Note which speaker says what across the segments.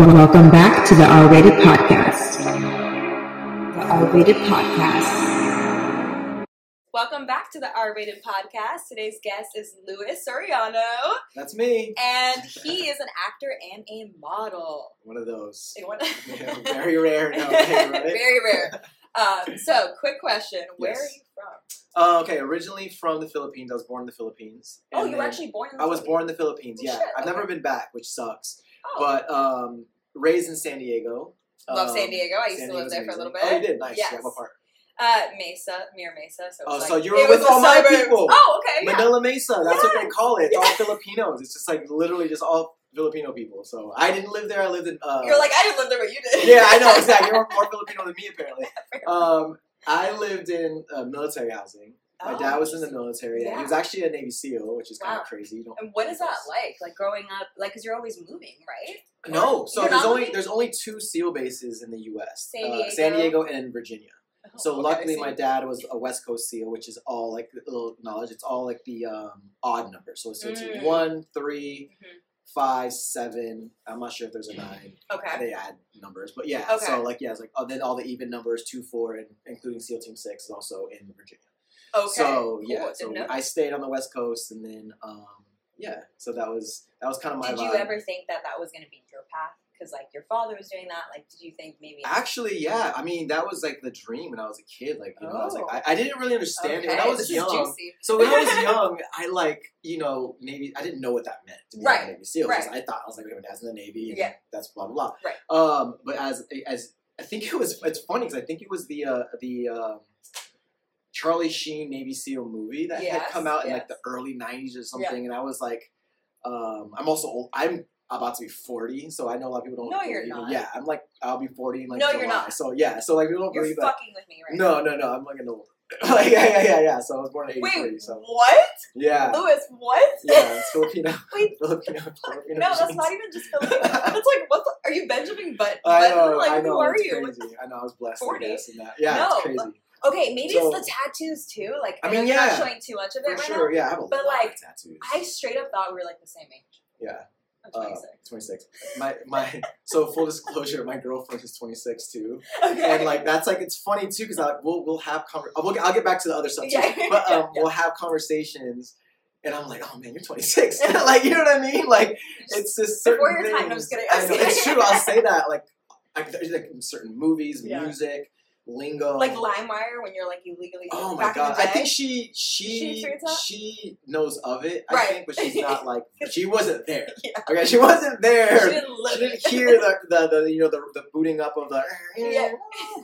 Speaker 1: Welcome back to the R Rated Podcast. The R Rated Podcast.
Speaker 2: Welcome back to the R Rated Podcast. Today's guest is Louis Soriano,
Speaker 3: That's me.
Speaker 2: and he is an actor and a model.
Speaker 3: One of those.
Speaker 2: Say what?
Speaker 3: Yeah, Very rare. No, okay, right?
Speaker 2: Very rare. Um, so, quick question Where are
Speaker 3: Yes.
Speaker 2: you from?
Speaker 3: Uh, okay, originally from the Philippines. I was born in the Philippines.
Speaker 2: Oh,
Speaker 3: and
Speaker 2: you were
Speaker 3: then-
Speaker 2: actually born in the
Speaker 3: I was
Speaker 2: Philippines.
Speaker 3: born in the Philippines, yeah.
Speaker 2: Shit,
Speaker 3: I've never
Speaker 2: okay.
Speaker 3: been back, which sucks.
Speaker 2: Oh,
Speaker 3: But um, raised in San Diego.
Speaker 2: love
Speaker 3: Um,
Speaker 2: San Diego. I used
Speaker 3: San
Speaker 2: to live
Speaker 3: Diego's
Speaker 2: there for a little bit.
Speaker 3: amazing. Oh, you did? Nice.
Speaker 2: Yes.
Speaker 3: Yeah, what part?
Speaker 2: Uh, Mesa, near Mesa. So it
Speaker 3: Oh,
Speaker 2: was
Speaker 3: so
Speaker 2: like-
Speaker 3: you were
Speaker 2: it
Speaker 3: with
Speaker 2: was the
Speaker 3: all my
Speaker 2: suburbs.
Speaker 3: people.
Speaker 2: Oh, okay. Yeah.
Speaker 3: Manila Mesa. That's what they
Speaker 2: Yes.
Speaker 3: call it. It's all Filipinos. It's just like literally just all Filipino people. So I didn't live there. I lived in. Uh,
Speaker 2: You're like, I didn't live there, but you did.
Speaker 3: yeah, I know exactly. You're more Filipino than me, apparently. Um, I lived in uh, military housing. My
Speaker 2: Oh,
Speaker 3: dad was in the
Speaker 2: interesting.
Speaker 3: military. Yeah.
Speaker 2: Yeah.
Speaker 3: He was actually a Navy SEAL, which is kind
Speaker 2: Wow.
Speaker 3: of crazy. You don't
Speaker 2: Oh. And what is that like? Like growing up, like because you're always moving, right?
Speaker 3: No, so
Speaker 2: You're
Speaker 3: there's
Speaker 2: not
Speaker 3: only
Speaker 2: moving?
Speaker 3: there's only two SEAL bases in the U.S.
Speaker 2: San
Speaker 3: uh, San
Speaker 2: Diego? Oh,
Speaker 3: Diego and Virginia. So
Speaker 2: Okay,
Speaker 3: luckily,
Speaker 2: so
Speaker 3: my
Speaker 2: you-
Speaker 3: dad was a West Coast SEAL, which is all like the little knowledge. It's all like the um, odd numbers. So it's, it's
Speaker 2: Mm.
Speaker 3: one, three,
Speaker 2: Mhm.
Speaker 3: five, seven. I'm not sure if there's a nine.
Speaker 2: Okay.
Speaker 3: They add numbers, but yeah.
Speaker 2: Okay.
Speaker 3: So like yeah, it's like oh, then all the even numbers two, four, and including SEAL Team Six is also in Virginia.
Speaker 2: Okay.
Speaker 3: So
Speaker 2: Cool,
Speaker 3: yeah,
Speaker 2: didn't
Speaker 3: so
Speaker 2: know.
Speaker 3: I stayed on the West Coast, and then um, yeah, so that was that was kind of my
Speaker 2: did
Speaker 3: vibe.
Speaker 2: you ever think that that was going to be your path? Because like your father was doing that. Like, did you think maybe?
Speaker 3: Actually, yeah. I mean, that was like the dream when I was a kid. Like, you know, I was
Speaker 2: Oh.
Speaker 3: like, I, I didn't really understand
Speaker 2: okay,
Speaker 3: it when I was
Speaker 2: this
Speaker 3: young.
Speaker 2: is juicy.
Speaker 3: So when I was young, I like, you know, Navy. I didn't know what that meant to be
Speaker 2: Right,
Speaker 3: a Navy SEAL. 'cause
Speaker 2: right.
Speaker 3: I thought I was like, okay, my dad's in the Navy. And
Speaker 2: Yeah.
Speaker 3: That's blah blah blah.
Speaker 2: Right.
Speaker 3: Um, but as as I think it was, it's funny because I think it was the uh, the um, Charlie Sheen Navy SEAL movie that
Speaker 2: Yes,
Speaker 3: had come out in like the
Speaker 2: yes.
Speaker 3: early '90s or
Speaker 2: Yeah.
Speaker 3: something, and I was like, um, I'm also old. I'm about to be 40, so I know a lot of people don't.
Speaker 2: No, you're
Speaker 3: believe it.
Speaker 2: not.
Speaker 3: Yeah, I'm like, I'll be 40 in like
Speaker 2: No,
Speaker 3: July.
Speaker 2: you're not.
Speaker 3: So yeah, so like people don't
Speaker 2: You're
Speaker 3: believe that.
Speaker 2: fucking with me, right?
Speaker 3: No, no, no. I'm like an old. like, yeah, yeah, yeah, yeah. So I was born in
Speaker 2: Wait,
Speaker 3: '83. so
Speaker 2: what,
Speaker 3: yeah.
Speaker 2: Louis? What?
Speaker 3: Yeah, it's Filipino.
Speaker 2: Wait.
Speaker 3: Filipino. Filipino
Speaker 2: no, that's
Speaker 3: genes.
Speaker 2: not even just Filipino. that's like, what? The, are you Benjamin Button?
Speaker 3: I know,
Speaker 2: like,
Speaker 3: I know.
Speaker 2: who are
Speaker 3: it's
Speaker 2: you?
Speaker 3: Crazy. I know. I was blessed.
Speaker 2: 40.
Speaker 3: I guess, in that. Yeah,
Speaker 2: No,
Speaker 3: it's crazy.
Speaker 2: Okay, maybe
Speaker 3: So-
Speaker 2: it's the tattoos too. Like,
Speaker 3: I
Speaker 2: I
Speaker 3: mean,
Speaker 2: know you're not
Speaker 3: yeah,
Speaker 2: showing too much of it
Speaker 3: For
Speaker 2: right
Speaker 3: sure.
Speaker 2: now.
Speaker 3: Yeah, I have a
Speaker 2: But,
Speaker 3: lot
Speaker 2: like,
Speaker 3: of tattoos.
Speaker 2: I straight up thought we were like the same age.
Speaker 3: yeah.
Speaker 2: I'm
Speaker 3: Uh,
Speaker 2: 26.
Speaker 3: 26. My my. So full disclosure, my girlfriend is 26 too,
Speaker 2: okay.
Speaker 3: and like that's like it's funny too because I we'll we'll have conver- we'll, I'll get back to the other stuff too,
Speaker 2: Yeah.
Speaker 3: but um,
Speaker 2: Yeah.
Speaker 3: we'll have conversations, and I'm like, oh man, you're 26. like you know what I mean? Like it's just certain
Speaker 2: Before your time, I'm
Speaker 3: things-
Speaker 2: just kidding.
Speaker 3: I know, it's true. I'll say that. Like, I, there's like certain movies,
Speaker 2: Yeah.
Speaker 3: music, lingo.
Speaker 2: like LimeWire when you're like illegally.
Speaker 3: oh my
Speaker 2: back
Speaker 3: god!
Speaker 2: In the
Speaker 3: I
Speaker 2: day.
Speaker 3: think she she
Speaker 2: experienced that?
Speaker 3: she knows of it.
Speaker 2: Right.
Speaker 3: I think, but she's not like she wasn't there.
Speaker 2: Yeah.
Speaker 3: Okay, she wasn't there.
Speaker 2: she didn't live
Speaker 3: She didn't
Speaker 2: it.
Speaker 3: hear the, the, the you know the, the booting up of the
Speaker 2: Yeah.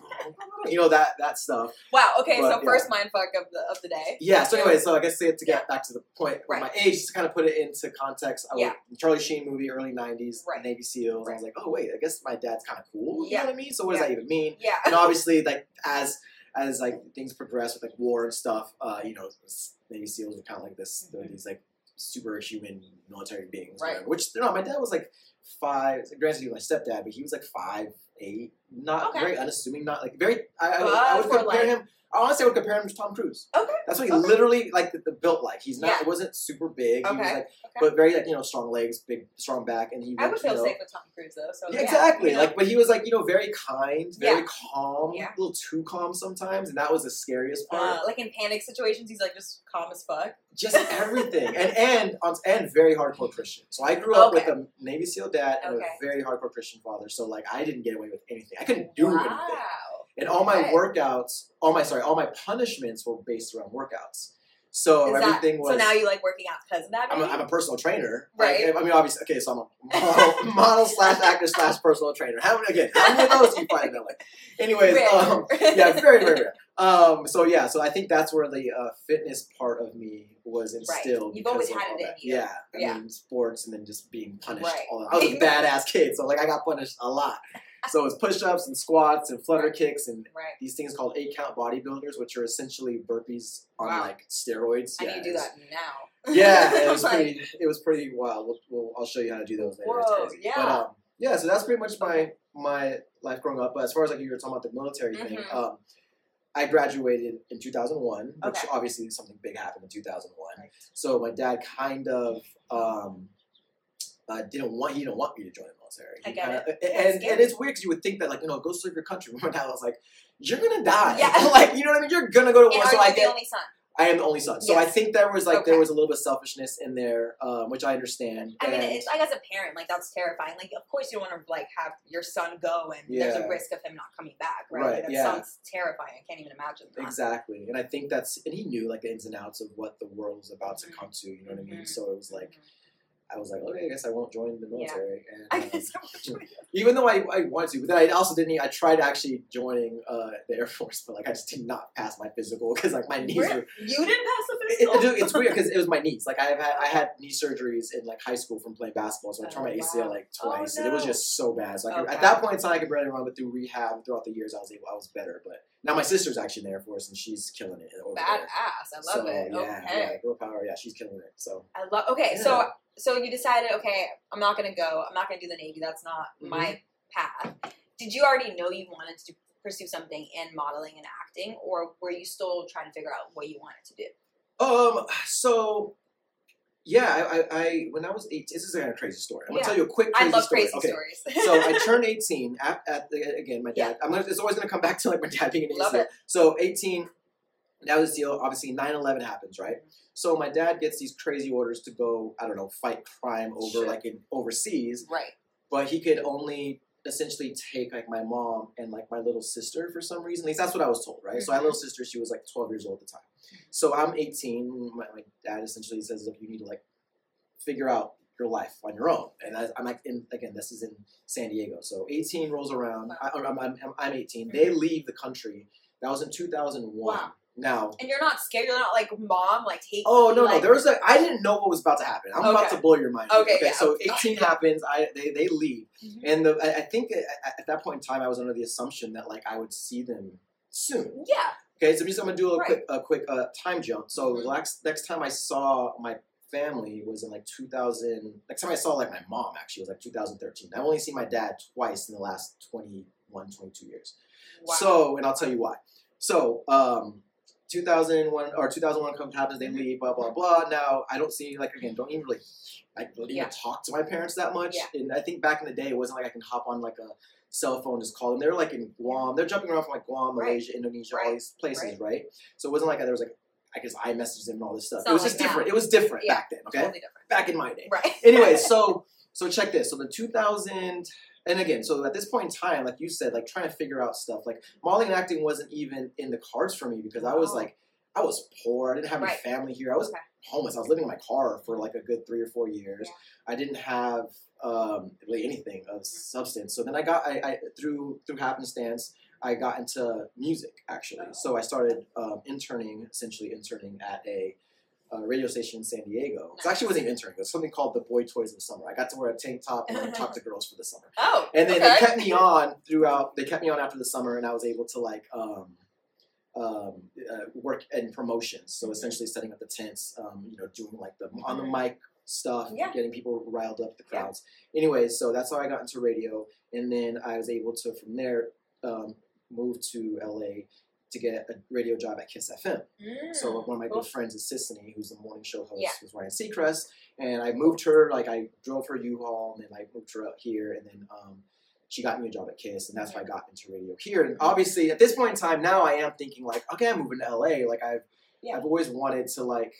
Speaker 3: you know that that stuff.
Speaker 2: Wow. Okay. so
Speaker 3: But, yeah.
Speaker 2: first mind fuck of the of the day.
Speaker 3: Yeah. So anyway, so I guess to to get back to the point, with
Speaker 2: Right.
Speaker 3: my age just to kind of put it into context. I was
Speaker 2: Yeah.
Speaker 3: Charlie Sheen movie, early '90s,
Speaker 2: Right.
Speaker 3: Navy SEALs. I was like, oh wait, I guess my dad's kind of cool. You
Speaker 2: Yeah.
Speaker 3: know what I mean? So what does
Speaker 2: Yeah.
Speaker 3: that even mean?
Speaker 2: Yeah.
Speaker 3: And obviously, like as as like things progress with like war and stuff, uh, you know, s- Navy SEALs were kind of like this. They're these like superhuman military beings,
Speaker 2: Mm-hmm. Right.
Speaker 3: whatever, Which you know, my dad was like five. Granted, he was my stepdad, but he was like five, eight, not
Speaker 2: Okay.
Speaker 3: very unassuming, not like very. I, I, would-
Speaker 2: Uh,
Speaker 3: I would
Speaker 2: for,
Speaker 3: compare
Speaker 2: like-
Speaker 3: him. I honestly would compare him to Tom Cruise.
Speaker 2: Okay.
Speaker 3: That's what he
Speaker 2: Okay.
Speaker 3: literally like the, the built like. He's not.
Speaker 2: Yeah.
Speaker 3: It wasn't super big. He was
Speaker 2: Okay.
Speaker 3: like, but very like you know strong legs, big strong back, and he.
Speaker 2: I
Speaker 3: like,
Speaker 2: would
Speaker 3: you
Speaker 2: feel
Speaker 3: know,
Speaker 2: safe with Tom Cruise though. So
Speaker 3: yeah, exactly.
Speaker 2: you know?
Speaker 3: Like, but he was like, you know, very kind, very
Speaker 2: Yeah.
Speaker 3: calm,
Speaker 2: Yeah.
Speaker 3: a little too calm sometimes, and that was the scariest part.
Speaker 2: Uh, like in panic situations, he's like just calm as fuck.
Speaker 3: Just everything, and and on- and very hardcore Christian. So I grew up
Speaker 2: Okay.
Speaker 3: with a Navy SEAL dad and
Speaker 2: Okay.
Speaker 3: a very hardcore Christian father. So like, I didn't get away with anything. I couldn't do
Speaker 2: wow.
Speaker 3: anything, and all my
Speaker 2: Okay.
Speaker 3: workouts, all my sorry, all my punishments were based around workouts. So
Speaker 2: Is that-
Speaker 3: everything was.
Speaker 2: so now you like working out because of that?
Speaker 3: I'm a,
Speaker 2: maybe?
Speaker 3: I'm a personal trainer.
Speaker 2: Right.
Speaker 3: Like, I mean, obviously, okay, so I'm a model, model slash actor slash personal trainer. How many, again, how many of those do you find in LA? Anyways,
Speaker 2: Rare.
Speaker 3: um, yeah, very, very rare. Um, so, yeah, so I think that's where the uh, fitness part of me was instilled.
Speaker 2: You've always
Speaker 3: because of
Speaker 2: had
Speaker 3: all
Speaker 2: it in
Speaker 3: that.
Speaker 2: you.
Speaker 3: Yeah. And
Speaker 2: Yeah.
Speaker 3: then sports and then just being punished.
Speaker 2: Right.
Speaker 3: All that. I was a badass kid, so, like, I got punished a lot. So it was push-ups and squats and flutter kicks and
Speaker 2: right.
Speaker 3: these things called eight-count bodybuilders, which are essentially burpees on,
Speaker 2: Wow.
Speaker 3: like, steroids.
Speaker 2: I
Speaker 3: Yeah,
Speaker 2: need to do
Speaker 3: it's-
Speaker 2: that now.
Speaker 3: yeah, it was
Speaker 2: Like,
Speaker 3: pretty. It was pretty wild. We'll, we'll, I'll show you how to do those later. It's
Speaker 2: Whoa,
Speaker 3: crazy.
Speaker 2: yeah.
Speaker 3: But, um, yeah. So that's pretty much my my life growing up. But as far as like you were talking about the military thing,
Speaker 2: Mhm.
Speaker 3: um, I graduated in 2001, which
Speaker 2: Okay.
Speaker 3: obviously something big happened in 2001. So my dad kind of um, uh, didn't want he didn't want me to join the military.
Speaker 2: I
Speaker 3: He
Speaker 2: get
Speaker 3: kinda-
Speaker 2: Yeah,
Speaker 3: and,
Speaker 2: it's scary.
Speaker 3: and it's weird because you would think that like you know go serve your country. But my dad was like, you're gonna die.
Speaker 2: Yeah.
Speaker 3: like you know what I mean. You're gonna go to
Speaker 2: And
Speaker 3: war.
Speaker 2: are
Speaker 3: So
Speaker 2: you
Speaker 3: I
Speaker 2: the
Speaker 3: get
Speaker 2: only son?
Speaker 3: I am the only son. So I
Speaker 2: Yes.
Speaker 3: think there was like there
Speaker 2: Okay.
Speaker 3: was a little bit of selfishness in there, um, which I understand.
Speaker 2: I mean,
Speaker 3: And-
Speaker 2: it's like as a parent, like that's terrifying. Like, of course, you don't want to like have your son go, and there's
Speaker 3: Yeah.
Speaker 2: a risk of him not coming back, right?
Speaker 3: Right,
Speaker 2: Like, that
Speaker 3: yeah.
Speaker 2: sounds terrifying. I can't even imagine that.
Speaker 3: Exactly. And I think that's and he knew like the ins and outs of what the world was about to
Speaker 2: Mhm.
Speaker 3: come to, you know what I mean?
Speaker 2: Mhm.
Speaker 3: So it was like I was like, okay, I guess I won't join the
Speaker 2: Yeah.
Speaker 3: military.
Speaker 2: I
Speaker 3: And um,
Speaker 2: guess I'm joining.
Speaker 3: even though I, I wanted to, but then I also didn't I tried actually joining uh, the Air Force, but like I just did not pass my physical because like my knees
Speaker 2: Where-
Speaker 3: were
Speaker 2: you didn't pass the
Speaker 3: it,
Speaker 2: physical.
Speaker 3: it- it's weird because it was my knees. Like I have had I had knee surgeries in like high school from playing basketball, so I tore
Speaker 2: Oh,
Speaker 3: my ACL
Speaker 2: wow.
Speaker 3: like
Speaker 2: Oh,
Speaker 3: twice, and it was
Speaker 2: no.
Speaker 3: just so bad. So I
Speaker 2: Oh,
Speaker 3: could, at
Speaker 2: wow.
Speaker 3: that point in time, I could barely run, but through rehab throughout the years, I was able, I was better. But now my sister's actually in the Air Force, and she's killing it over
Speaker 2: Badass.
Speaker 3: there.
Speaker 2: I love
Speaker 3: so,
Speaker 2: it.
Speaker 3: Yeah,
Speaker 2: okay.
Speaker 3: yeah, girl power. Yeah, she's killing it. So
Speaker 2: I love. Okay,
Speaker 3: Yeah.
Speaker 2: so so you decided, okay, I'm not gonna go. I'm not gonna do the Navy. That's not
Speaker 3: Mm-hmm.
Speaker 2: my path. Did you already know you wanted to pursue something in modeling and acting, or were you still trying to figure out what you wanted to do?
Speaker 3: Um. So, yeah, I, I, I when I was eight, this is kind of a crazy story. I'm gonna
Speaker 2: Yeah.
Speaker 3: tell you a quick. Crazy
Speaker 2: I love
Speaker 3: story.
Speaker 2: crazy
Speaker 3: okay.
Speaker 2: stories.
Speaker 3: so I turned 18 at, at the, again my dad. I'm gonna, it's always gonna come back to like my dad being an
Speaker 2: Love
Speaker 3: ACL. So 18, that was the deal. Obviously 9/11 happens, right? So my dad gets these crazy orders to go. I don't know, fight crime over
Speaker 2: Sure.
Speaker 3: like in overseas,
Speaker 2: right.
Speaker 3: but he could only essentially take like my mom and like my little sister for some reason. At least that's what I was told, right? So my
Speaker 2: Mhm.
Speaker 3: little sister, she was like 12 years old at the time. So I'm 18. My, my dad essentially says, look, you need to like figure out your life on your own. And I, I'm like, in, again, this is in San Diego. So 18 rolls around. I, I'm, I'm, I'm 18. They leave the country. That was in 2001.
Speaker 2: Wow.
Speaker 3: Now,
Speaker 2: And you're not scared. You're not like mom. Like take.
Speaker 3: Oh
Speaker 2: me,
Speaker 3: no, no,
Speaker 2: like,
Speaker 3: there was a. I didn't know what was about to happen. I'm about
Speaker 2: Okay.
Speaker 3: to blow your mind.
Speaker 2: Okay, yeah.
Speaker 3: so 18 happens. I they, they leave,
Speaker 2: Mhm.
Speaker 3: and the I, I think at, at that point in time I was under the assumption that like I would see them soon.
Speaker 2: Yeah.
Speaker 3: Okay, so I'm just I'm gonna do a
Speaker 2: Right.
Speaker 3: quick a quick uh, time jump. So
Speaker 2: Mhm.
Speaker 3: the last next time I saw my family was in like 2000. Next time I saw like my mom actually was like 2013. I've only seen my dad twice in the last 21, 22 years.
Speaker 2: Wow.
Speaker 3: So, and I'll tell you why. So, um, 2001 or 2001 comes happens, they leave, blah blah blah. Now I don't see like again, don't even really like don't
Speaker 2: Yeah.
Speaker 3: even talk to my parents that much.
Speaker 2: Yeah.
Speaker 3: And I think back in the day, it wasn't like I can hop on like a cell phone and just call them. They're like in Guam, they're jumping around from like Guam,
Speaker 2: Right.
Speaker 3: Malaysia, Indonesia, all
Speaker 2: Right.
Speaker 3: these places,
Speaker 2: Right.
Speaker 3: right? So it wasn't like there was like I guess I messaged them and all this stuff.
Speaker 2: It's
Speaker 3: It
Speaker 2: not
Speaker 3: was
Speaker 2: like
Speaker 3: just
Speaker 2: now.
Speaker 3: different. It was different
Speaker 2: Yeah.
Speaker 3: back then. Okay,
Speaker 2: Totally different.
Speaker 3: back in my day
Speaker 2: Right.
Speaker 3: anyway, so so check this. So the 2000 and again, so at this point in time, like you said, like trying to figure out stuff. Like modeling and acting wasn't even in the cards for me because I was
Speaker 2: Wow.
Speaker 3: like I was poor. I didn't have
Speaker 2: Right.
Speaker 3: any family here. I was
Speaker 2: Okay.
Speaker 3: homeless. I was living in my car for like a good three or four years.
Speaker 2: Yeah.
Speaker 3: I didn't have um, really anything of substance. So then I got I, I through through happenstance. I got into music actually,
Speaker 2: Oh.
Speaker 3: so I started um, interning, essentially interning at a uh, radio station in San Diego. It
Speaker 2: Nice.
Speaker 3: actually wasn't even interning. It was something called the Boy Toys of the Summer. I got to wear a tank top and like, talk to girls for the summer.
Speaker 2: oh.
Speaker 3: And then
Speaker 2: okay.
Speaker 3: they kept me on throughout. They kept me on after the summer, and I was able to like um, um, uh, work in promotions. So essentially, setting up the tents, um, you know, doing like the on the mic stuff,
Speaker 2: Mm-hmm. Yeah.
Speaker 3: getting people riled up, the
Speaker 2: Yeah.
Speaker 3: crowds. Anyway, so that's how I got into radio, and then I was able to from there um, move to LA to get a radio job at Kiss FM.
Speaker 2: Mm.
Speaker 3: So one of my
Speaker 2: Cool.
Speaker 3: good friends is Sissany, who's the morning show host
Speaker 2: Yeah.
Speaker 3: with Ryan Seacrest, and I moved her. Like I drove her U-Haul, and then I moved her up here, and then um, she got me a job at Kiss, and that's how I got into radio here. And obviously, at this point in time, now I am thinking like, okay, I'm moving to LA. Like I've
Speaker 2: Yeah.
Speaker 3: I've always wanted to like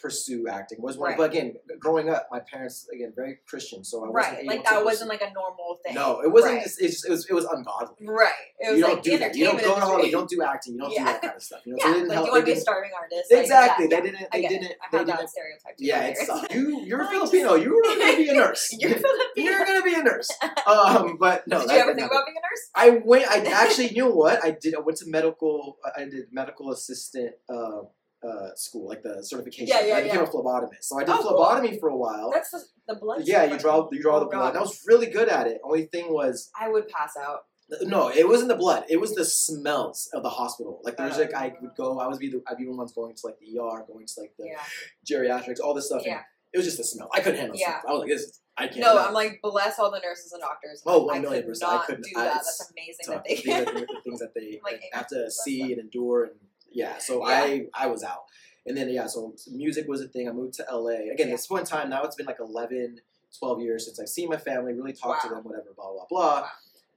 Speaker 3: pursue acting. Was one,
Speaker 2: Right.
Speaker 3: but again, growing up, my parents again very Christian, so I wasn't
Speaker 2: right.
Speaker 3: able
Speaker 2: Like
Speaker 3: to
Speaker 2: that
Speaker 3: pursue-
Speaker 2: wasn't like a normal thing.
Speaker 3: No, it wasn't.
Speaker 2: Right.
Speaker 3: Just, it's, it was it was ungodly.
Speaker 2: Right. It was
Speaker 3: you don't
Speaker 2: like
Speaker 3: do
Speaker 2: the
Speaker 3: that. You don't
Speaker 2: entertainment
Speaker 3: go to Hollywood.
Speaker 2: industry.
Speaker 3: You don't do acting. You don't
Speaker 2: Yeah.
Speaker 3: do that kind of stuff. You know, so it
Speaker 2: yeah.
Speaker 3: didn't
Speaker 2: like
Speaker 3: help.
Speaker 2: you
Speaker 3: it
Speaker 2: want to be a
Speaker 3: didn't-
Speaker 2: starving artist. like,
Speaker 3: Exactly.
Speaker 2: yeah,
Speaker 3: They
Speaker 2: yeah.
Speaker 3: didn't.
Speaker 2: I
Speaker 3: They
Speaker 2: get it.
Speaker 3: didn't.
Speaker 2: I
Speaker 3: They
Speaker 2: have that
Speaker 3: didn't.
Speaker 2: stereotype. too,
Speaker 3: Yeah,
Speaker 2: right
Speaker 3: it's
Speaker 2: there.
Speaker 3: uh, you. You're
Speaker 2: I just-
Speaker 3: Filipino. You were gonna be a nurse.
Speaker 2: You're Filipino.
Speaker 3: You're gonna be a nurse. Um, but no.
Speaker 2: Did
Speaker 3: that
Speaker 2: you ever think
Speaker 3: didn't happen.
Speaker 2: about being a nurse?
Speaker 3: I went. I actually, you know what? I did. I went to medical. I did medical assistant uh, uh, school, like the certification.
Speaker 2: Yeah, yeah,
Speaker 3: I became
Speaker 2: yeah.
Speaker 3: a phlebotomist, so I did
Speaker 2: Oh, cool.
Speaker 3: phlebotomy for a while.
Speaker 2: That's the, the blood.
Speaker 3: yeah, you
Speaker 2: supply.
Speaker 3: draw. You draw
Speaker 2: Oh,
Speaker 3: the blood.
Speaker 2: God.
Speaker 3: And I was really good at it. Only thing was,
Speaker 2: I would pass out.
Speaker 3: no, it wasn't the blood. It was the smells of the hospital. Like there's
Speaker 2: Uh.
Speaker 3: like I would go. I was be the. I'd be the ones going to like the ER, going to like the
Speaker 2: Yeah.
Speaker 3: geriatrics, all this stuff. and
Speaker 2: Yeah.
Speaker 3: It was just the smell. I couldn't handle the
Speaker 2: Yeah.
Speaker 3: smell. I was like, this. is- I can't.
Speaker 2: No, I'm like bless all the nurses and doctors.
Speaker 3: Oh,
Speaker 2: like,
Speaker 3: one million
Speaker 2: I could
Speaker 3: percent. I
Speaker 2: not
Speaker 3: couldn't-
Speaker 2: do
Speaker 3: I-
Speaker 2: that.
Speaker 3: it's
Speaker 2: That's amazing
Speaker 3: tough.
Speaker 2: that they
Speaker 3: The things
Speaker 2: can.
Speaker 3: that- the things that they
Speaker 2: Like,
Speaker 3: have to see
Speaker 2: them.
Speaker 3: and endure, and yeah. So
Speaker 2: Yeah.
Speaker 3: I I was out, and then yeah. So music was a thing. I moved to LA again. This one time now it's been like 11, 12 years since I've seen my family, really talked to
Speaker 2: Wow.
Speaker 3: them, whatever, blah, blah, blah.
Speaker 2: Wow.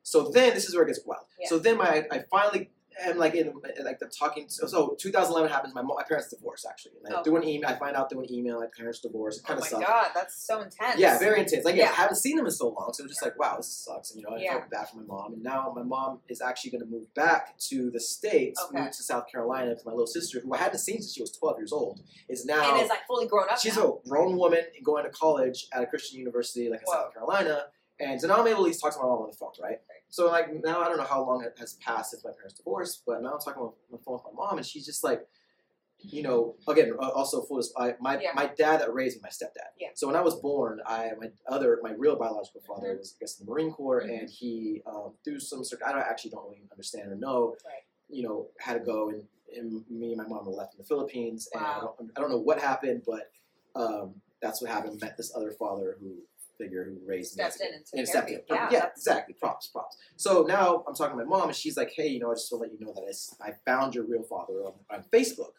Speaker 3: So then this is where it gets wild.
Speaker 2: Yeah.
Speaker 3: So then my, I finally am like in like the talking. So, so 2011 happens. My, mo- my parents divorce actually. And I,
Speaker 2: Oh.
Speaker 3: through an email, I find out through an email my parents divorce. It
Speaker 2: Oh
Speaker 3: kind of
Speaker 2: my
Speaker 3: sucks.
Speaker 2: god, that's so intense.
Speaker 3: Yeah, very intense. Like yeah.
Speaker 2: Yeah.
Speaker 3: I haven't seen them in so long, so just like wow, this sucks. And you know, I
Speaker 2: Yeah.
Speaker 3: felt bad for my mom. And now my mom is actually going to move back to the states,
Speaker 2: Okay.
Speaker 3: move to South Carolina because my little sister, who I hadn't seen since she was 12 years old, is now
Speaker 2: and is like fully grown up.
Speaker 3: she's
Speaker 2: now.
Speaker 3: a grown woman going to college at a Christian university like in
Speaker 2: Whoa.
Speaker 3: South Carolina. And so now I'm able to at least talk to my mom on the phone, right? So like now I don't know how long it has passed since my parents divorced, but now I'm talking on the phone with my mom, and she's just like, you know, again, uh, also full dis- I, my
Speaker 2: Yeah.
Speaker 3: my dad that raised me, my stepdad.
Speaker 2: Yeah.
Speaker 3: So when I was born, I my other my real biological father
Speaker 2: Mhm.
Speaker 3: was I guess in the Marine Corps,
Speaker 2: Mhm.
Speaker 3: and he um, through some sort I don't actually don't really understand or know,
Speaker 2: Right.
Speaker 3: you know, had to go and, and me and my mom were left in the Philippines, and I
Speaker 2: Wow.
Speaker 3: don't, I don't know what happened, but um, that's what happened. Met this other father who figure who raised me. as a
Speaker 2: Stepped in
Speaker 3: kid.
Speaker 2: and took
Speaker 3: and
Speaker 2: care
Speaker 3: stepped
Speaker 2: of
Speaker 3: in.
Speaker 2: you. Yeah,
Speaker 3: yeah
Speaker 2: that's-
Speaker 3: exactly. Props, props. So now I'm talking to my mom, and she's like, "Hey, you know, I just want to let you know that I s- I, found your real father on, on Facebook."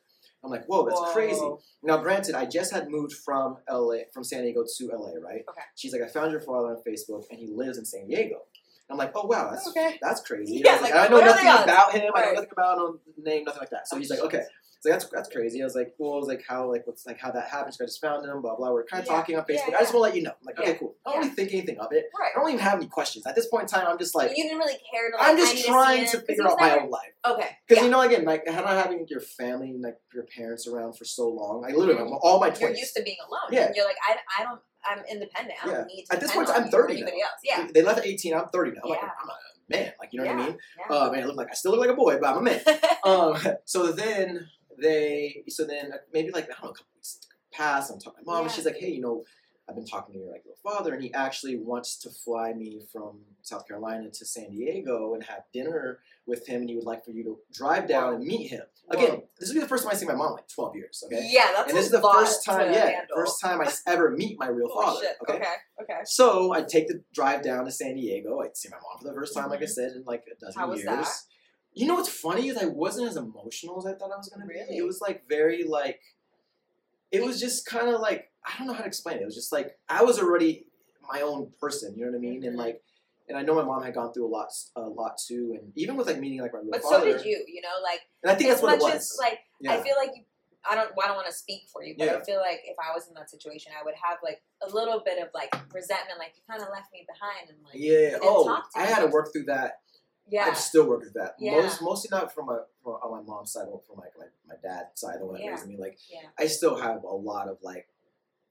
Speaker 3: I'm like, "Whoa, that's
Speaker 2: Whoa.
Speaker 3: crazy." Now, granted, I just had moved from LA, from San Diego to LA, right?
Speaker 2: Okay.
Speaker 3: She's like, "I found your father on Facebook, and he lives in San Diego." I'm like, "Oh wow, that's
Speaker 2: Okay.
Speaker 3: that's crazy."
Speaker 2: Yeah,
Speaker 3: I, was
Speaker 2: like,
Speaker 3: like, I know
Speaker 2: what are
Speaker 3: nothing
Speaker 2: the odds?
Speaker 3: about him. I know
Speaker 2: Right.
Speaker 3: nothing about him, name, nothing like that. So he's like, "Okay." So that's that's crazy. I was like, "Well, I was like, how like what's like how that happened?" She's like, I just found him, blah blah. We're kind of
Speaker 2: Yeah.
Speaker 3: talking on
Speaker 2: Yeah,
Speaker 3: Facebook. I
Speaker 2: yeah.
Speaker 3: just want to let you know. I'm like,
Speaker 2: Yeah.
Speaker 3: okay, cool. I don't really think anything of it.
Speaker 2: Right.
Speaker 3: I don't even have any questions. At this point in time, I'm just like,
Speaker 2: you didn't really care to like
Speaker 3: I'm
Speaker 2: I need
Speaker 3: just
Speaker 2: see
Speaker 3: trying
Speaker 2: him,
Speaker 3: to
Speaker 2: 'cause he
Speaker 3: figure
Speaker 2: was
Speaker 3: out my
Speaker 2: never-
Speaker 3: own life.
Speaker 2: Okay.
Speaker 3: Because
Speaker 2: yeah.
Speaker 3: you know, again, like how not having your family, and, like your parents around for so long. I literally, I'm all my
Speaker 2: Mm-hmm. you're
Speaker 3: twenties.
Speaker 2: used to being alone.
Speaker 3: Yeah.
Speaker 2: And you're like, I, I don't, I'm independent. I don't need to
Speaker 3: At this
Speaker 2: depend
Speaker 3: point,
Speaker 2: on
Speaker 3: I'm
Speaker 2: you or
Speaker 3: 30 now.
Speaker 2: anybody else. Yeah.
Speaker 3: They left at 18. I'm 30 now. I'm like,
Speaker 2: Yeah.
Speaker 3: I'm a man. Like you know what I mean?
Speaker 2: yeah.
Speaker 3: Uh, man, I look like I still look like a boy, but I'm a man. um, so then they, so then uh, maybe like I don't know, a couple weeks pass. I'm talking to my mom, and
Speaker 2: Yeah.
Speaker 3: she's like, "Hey, you know, I've been talking to your like little father, and he actually wants to fly me from South Carolina to San Diego and have dinner with him, and he would like for you to drive down and meet him." Again,
Speaker 2: Whoa.
Speaker 3: this would be the first time I see my mom in, like 12 years. Okay.
Speaker 2: Yeah, that's
Speaker 3: And this
Speaker 2: a
Speaker 3: is the
Speaker 2: lot
Speaker 3: first time,
Speaker 2: to
Speaker 3: yeah,
Speaker 2: handle.
Speaker 3: first time I s- ever meet my real
Speaker 2: Holy
Speaker 3: father.
Speaker 2: shit.
Speaker 3: Okay?
Speaker 2: okay, okay.
Speaker 3: So I take the drive down to San Diego. I see my mom for the first time, like I said, in like a dozen
Speaker 2: Mm-hmm. How was
Speaker 3: years.
Speaker 2: that?
Speaker 3: You know what's funny is I wasn't as emotional as I thought I was gonna be.
Speaker 2: Really?
Speaker 3: It was like very like it was just kind of like I don't know how to explain it. It was just like I was already my own person. You know what I mean? And
Speaker 2: Mhm.
Speaker 3: like, and I know my mom had gone through a lot, a lot too. And even with like meeting like my real
Speaker 2: But so
Speaker 3: father,
Speaker 2: did you, you know, like
Speaker 3: and I think
Speaker 2: as
Speaker 3: that's what it
Speaker 2: much
Speaker 3: was.
Speaker 2: as like
Speaker 3: yeah.
Speaker 2: I feel like you, I don't, well, I don't want to speak for you, but I
Speaker 3: Yeah.
Speaker 2: feel like if I was in that situation, I would have like a little bit of like resentment, like you kind of left me behind, and like
Speaker 3: yeah.
Speaker 2: didn't
Speaker 3: Oh,
Speaker 2: talk to
Speaker 3: I
Speaker 2: me.
Speaker 3: had to work through that
Speaker 2: yeah,
Speaker 3: I'm still working with that.
Speaker 2: Yeah.
Speaker 3: Most, mostly not from my from, on my mom's side, but from like my, my dad's side, the one that
Speaker 2: Yeah.
Speaker 3: raised me. Like
Speaker 2: Yeah.
Speaker 3: I still have a lot of like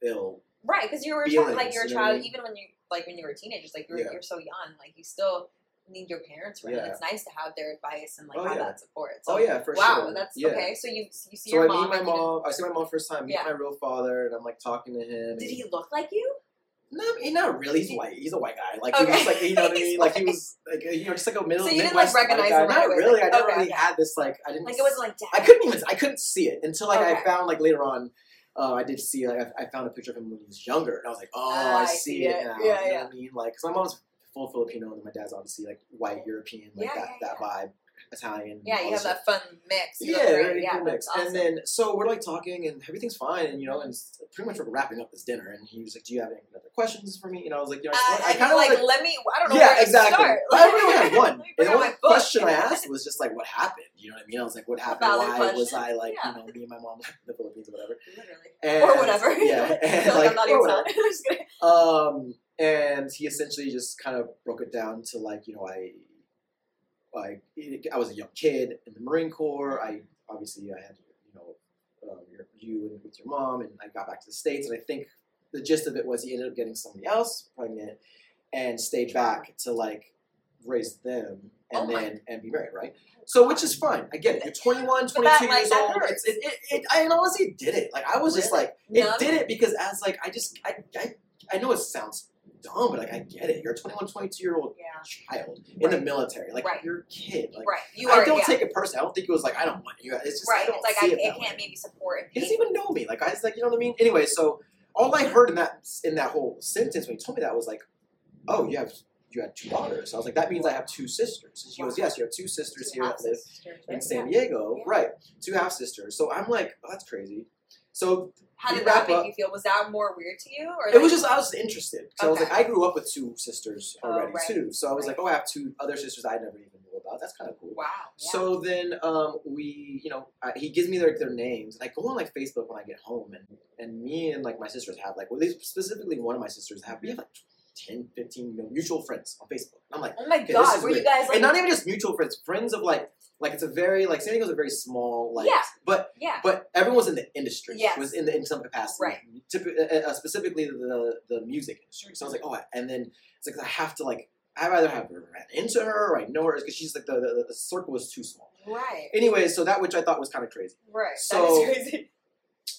Speaker 3: ill.
Speaker 2: right, because you were a child, like
Speaker 3: feelings,
Speaker 2: you're a
Speaker 3: you know what I
Speaker 2: child,
Speaker 3: mean?
Speaker 2: even when you like when you were teenagers, like you're,
Speaker 3: Yeah.
Speaker 2: you're so young, like you still need your parents around.
Speaker 3: Yeah.
Speaker 2: It's nice to have their advice and like
Speaker 3: Oh,
Speaker 2: have
Speaker 3: yeah.
Speaker 2: that support. So
Speaker 3: Oh yeah, for
Speaker 2: wow,
Speaker 3: sure.
Speaker 2: that's
Speaker 3: yeah.
Speaker 2: okay. So you you see
Speaker 3: So
Speaker 2: your
Speaker 3: I
Speaker 2: mom.
Speaker 3: meet my
Speaker 2: and you
Speaker 3: mom. I see my mom first time. Meet
Speaker 2: Yeah.
Speaker 3: my real father, and I'm like talking to him.
Speaker 2: didn't- Did
Speaker 3: and-
Speaker 2: he look like you?
Speaker 3: No, I mean, not really. He's white. He's a white guy. Like
Speaker 2: Okay.
Speaker 3: he was like you know what I
Speaker 2: He's
Speaker 3: mean. Like he was like you know just like a middle.
Speaker 2: So you didn't, like,
Speaker 3: Midwest white
Speaker 2: recognize
Speaker 3: guy.
Speaker 2: him right
Speaker 3: Not
Speaker 2: away,
Speaker 3: really.
Speaker 2: like,
Speaker 3: I never
Speaker 2: okay,
Speaker 3: really
Speaker 2: okay.
Speaker 3: had this like I didn't.
Speaker 2: Like it wasn't like dad.
Speaker 3: I couldn't even. I couldn't see it until like
Speaker 2: Okay.
Speaker 3: I found like later on. Uh, I did see like I, I found a picture of him when he was younger, and I was like, oh,
Speaker 2: Ah, I
Speaker 3: I
Speaker 2: see
Speaker 3: see it,
Speaker 2: it.
Speaker 3: now.
Speaker 2: Yeah,
Speaker 3: you know
Speaker 2: yeah.
Speaker 3: what I mean? Like, cause my mom's full Filipino, and then my dad's obviously like white European, like
Speaker 2: Yeah,
Speaker 3: that
Speaker 2: yeah,
Speaker 3: that vibe, Italian.
Speaker 2: Yeah,
Speaker 3: all
Speaker 2: you
Speaker 3: this
Speaker 2: have
Speaker 3: shit.
Speaker 2: that fun mix. You
Speaker 3: Yeah,
Speaker 2: have
Speaker 3: yeah,
Speaker 2: your- yeah,
Speaker 3: cool mix.
Speaker 2: that's awesome.
Speaker 3: And then so we're like talking and everything's fine and you know and it's pretty much we're wrapping up this dinner and he was like, "Do you have any other questions for me?" And I was like, "You know,
Speaker 2: I,
Speaker 3: I, kind
Speaker 2: feel
Speaker 3: of
Speaker 2: Uh, like,
Speaker 3: like."
Speaker 2: let me. I don't know
Speaker 3: yeah,
Speaker 2: where to
Speaker 3: exactly.
Speaker 2: start.
Speaker 3: But I really only had one.
Speaker 2: Let me bring
Speaker 3: And the
Speaker 2: out
Speaker 3: only
Speaker 2: my book.
Speaker 3: question I asked was just like, "What happened?" You know what I mean? I was like, "What happened?
Speaker 2: valid
Speaker 3: Why was
Speaker 2: question.
Speaker 3: I like,
Speaker 2: Yeah.
Speaker 3: you know, me and my mom left the Philippines or whatever?"
Speaker 2: Literally.
Speaker 3: And,
Speaker 2: Or whatever. I
Speaker 3: Yeah. And
Speaker 2: feel like,
Speaker 3: like,
Speaker 2: I'm not
Speaker 3: or
Speaker 2: even
Speaker 3: whatever.
Speaker 2: sorry. I'm just kidding.
Speaker 3: Um, and he essentially just kind of broke it down to like, you know, I, I, I was a young kid in the Marine Corps. I obviously I had, you know, um, your, you and with your mom, and I got back to the states. And I think the gist of it was he ended up getting somebody else pregnant and stayed back to like raise them and
Speaker 2: Oh my-
Speaker 3: then and be married, right? So which is fine. I get it. You're 21,
Speaker 2: But that,
Speaker 3: 22
Speaker 2: like,
Speaker 3: years
Speaker 2: that
Speaker 3: old. It's, it, it, it, I honestly it did it. Like I was just
Speaker 2: Really?
Speaker 3: like. It
Speaker 2: Numb?
Speaker 3: did it because as like I just I, I I know it sounds dumb, but like I get it. You're a 21, 22 year old
Speaker 2: Yeah.
Speaker 3: child in the
Speaker 2: Right.
Speaker 3: military. Like
Speaker 2: Right.
Speaker 3: you're a kid. Like
Speaker 2: Right. You
Speaker 3: I
Speaker 2: are.
Speaker 3: don't
Speaker 2: yeah.
Speaker 3: take it personally. I don't think it was like I don't want you. It's just
Speaker 2: right.
Speaker 3: I don't
Speaker 2: It's like
Speaker 3: see
Speaker 2: I
Speaker 3: it,
Speaker 2: it
Speaker 3: that
Speaker 2: can't
Speaker 3: way.
Speaker 2: maybe support.
Speaker 3: He
Speaker 2: and
Speaker 3: doesn't even know me. Like I was like you know what I mean. Anyway, so all I heard in that in that whole sentence when he told me that was like, oh you have you had two daughters. So I was like that means I have two sisters. And she goes yes you have two sisters
Speaker 2: two
Speaker 3: here that live
Speaker 2: houses,
Speaker 3: in
Speaker 2: right?
Speaker 3: San
Speaker 2: Yeah.
Speaker 3: Diego,
Speaker 2: Yeah.
Speaker 3: right? Two half sisters. So I'm like, oh, that's crazy. So
Speaker 2: How
Speaker 3: You
Speaker 2: did that
Speaker 3: wrap
Speaker 2: make
Speaker 3: up.
Speaker 2: you feel? Was that more weird to you, or
Speaker 3: it was
Speaker 2: like-
Speaker 3: just I was interested. So I was
Speaker 2: Okay.
Speaker 3: like, I grew up with two sisters
Speaker 2: Oh,
Speaker 3: already
Speaker 2: right.
Speaker 3: too. So I was
Speaker 2: Right.
Speaker 3: like, oh, I have two other sisters I never even knew about. That's kind of cool.
Speaker 2: wow? Yeah.
Speaker 3: So then um, we, you know, I, he gives me their, their names, and I go on like Facebook when I get home, and and me and like my sisters have like, well, they, specifically one of my sisters have we have like 10, 15 mutual friends on Facebook. And I'm like,
Speaker 2: oh my
Speaker 3: okay, this
Speaker 2: god,
Speaker 3: is
Speaker 2: were you
Speaker 3: weird.
Speaker 2: guys like?
Speaker 3: and not even just mutual friends, friends of like, like it's a very like San Diego's a very small like,
Speaker 2: Yeah.
Speaker 3: but
Speaker 2: yeah,
Speaker 3: but everyone's in the industry.
Speaker 2: Yes.
Speaker 3: was in the in some capacity.
Speaker 2: Right.
Speaker 3: Typ- uh, uh, specifically the the music industry. So I was like, oh, I- and then it's like I have to like I either have ran into her or I know her because she's like the, the the circle is too small.
Speaker 2: right,
Speaker 3: Anyway, so that which I thought was kind of crazy,
Speaker 2: right.
Speaker 3: so-
Speaker 2: that is crazy.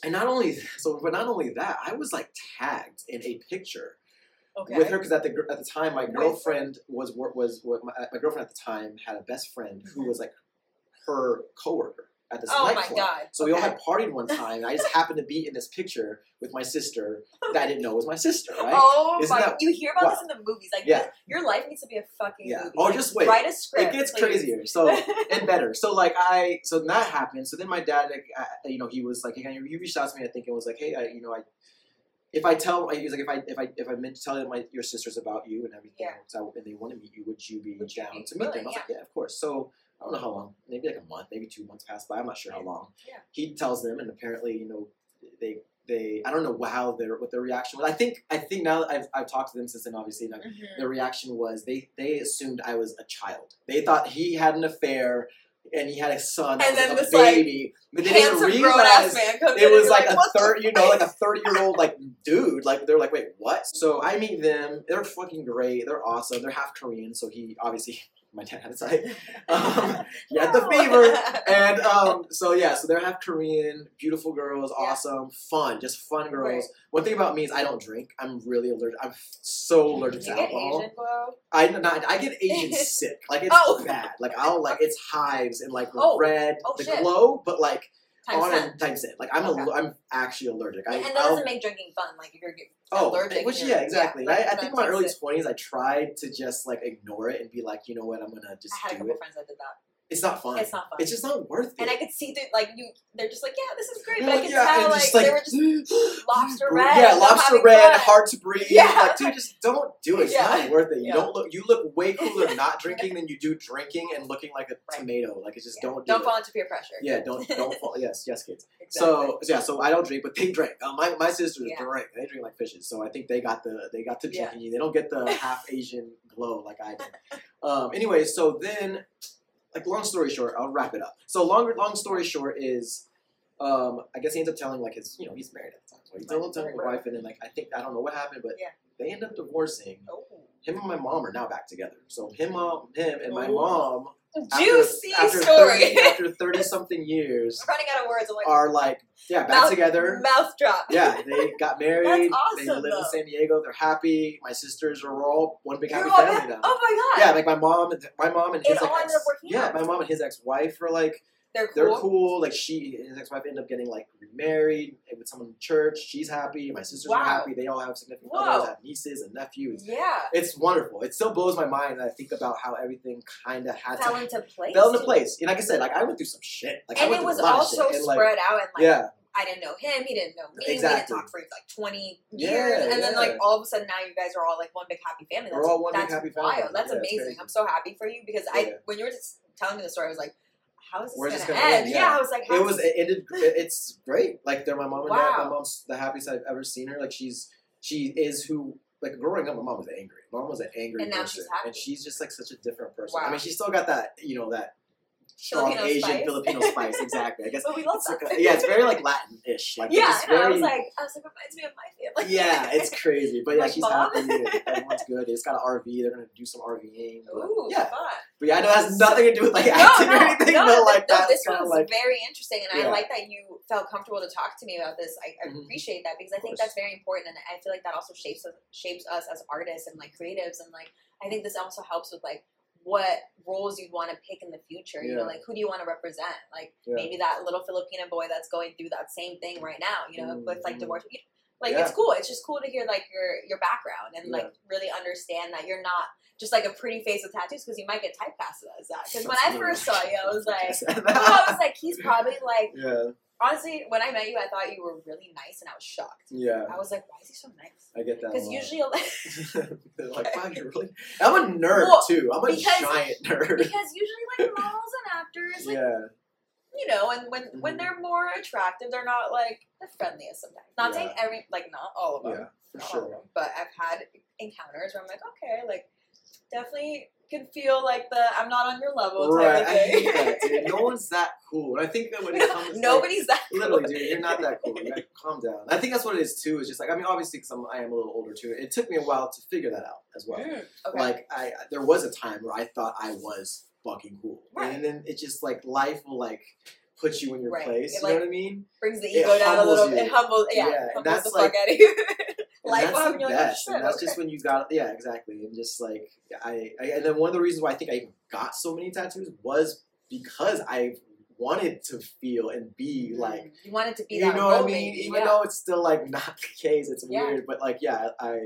Speaker 3: and not only so, but not only that, I was like tagged in a picture
Speaker 2: Okay.
Speaker 3: with her because at the gr- at the time my
Speaker 2: With-
Speaker 3: girlfriend was wor- was what my, uh, my girlfriend at the time had a best friend who was like her coworker at this
Speaker 2: oh my
Speaker 3: nightclub.
Speaker 2: god.
Speaker 3: So we all
Speaker 2: Okay.
Speaker 3: had partied one time, and I just happened to be in this picture with my sister that I didn't know was my sister, right?
Speaker 2: Oh
Speaker 3: Isn't
Speaker 2: my!
Speaker 3: that-
Speaker 2: you hear about this in the movies, like
Speaker 3: Yeah.
Speaker 2: your life needs to be a fucking
Speaker 3: Yeah.
Speaker 2: movie.
Speaker 3: Oh,
Speaker 2: Like,
Speaker 3: just wait.
Speaker 2: Write a script.
Speaker 3: It gets
Speaker 2: please.
Speaker 3: crazier, so and better. So like I, so then that happened. So then my dad, like, I, you know, he was like, he reached out to me, I think, and was like, hey, I, you know, I, if I tell, he was like, if I, if I, if I meant to tell my your sisters about you and everything,
Speaker 2: Yeah.
Speaker 3: so- and they want to meet you, would you be
Speaker 2: Would you
Speaker 3: down
Speaker 2: be
Speaker 3: to meet them? I
Speaker 2: willing?
Speaker 3: was like, yeah, of course. So I don't know how long, maybe like a month, maybe two months passed by. I'm not sure how
Speaker 2: Yeah.
Speaker 3: long.
Speaker 2: Yeah.
Speaker 3: He tells them, and apparently, you know, they. They, I don't know how their what their reaction was. I think I think now that I've, I've talked to them since then, obviously, and I've
Speaker 2: Mhm.
Speaker 3: their reaction was they they assumed I was a child. They thought he had an affair and he had a son, that
Speaker 2: And
Speaker 3: was
Speaker 2: then
Speaker 3: a
Speaker 2: this, like,
Speaker 3: baby, but they
Speaker 2: Handsome
Speaker 3: didn't
Speaker 2: grown ass
Speaker 3: realize
Speaker 2: man comes in
Speaker 3: it
Speaker 2: and
Speaker 3: was
Speaker 2: you're
Speaker 3: like,
Speaker 2: what
Speaker 3: a
Speaker 2: the
Speaker 3: thirty, you know, like a thirty year old like dude. Like they're like, wait, what? So I meet them. They're fucking great. They're awesome. They're half Korean, so he obviously my dad had a side. Um, he had the
Speaker 2: No.
Speaker 3: fever. And um, so yeah, so they're half Korean, beautiful girls,
Speaker 2: Yeah.
Speaker 3: awesome, fun, just fun girls.
Speaker 2: Right.
Speaker 3: One thing about me is I don't drink. I'm really allergic. I'm so allergic
Speaker 2: Did
Speaker 3: to
Speaker 2: you get
Speaker 3: alcohol.
Speaker 2: Asian glow?
Speaker 3: I not I get Asian sick. Like it's
Speaker 2: Oh.
Speaker 3: bad. Like I'll like it's hives and like
Speaker 2: Oh.
Speaker 3: red,
Speaker 2: Oh,
Speaker 3: the
Speaker 2: shit.
Speaker 3: glow, but like
Speaker 2: Times
Speaker 3: on
Speaker 2: ten.
Speaker 3: a times it. Like I'm
Speaker 2: Okay.
Speaker 3: al- I'm actually allergic. I,
Speaker 2: and that
Speaker 3: I'll,
Speaker 2: doesn't make drinking fun. Like if you're get-
Speaker 3: oh,
Speaker 2: allergic,
Speaker 3: which
Speaker 2: you're-
Speaker 3: yeah, exactly.
Speaker 2: like,
Speaker 3: I, I
Speaker 2: that
Speaker 3: think in my
Speaker 2: takes
Speaker 3: early
Speaker 2: it.
Speaker 3: twenties, I tried to just like ignore it and be like, you know what, I'm gonna just
Speaker 2: I had a
Speaker 3: do
Speaker 2: couple
Speaker 3: it.
Speaker 2: friends that did that.
Speaker 3: It's not fun.
Speaker 2: It's not fun.
Speaker 3: It's just not worth it.
Speaker 2: and I could see through, like you, they're just like, yeah, this is great,
Speaker 3: You're
Speaker 2: but I
Speaker 3: like,
Speaker 2: can
Speaker 3: yeah,
Speaker 2: tell,
Speaker 3: and
Speaker 2: like,
Speaker 3: just
Speaker 2: they were just lobster
Speaker 3: Bro-
Speaker 2: red.
Speaker 3: Yeah,
Speaker 2: I'm
Speaker 3: lobster
Speaker 2: having
Speaker 3: red,
Speaker 2: fun.
Speaker 3: hard to breathe.
Speaker 2: Yeah.
Speaker 3: Like, dude, just don't do it. It's
Speaker 2: Yeah.
Speaker 3: not worth it. You
Speaker 2: Yeah.
Speaker 3: don't look. You look way cooler not drinking than you do drinking and looking like a
Speaker 2: Right.
Speaker 3: tomato. Like, it's just
Speaker 2: Yeah.
Speaker 3: don't do
Speaker 2: Don't
Speaker 3: it.
Speaker 2: fall into peer pressure.
Speaker 3: Yeah, don't don't fall. Yes, yes, kids.
Speaker 2: Exactly.
Speaker 3: So yeah, so I don't drink, but they drink. Uh, my my sisters
Speaker 2: Yeah.
Speaker 3: drink. They drink like fishes. So I think they got the they got the
Speaker 2: Yeah.
Speaker 3: drinking. They don't get the half Asian glow like I did. Um, anyway, so then, like long story short, I'll wrap it up. So longer long story short is, um, I guess he ends up telling like his you know he's married at the time, so he's telling telling his
Speaker 2: Right.
Speaker 3: wife, and then like I think I don't know what happened, but
Speaker 2: Yeah.
Speaker 3: they end up divorcing.
Speaker 2: Oh.
Speaker 3: Him and my mom are now back together. So him, mom, him, and my
Speaker 2: Ooh.
Speaker 3: mom. after-
Speaker 2: Juicy
Speaker 3: after
Speaker 2: story.
Speaker 3: 30 after thirty something years
Speaker 2: I'm running out of words. I'm like,
Speaker 3: are like yeah back
Speaker 2: mouth,
Speaker 3: together.
Speaker 2: Mouth drop.
Speaker 3: Yeah, they got married. they
Speaker 2: awesome,
Speaker 3: live in
Speaker 2: though.
Speaker 3: San Diego. They're happy. My sisters are all one big
Speaker 2: You're
Speaker 3: happy
Speaker 2: all
Speaker 3: family
Speaker 2: back-
Speaker 3: now.
Speaker 2: Oh my
Speaker 3: Yeah,
Speaker 2: god.
Speaker 3: like my mom, and my mom and
Speaker 2: It
Speaker 3: his
Speaker 2: all
Speaker 3: like,
Speaker 2: ended up
Speaker 3: ex-
Speaker 2: working
Speaker 3: yeah,
Speaker 2: out.
Speaker 3: my mom and his ex-wife are like
Speaker 2: They're cool.
Speaker 3: they're cool. Like she, his ex-wife ended up getting like remarried with someone in church. She's happy. My sisters
Speaker 2: Wow.
Speaker 3: are happy. They all have significant
Speaker 2: Whoa.
Speaker 3: others, have nieces and nephews.
Speaker 2: Yeah.
Speaker 3: It's wonderful. It still blows my mind that I think about how everything kind of had
Speaker 2: Fell
Speaker 3: to
Speaker 2: into place.
Speaker 3: fell into place. And like I said, like I went through some shit. Like I
Speaker 2: And
Speaker 3: went
Speaker 2: it
Speaker 3: through
Speaker 2: was
Speaker 3: a lot
Speaker 2: all
Speaker 3: of shit.
Speaker 2: so
Speaker 3: And,
Speaker 2: spread
Speaker 3: like,
Speaker 2: out and like
Speaker 3: yeah.
Speaker 2: I didn't know him, he didn't know me,
Speaker 3: Exactly.
Speaker 2: we didn't talk for like twenty
Speaker 3: Yeah,
Speaker 2: years, and then
Speaker 3: yeah.
Speaker 2: like all of a sudden now you guys are all like one big happy family.
Speaker 3: We're
Speaker 2: That's,
Speaker 3: all one big
Speaker 2: that's
Speaker 3: happy
Speaker 2: wild.
Speaker 3: family.
Speaker 2: That's
Speaker 3: Yeah, it's
Speaker 2: amazing.
Speaker 3: crazy.
Speaker 2: I'm so happy for you because I
Speaker 3: Yeah.
Speaker 2: when you were just telling me the story, I was like, how is this
Speaker 3: Where's this
Speaker 2: gonna
Speaker 3: gonna
Speaker 2: end?
Speaker 3: end?
Speaker 2: Yeah.
Speaker 3: Yeah.
Speaker 2: I was like, how
Speaker 3: it
Speaker 2: is
Speaker 3: was
Speaker 2: this-
Speaker 3: it ended it- it's great like they're my mom and dad
Speaker 2: Wow.
Speaker 3: my mom's the happiest i've ever seen her like she's she is who like growing up my mom was angry my mom was an angry
Speaker 2: And now
Speaker 3: person
Speaker 2: she's happy.
Speaker 3: and she's just like such a different person
Speaker 2: Wow.
Speaker 3: i mean she's still got that you know that strong
Speaker 2: Filipino
Speaker 3: asian
Speaker 2: spice.
Speaker 3: filipino spice exactly i guess
Speaker 2: But we love
Speaker 3: it's
Speaker 2: that.
Speaker 3: like a- yeah it's very like latin-ish like
Speaker 2: yeah,
Speaker 3: it's
Speaker 2: and I
Speaker 3: very
Speaker 2: was like, I was like, reminds me of my family.
Speaker 3: yeah it's crazy but yeah
Speaker 2: Like,
Speaker 3: she's
Speaker 2: Mom?
Speaker 3: happy and everyone's good it's got an rv they're gonna do some rving but-
Speaker 2: Ooh,
Speaker 3: yeah
Speaker 2: fun.
Speaker 3: but yeah i know it has nothing to do with like
Speaker 2: no,
Speaker 3: acting
Speaker 2: no,
Speaker 3: or anything
Speaker 2: no,
Speaker 3: but
Speaker 2: th-
Speaker 3: like
Speaker 2: no,
Speaker 3: that's
Speaker 2: this
Speaker 3: kind of
Speaker 2: was
Speaker 3: like
Speaker 2: very interesting, and I
Speaker 3: Yeah.
Speaker 2: like that you felt comfortable to talk to me about this. I I
Speaker 3: Mhm.
Speaker 2: appreciate that because I
Speaker 3: Of
Speaker 2: think
Speaker 3: course.
Speaker 2: that's very important, and I feel like that also shapes us, shapes us as artists and like creatives, and like I think this also helps with like what roles you want to pick in the future. You know,
Speaker 3: Yeah.
Speaker 2: like who do you want to represent? Like
Speaker 3: Yeah.
Speaker 2: maybe that little Filipino boy that's going through that same thing right now. You know, with like
Speaker 3: Mhm.
Speaker 2: divorce. You- Like
Speaker 3: Yeah.
Speaker 2: it's cool. It's just cool to hear like your your background and
Speaker 3: Yeah.
Speaker 2: like really understand that you're not just like a pretty face with tattoos because you might get typecast as that. Because when I
Speaker 3: That's literally
Speaker 2: first saw you, I was
Speaker 3: what I
Speaker 2: like,
Speaker 3: said.
Speaker 2: I was like, he's probably like
Speaker 3: yeah.
Speaker 2: honestly, when I met you, I thought you were really nice, and I was shocked.
Speaker 3: Yeah,
Speaker 2: I was like, why is he so nice?
Speaker 3: I get that. a
Speaker 2: Because
Speaker 3: lot.
Speaker 2: usually, a lot-
Speaker 3: They're like, wow, you're really. I'm a nerd
Speaker 2: Well,
Speaker 3: too. I'm a
Speaker 2: because-
Speaker 3: giant nerd.
Speaker 2: because usually like models and actors, like
Speaker 3: yeah,
Speaker 2: you know, and when when
Speaker 3: Mhm.
Speaker 2: they're more attractive, they're not like the friendliest sometimes. Not
Speaker 3: Yeah.
Speaker 2: saying every like not all of them,
Speaker 3: yeah,
Speaker 2: not
Speaker 3: for
Speaker 2: all of
Speaker 3: sure.
Speaker 2: them, but I've had encounters where I'm like, okay, like definitely can feel like the I'm not on your level
Speaker 3: Right, I
Speaker 2: type of
Speaker 3: hate that,
Speaker 2: thing.
Speaker 3: dude. No one's that cool. And I think that when it comes, like,
Speaker 2: Nobody's that
Speaker 3: Literally, dude, you're not that cool. Like, calm down. I think that's what it is too. Is just like I mean, obviously, because I am a little older too. It took me a while to figure that out as well.
Speaker 2: Mm, okay.
Speaker 3: Like I, there was a time where I thought I was fucking cool,
Speaker 2: Right.
Speaker 3: and then it just like life will like put you in your
Speaker 2: Right.
Speaker 3: place.
Speaker 2: It,
Speaker 3: you
Speaker 2: like,
Speaker 3: know what I mean?
Speaker 2: brings the
Speaker 3: it
Speaker 2: ego down a little
Speaker 3: humbles
Speaker 2: bit.
Speaker 3: you.
Speaker 2: Humbles, yeah,
Speaker 3: Yeah, and
Speaker 2: humbles
Speaker 3: that's
Speaker 2: the
Speaker 3: like-
Speaker 2: fuck out of you.
Speaker 3: And
Speaker 2: Life
Speaker 3: that's
Speaker 2: will
Speaker 3: the
Speaker 2: humble you like, oh,
Speaker 3: best.
Speaker 2: shit,
Speaker 3: and that's
Speaker 2: okay.
Speaker 3: just when you got yeah, exactly. And just like I, I, and then one of the reasons why I think I even got so many tattoos was because I wanted to feel and be like
Speaker 2: you want it to Mm-hmm. be
Speaker 3: you
Speaker 2: that
Speaker 3: know
Speaker 2: role
Speaker 3: what I mean?
Speaker 2: baby,
Speaker 3: Even
Speaker 2: yeah.
Speaker 3: though it's still like not the case, it's
Speaker 2: Yeah.
Speaker 3: weird. But like, yeah, I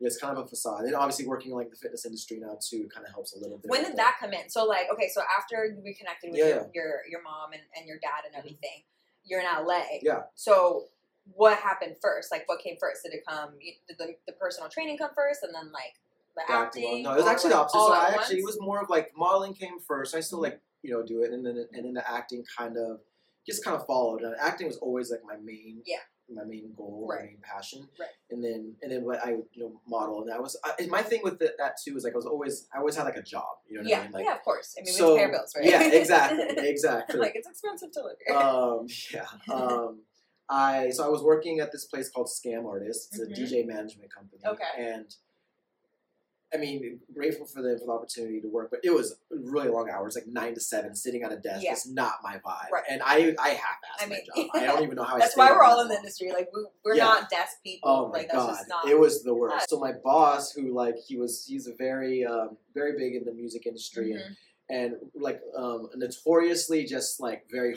Speaker 3: it's kind of a facade. And obviously, working in, like the fitness industry now too kind of helps a little bit.
Speaker 2: when
Speaker 3: with
Speaker 2: did that come in? So like, okay, so after you reconnected with
Speaker 3: Yeah, Mm-hmm.
Speaker 2: your, your your mom and, and your dad and everything, you're in LA.
Speaker 3: Yeah.
Speaker 2: So what happened first? Like, what came first? Did it come? you- Did the, the personal training come first, and then like the
Speaker 3: Yeah,
Speaker 2: acting?
Speaker 3: No, it was
Speaker 2: or,
Speaker 3: actually the
Speaker 2: like,
Speaker 3: opposite.
Speaker 2: all
Speaker 3: So I
Speaker 2: at
Speaker 3: actually it
Speaker 2: once? Mm-hmm.
Speaker 3: was more of like modeling came first. I still like you know do it, and then and then the acting kind of just kind of followed. And acting was always like my main
Speaker 2: Yeah.
Speaker 3: my main goal, my
Speaker 2: Right.
Speaker 3: main passion.
Speaker 2: Right.
Speaker 3: And then and then what I would you know model, and I was I, and my thing with the, that too is like I was always I always had like a job. You know what
Speaker 2: yeah,
Speaker 3: I mean? Like,
Speaker 2: yeah, of course. I mean,
Speaker 3: so-
Speaker 2: we pay our bills, right?
Speaker 3: Yeah, exactly, exactly.
Speaker 2: like it's expensive to live here.
Speaker 3: um, yeah. Um, I so I was working at this place called Scam Artist. It's a
Speaker 2: Mhm.
Speaker 3: DJ management company.
Speaker 2: Okay.
Speaker 3: And I mean, grateful for them for the opportunity to work, but it was really long hours, like nine to seven, sitting at a desk.
Speaker 2: Yeah.
Speaker 3: It's not my vibe.
Speaker 2: Right.
Speaker 3: And I I half-assed
Speaker 2: I
Speaker 3: my
Speaker 2: mean-
Speaker 3: job. I don't even know how I.
Speaker 2: that's
Speaker 3: stayed
Speaker 2: why
Speaker 3: on
Speaker 2: we're all
Speaker 3: that
Speaker 2: in the
Speaker 3: long.
Speaker 2: industry. Like we, we're
Speaker 3: Yeah.
Speaker 2: not desk people.
Speaker 3: Oh my
Speaker 2: like that's
Speaker 3: god!
Speaker 2: just not.
Speaker 3: it was the worst.
Speaker 2: us.
Speaker 3: So my boss, who like he was, he's a very, um, very big in the music industry, and
Speaker 2: Mhm.
Speaker 3: and like um, notoriously just like very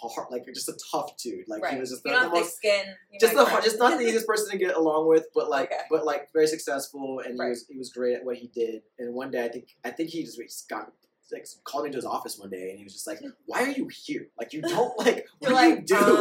Speaker 3: hard, like just a tough dude. Like
Speaker 2: right.
Speaker 3: he was just the,
Speaker 2: you don't have
Speaker 3: the
Speaker 2: thick
Speaker 3: most,
Speaker 2: skin. you
Speaker 3: just
Speaker 2: might
Speaker 3: the hard,
Speaker 2: crack.
Speaker 3: just not the easiest person to get along with, but like
Speaker 2: Okay.
Speaker 3: but like very successful, and
Speaker 2: Right.
Speaker 3: he was he was great at what he did. And one day I think I think he just, just got. Like, called me to his office one day and he was just like, "Why are you here? Like, you don't like
Speaker 2: You're
Speaker 3: what do
Speaker 2: like,
Speaker 3: you do?"
Speaker 2: Um, I'm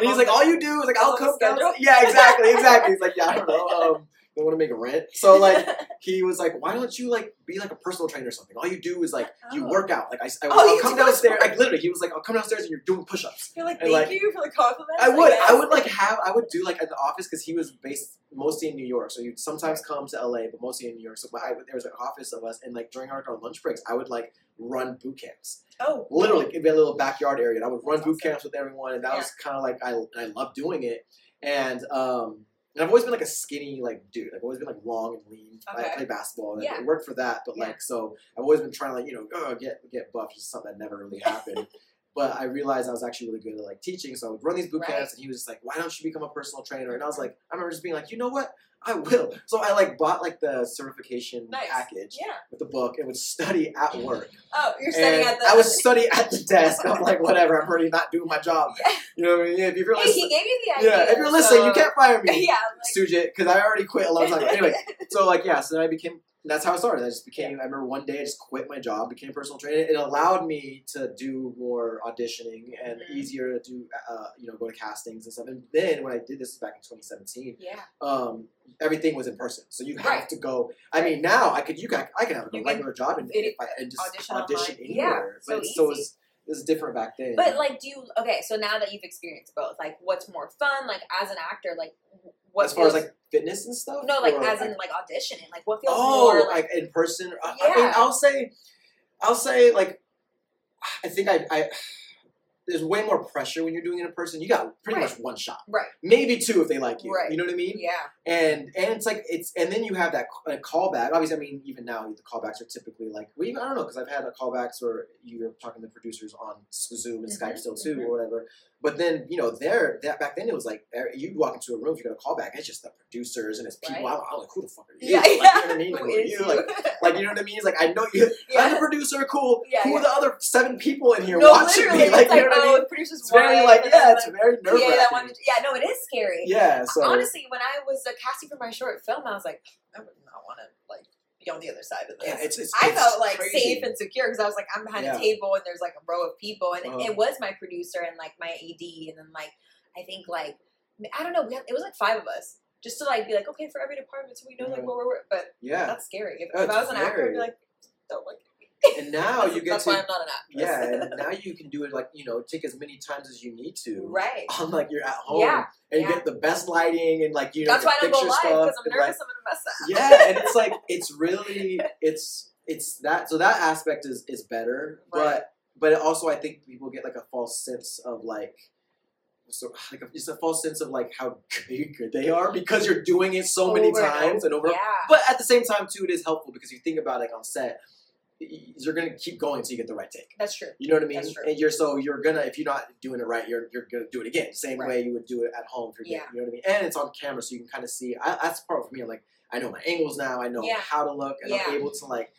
Speaker 2: on
Speaker 3: and he's like,
Speaker 2: the-
Speaker 3: "All you do is like, I'll
Speaker 2: I'm on the
Speaker 3: come down."
Speaker 2: schedule.
Speaker 3: Yeah, exactly, exactly. He's like, "Yeah, I don't know. Um, they want to make rent." So like, he was like, "Why don't you like be like a personal trainer or something? All you do is like you
Speaker 2: Oh.
Speaker 3: work out. Like I, I
Speaker 2: Oh,
Speaker 3: will
Speaker 2: you
Speaker 3: come
Speaker 2: do
Speaker 3: downstairs.
Speaker 2: work out.
Speaker 3: Like literally, he was like, I'll come downstairs and you're doing push-ups.
Speaker 2: You're like,
Speaker 3: And,
Speaker 2: thank
Speaker 3: like,
Speaker 2: you for the compliment.
Speaker 3: I would,
Speaker 2: guess.
Speaker 3: I would like have, I would do like at the office because he was based mostly in New York, so you'd sometimes come to LA, but mostly in New York. So I would, there was an office of us, and like during our, our lunch breaks, I would like run boot camps.
Speaker 2: Oh,
Speaker 3: Literally, it'd be a little backyard area, and I would run
Speaker 2: That's
Speaker 3: boot
Speaker 2: awesome.
Speaker 3: camps with everyone, and that was kind of like I, I love doing it, and um. And I've always been like a skinny like dude. I've always been like long and lean. I
Speaker 2: Okay.
Speaker 3: play basketball. And
Speaker 2: Yeah.
Speaker 3: It worked for that, but
Speaker 2: Yeah.
Speaker 3: like so, I've always been trying to like you know oh, get get buff. Just something that never really happened. but I realized I was actually really good at like teaching, so I would run these boot
Speaker 2: Right.
Speaker 3: camps. And he was just like, "Why don't you become a personal trainer?" And I was like, I remember just being like, "You know what? I will." So I like bought like the certification
Speaker 2: Nice.
Speaker 3: package
Speaker 2: yeah.
Speaker 3: with the book and would study at work.
Speaker 2: Oh, you're sitting
Speaker 3: And
Speaker 2: at the.
Speaker 3: I was studying at the desk. I'm like, whatever. I'm already not doing my job. You know what I mean? If you're
Speaker 2: Hey,
Speaker 3: listening,
Speaker 2: he gave you the idea.
Speaker 3: yeah, if you're listening, you
Speaker 2: so-
Speaker 3: can't fire me.
Speaker 2: Yeah,
Speaker 3: Sujit, because I already quit a long time ago. Anyway, so like yeah, so then I became. That's how I started. I just became. I remember one day I just quit my job, became a personal trainer. It allowed me to do more auditioning and
Speaker 2: Mhm.
Speaker 3: easier to do, uh, you know, go to castings and stuff. And then when I did this back in 2017,
Speaker 2: like, yeah.
Speaker 3: um, everything was in person, so you have
Speaker 2: Right.
Speaker 3: to go. I mean, now I could you got I could have a
Speaker 2: You can
Speaker 3: regular job and,
Speaker 2: video-
Speaker 3: and- and just audition,
Speaker 2: audition online. Yeah,
Speaker 3: anywhere.
Speaker 2: so
Speaker 3: but it's- so
Speaker 2: easy.
Speaker 3: it's it was different back then.
Speaker 2: But like, do you okay? So now that you've experienced both, like, what's more fun? Like, as an actor, like, what
Speaker 3: as far as
Speaker 2: feels-
Speaker 3: like fitness and stuff.
Speaker 2: no, like
Speaker 3: Or,
Speaker 2: as in like auditioning, like what feels
Speaker 3: oh,
Speaker 2: more
Speaker 3: like,
Speaker 2: like,
Speaker 3: in person. I- I mean,
Speaker 2: Yeah.
Speaker 3: I'll say, I'll say, like, I think I, I there's way more pressure when you're doing it in person. You got pretty
Speaker 2: Right.
Speaker 3: much one shot,
Speaker 2: right?
Speaker 3: maybe two if they like you.
Speaker 2: Right.
Speaker 3: You know what I mean?
Speaker 2: Yeah,
Speaker 3: And and it's like it's and then you have that c- uh, callback. Obviously, I mean, even now the callbacks are typically like we. I don't know because I've had a callbacks where you're talking to producers on S- Zoom and Skype
Speaker 2: Mhm,
Speaker 3: still too
Speaker 2: mhm.
Speaker 3: or whatever. But then you know there that back then it was like er, you walk into a room if you got a callback, it's just the producers and it's people.
Speaker 2: Right.
Speaker 3: I'm, I'm like, who the fuck are you?
Speaker 2: yeah,
Speaker 3: Like, you know
Speaker 2: yeah.
Speaker 3: what I mean? Like,
Speaker 2: Who
Speaker 3: who are
Speaker 2: is
Speaker 3: you?
Speaker 2: you?
Speaker 3: Like, like you know what I mean? It's like I know you. I'm the
Speaker 2: yeah.
Speaker 3: producer. Cool.
Speaker 2: Yeah,
Speaker 3: Who
Speaker 2: yeah.
Speaker 3: are the other seven people in here
Speaker 2: no,
Speaker 3: watching
Speaker 2: literally,
Speaker 3: me? Like
Speaker 2: it's like,
Speaker 3: you know what
Speaker 2: oh,
Speaker 3: I mean?
Speaker 2: producers.
Speaker 3: It's very like yeah, it's very nerve
Speaker 2: yeah, that one,
Speaker 3: wracking.
Speaker 2: yeah. No, it is scary.
Speaker 3: Yeah. So
Speaker 2: honestly, when I was uh, casting for my short film, I was like, I would not want to like be
Speaker 4: be on the other side of this.
Speaker 3: Yeah, it's, it's,
Speaker 2: I
Speaker 3: it's
Speaker 2: felt like
Speaker 3: crazy.
Speaker 2: safe and secure because I was like, I'm behind
Speaker 3: Yeah.
Speaker 2: a table and there's like a row of people, and
Speaker 3: Uh-huh.
Speaker 2: it was my producer and like my AD, and then like I think like I don't know, we had, it was like five of us just to like be like, okay, for every department, so we know like
Speaker 3: Mhm.
Speaker 2: where we're. But
Speaker 3: Yeah,
Speaker 2: that's scary. If,
Speaker 3: Oh,
Speaker 2: if I was
Speaker 3: it's
Speaker 2: an actor, I'd
Speaker 3: scary.
Speaker 2: be like, don't look.
Speaker 3: and now you get
Speaker 2: that's
Speaker 3: to
Speaker 2: why I'm not an actress.
Speaker 3: yeah, and now you can do it like you know, take as many times as you need to.
Speaker 2: right.
Speaker 3: On like you're at home
Speaker 2: Yeah,
Speaker 3: and
Speaker 2: yeah.
Speaker 3: you get the best lighting and like you know
Speaker 2: That's
Speaker 3: the
Speaker 2: why I don't go
Speaker 3: picture
Speaker 2: live because I'm
Speaker 3: stuff and,
Speaker 2: nervous.
Speaker 3: like,
Speaker 2: I'm gonna mess up.
Speaker 3: yeah and it's like it's really it's it's that so that aspect is is better
Speaker 2: Right.
Speaker 3: but but it also i think people get like a false sense of like so like just a false sense of like how good good they are because you're doing it so many
Speaker 2: Over and
Speaker 3: times and over
Speaker 2: Yeah.
Speaker 3: but at the same time too it is helpful because you think about it like on set y- y- you're gonna keep going until you get the right take
Speaker 2: That's true.
Speaker 3: you know what I mean?
Speaker 2: That's true.
Speaker 3: And you're so you're gonna if you're not doing it right, you're you're gonna do it again, same
Speaker 2: Right.
Speaker 3: way you would do it at home. If you're doing-
Speaker 2: Yeah.
Speaker 3: you know what I mean? And it's on camera, so you can kind of see. I, that's the part for me. I'm like, I know my angles now. I know
Speaker 2: Yeah.
Speaker 3: how to look, and I'm
Speaker 2: Yeah.
Speaker 3: able to like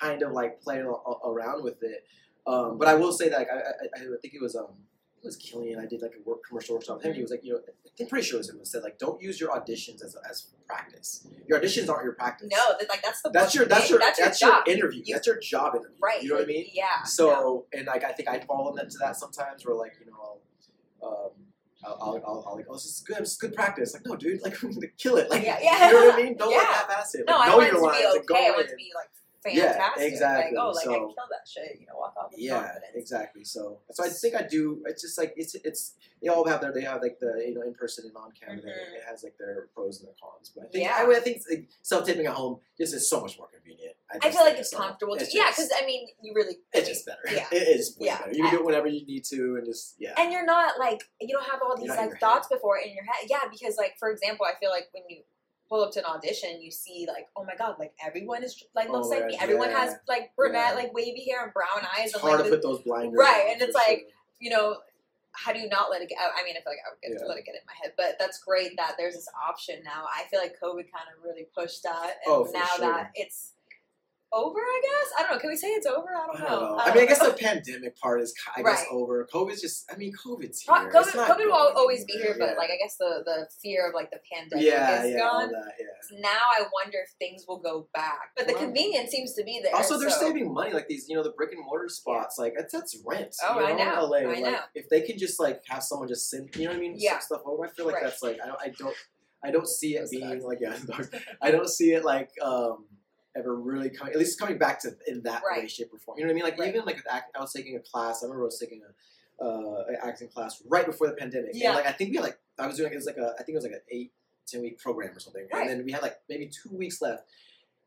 Speaker 3: kind of like play a- a- around with it. Um, but I will say that like, I, I I think it was um it was Killian. I did like a work commercial workshop with him. He
Speaker 2: Mm-hmm.
Speaker 3: was like, you know, I'm pretty sure it was him who said like, don't use your auditions as as practice. Your auditions aren't your practice.
Speaker 2: No, that, like that's the
Speaker 3: That's your that's your that's, your,
Speaker 2: job.
Speaker 3: interview.
Speaker 2: You-
Speaker 3: that's your job interview.
Speaker 2: right.
Speaker 3: You know what I mean?
Speaker 2: Yeah. no.
Speaker 3: So and like I think I fall into that sometimes where like you know I'll um, I'll, I'll, I'll, I'll like oh this is good this is good practice like no dude like kill it like
Speaker 2: Yeah, yeah.
Speaker 3: you know what I mean don't let
Speaker 2: Yeah.
Speaker 3: that pass it
Speaker 2: No,
Speaker 3: like,
Speaker 2: I
Speaker 3: know
Speaker 2: want it
Speaker 3: your
Speaker 2: to
Speaker 3: lines
Speaker 2: be
Speaker 3: and go
Speaker 2: okay. I
Speaker 3: in.
Speaker 2: want it to be like
Speaker 3: Yeah,
Speaker 2: fantastic.
Speaker 3: exactly.
Speaker 2: Like, oh, like I
Speaker 3: So-
Speaker 2: killed that shit. You know, walk off with
Speaker 3: yeah
Speaker 2: confidence.
Speaker 3: exactly so so I think I do it's just like it's it's they all have their they have like the you know in person and on camera
Speaker 2: Mhm.
Speaker 3: it has like their pros and their cons but I think
Speaker 2: Yeah.
Speaker 3: I, would- I think self taping at home just is so much more convenient
Speaker 2: I
Speaker 3: just
Speaker 2: feel like
Speaker 3: think
Speaker 2: it's
Speaker 3: so.
Speaker 2: comfortable.
Speaker 3: It's
Speaker 2: to, yeah,
Speaker 3: just-
Speaker 2: because I mean, you really. I
Speaker 3: it's
Speaker 2: mean,
Speaker 3: just better
Speaker 2: yeah.
Speaker 3: it is way
Speaker 2: Yeah.
Speaker 3: better you can do it whenever you need to and just yeah
Speaker 2: and you're not like you don't have all these
Speaker 3: not in your
Speaker 2: like
Speaker 3: head.
Speaker 2: thoughts before in your head. Yeah, because like for example, I feel like when you pull up to an audition, you see like oh my god, like everyone is like looks
Speaker 3: Oh,
Speaker 2: like
Speaker 3: right,
Speaker 2: me. Everyone
Speaker 3: yeah.
Speaker 2: has like brunette,
Speaker 3: Yeah.
Speaker 2: like wavy hair and brown eyes.
Speaker 3: it's
Speaker 2: and
Speaker 3: hard
Speaker 2: like
Speaker 3: to
Speaker 2: the-
Speaker 3: put those blinders
Speaker 2: Right,
Speaker 3: on,
Speaker 2: and it's
Speaker 3: for
Speaker 2: like,
Speaker 3: sure.
Speaker 2: you know, how do you not let it get? I I mean, I feel like I would get
Speaker 3: Yeah.
Speaker 2: let it get in my head, but that's great that there's this option now. I feel like COVID kind of really pushed that, and
Speaker 3: Oh, for
Speaker 2: now
Speaker 3: sure.
Speaker 2: that it's over, I guess I don't know. Can we say it's over? I don't know.
Speaker 3: I mean, I guess the pandemic part is, ki- I guess,
Speaker 2: Right.
Speaker 3: over. COVID's just, I mean, COVID's here.
Speaker 2: Pro-
Speaker 3: It's
Speaker 2: COVID,
Speaker 3: not
Speaker 2: COVID will
Speaker 3: going
Speaker 2: always be
Speaker 3: anywhere.
Speaker 2: here, but
Speaker 3: Yeah.
Speaker 2: like I guess the the fear of like the pandemic
Speaker 3: yeah,
Speaker 2: is
Speaker 3: yeah, all
Speaker 2: gone.
Speaker 3: that, yeah.
Speaker 2: Now I wonder if things will go back, but the
Speaker 3: Well.
Speaker 2: convenience seems to be there.
Speaker 3: Also, they're
Speaker 2: so-
Speaker 3: saving money, like these, you know, the brick and mortar spots. Like that's that's rent.
Speaker 2: Oh,
Speaker 3: you
Speaker 2: I know,
Speaker 3: LA,
Speaker 2: I
Speaker 3: like
Speaker 2: know.
Speaker 3: if they can just like have someone just send, you know what I mean? send
Speaker 2: Yeah.
Speaker 3: stuff over. I feel like
Speaker 2: Right.
Speaker 3: that's like I don't, I don't, I don't see it
Speaker 2: Those
Speaker 3: being
Speaker 2: dogs.
Speaker 3: like yeah, dogs. I don't see it like um ever really coming, at least coming back to in that way,
Speaker 2: Right.
Speaker 3: shape, or form. You know what I mean? Like
Speaker 2: Right.
Speaker 3: even like with act, I was taking a class. I remember I was taking a. Uh, an acting class right before the pandemic.
Speaker 2: Yeah.
Speaker 3: And, like I think we had like I was doing it was like a I think it was like an eight ten week program or something.
Speaker 2: Right.
Speaker 3: And then we had like maybe two weeks left,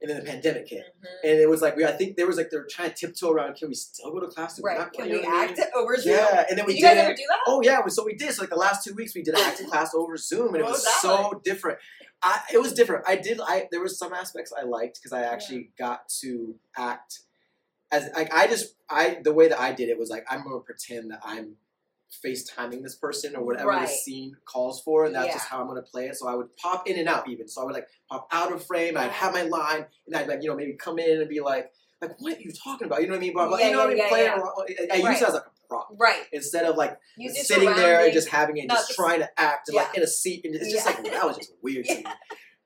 Speaker 3: and then the pandemic hit.
Speaker 2: Mhm.
Speaker 3: And it was like we, I think there was like they're trying to tiptoe around. Can we still go to class? Do
Speaker 2: Right?
Speaker 3: not
Speaker 2: Can
Speaker 3: play?" You
Speaker 2: we
Speaker 3: know what I
Speaker 2: act
Speaker 3: mean?
Speaker 2: over Zoom?
Speaker 3: Yeah, and then we
Speaker 2: Did you guys
Speaker 3: did.
Speaker 2: ever do that?
Speaker 3: Oh yeah, so we did. So like the last two weeks, we did an acting class over Zoom, and it
Speaker 2: What
Speaker 3: was,
Speaker 2: was that
Speaker 3: so different. I, it was different. I did. I there was some aspects I liked because I actually got to act as like I just I the way that I did it was like I'm gonna pretend that I'm FaceTiming this person or whatever
Speaker 2: Right.
Speaker 3: the scene calls for, and that's
Speaker 2: Yeah.
Speaker 3: just how I'm gonna play it. So I would pop in and out even. So I would like pop out of frame. I'd have my line, and I'd like you know maybe come in and be like like what are you talking about? You know what I mean? Blah, blah,
Speaker 2: Yeah,
Speaker 3: you know
Speaker 2: yeah,
Speaker 3: what I mean?
Speaker 2: yeah,
Speaker 3: Playing
Speaker 2: yeah.
Speaker 3: around. I, I use
Speaker 2: Right.
Speaker 3: it as like a prop
Speaker 2: Right.
Speaker 3: instead of like
Speaker 2: You just
Speaker 3: sitting there and
Speaker 2: surrounding-
Speaker 3: just having it,
Speaker 2: No,
Speaker 3: just
Speaker 2: just-
Speaker 3: trying to act, and like
Speaker 2: yeah.
Speaker 3: in a seat, and it's just
Speaker 2: Yeah.
Speaker 3: like that was just weird to me.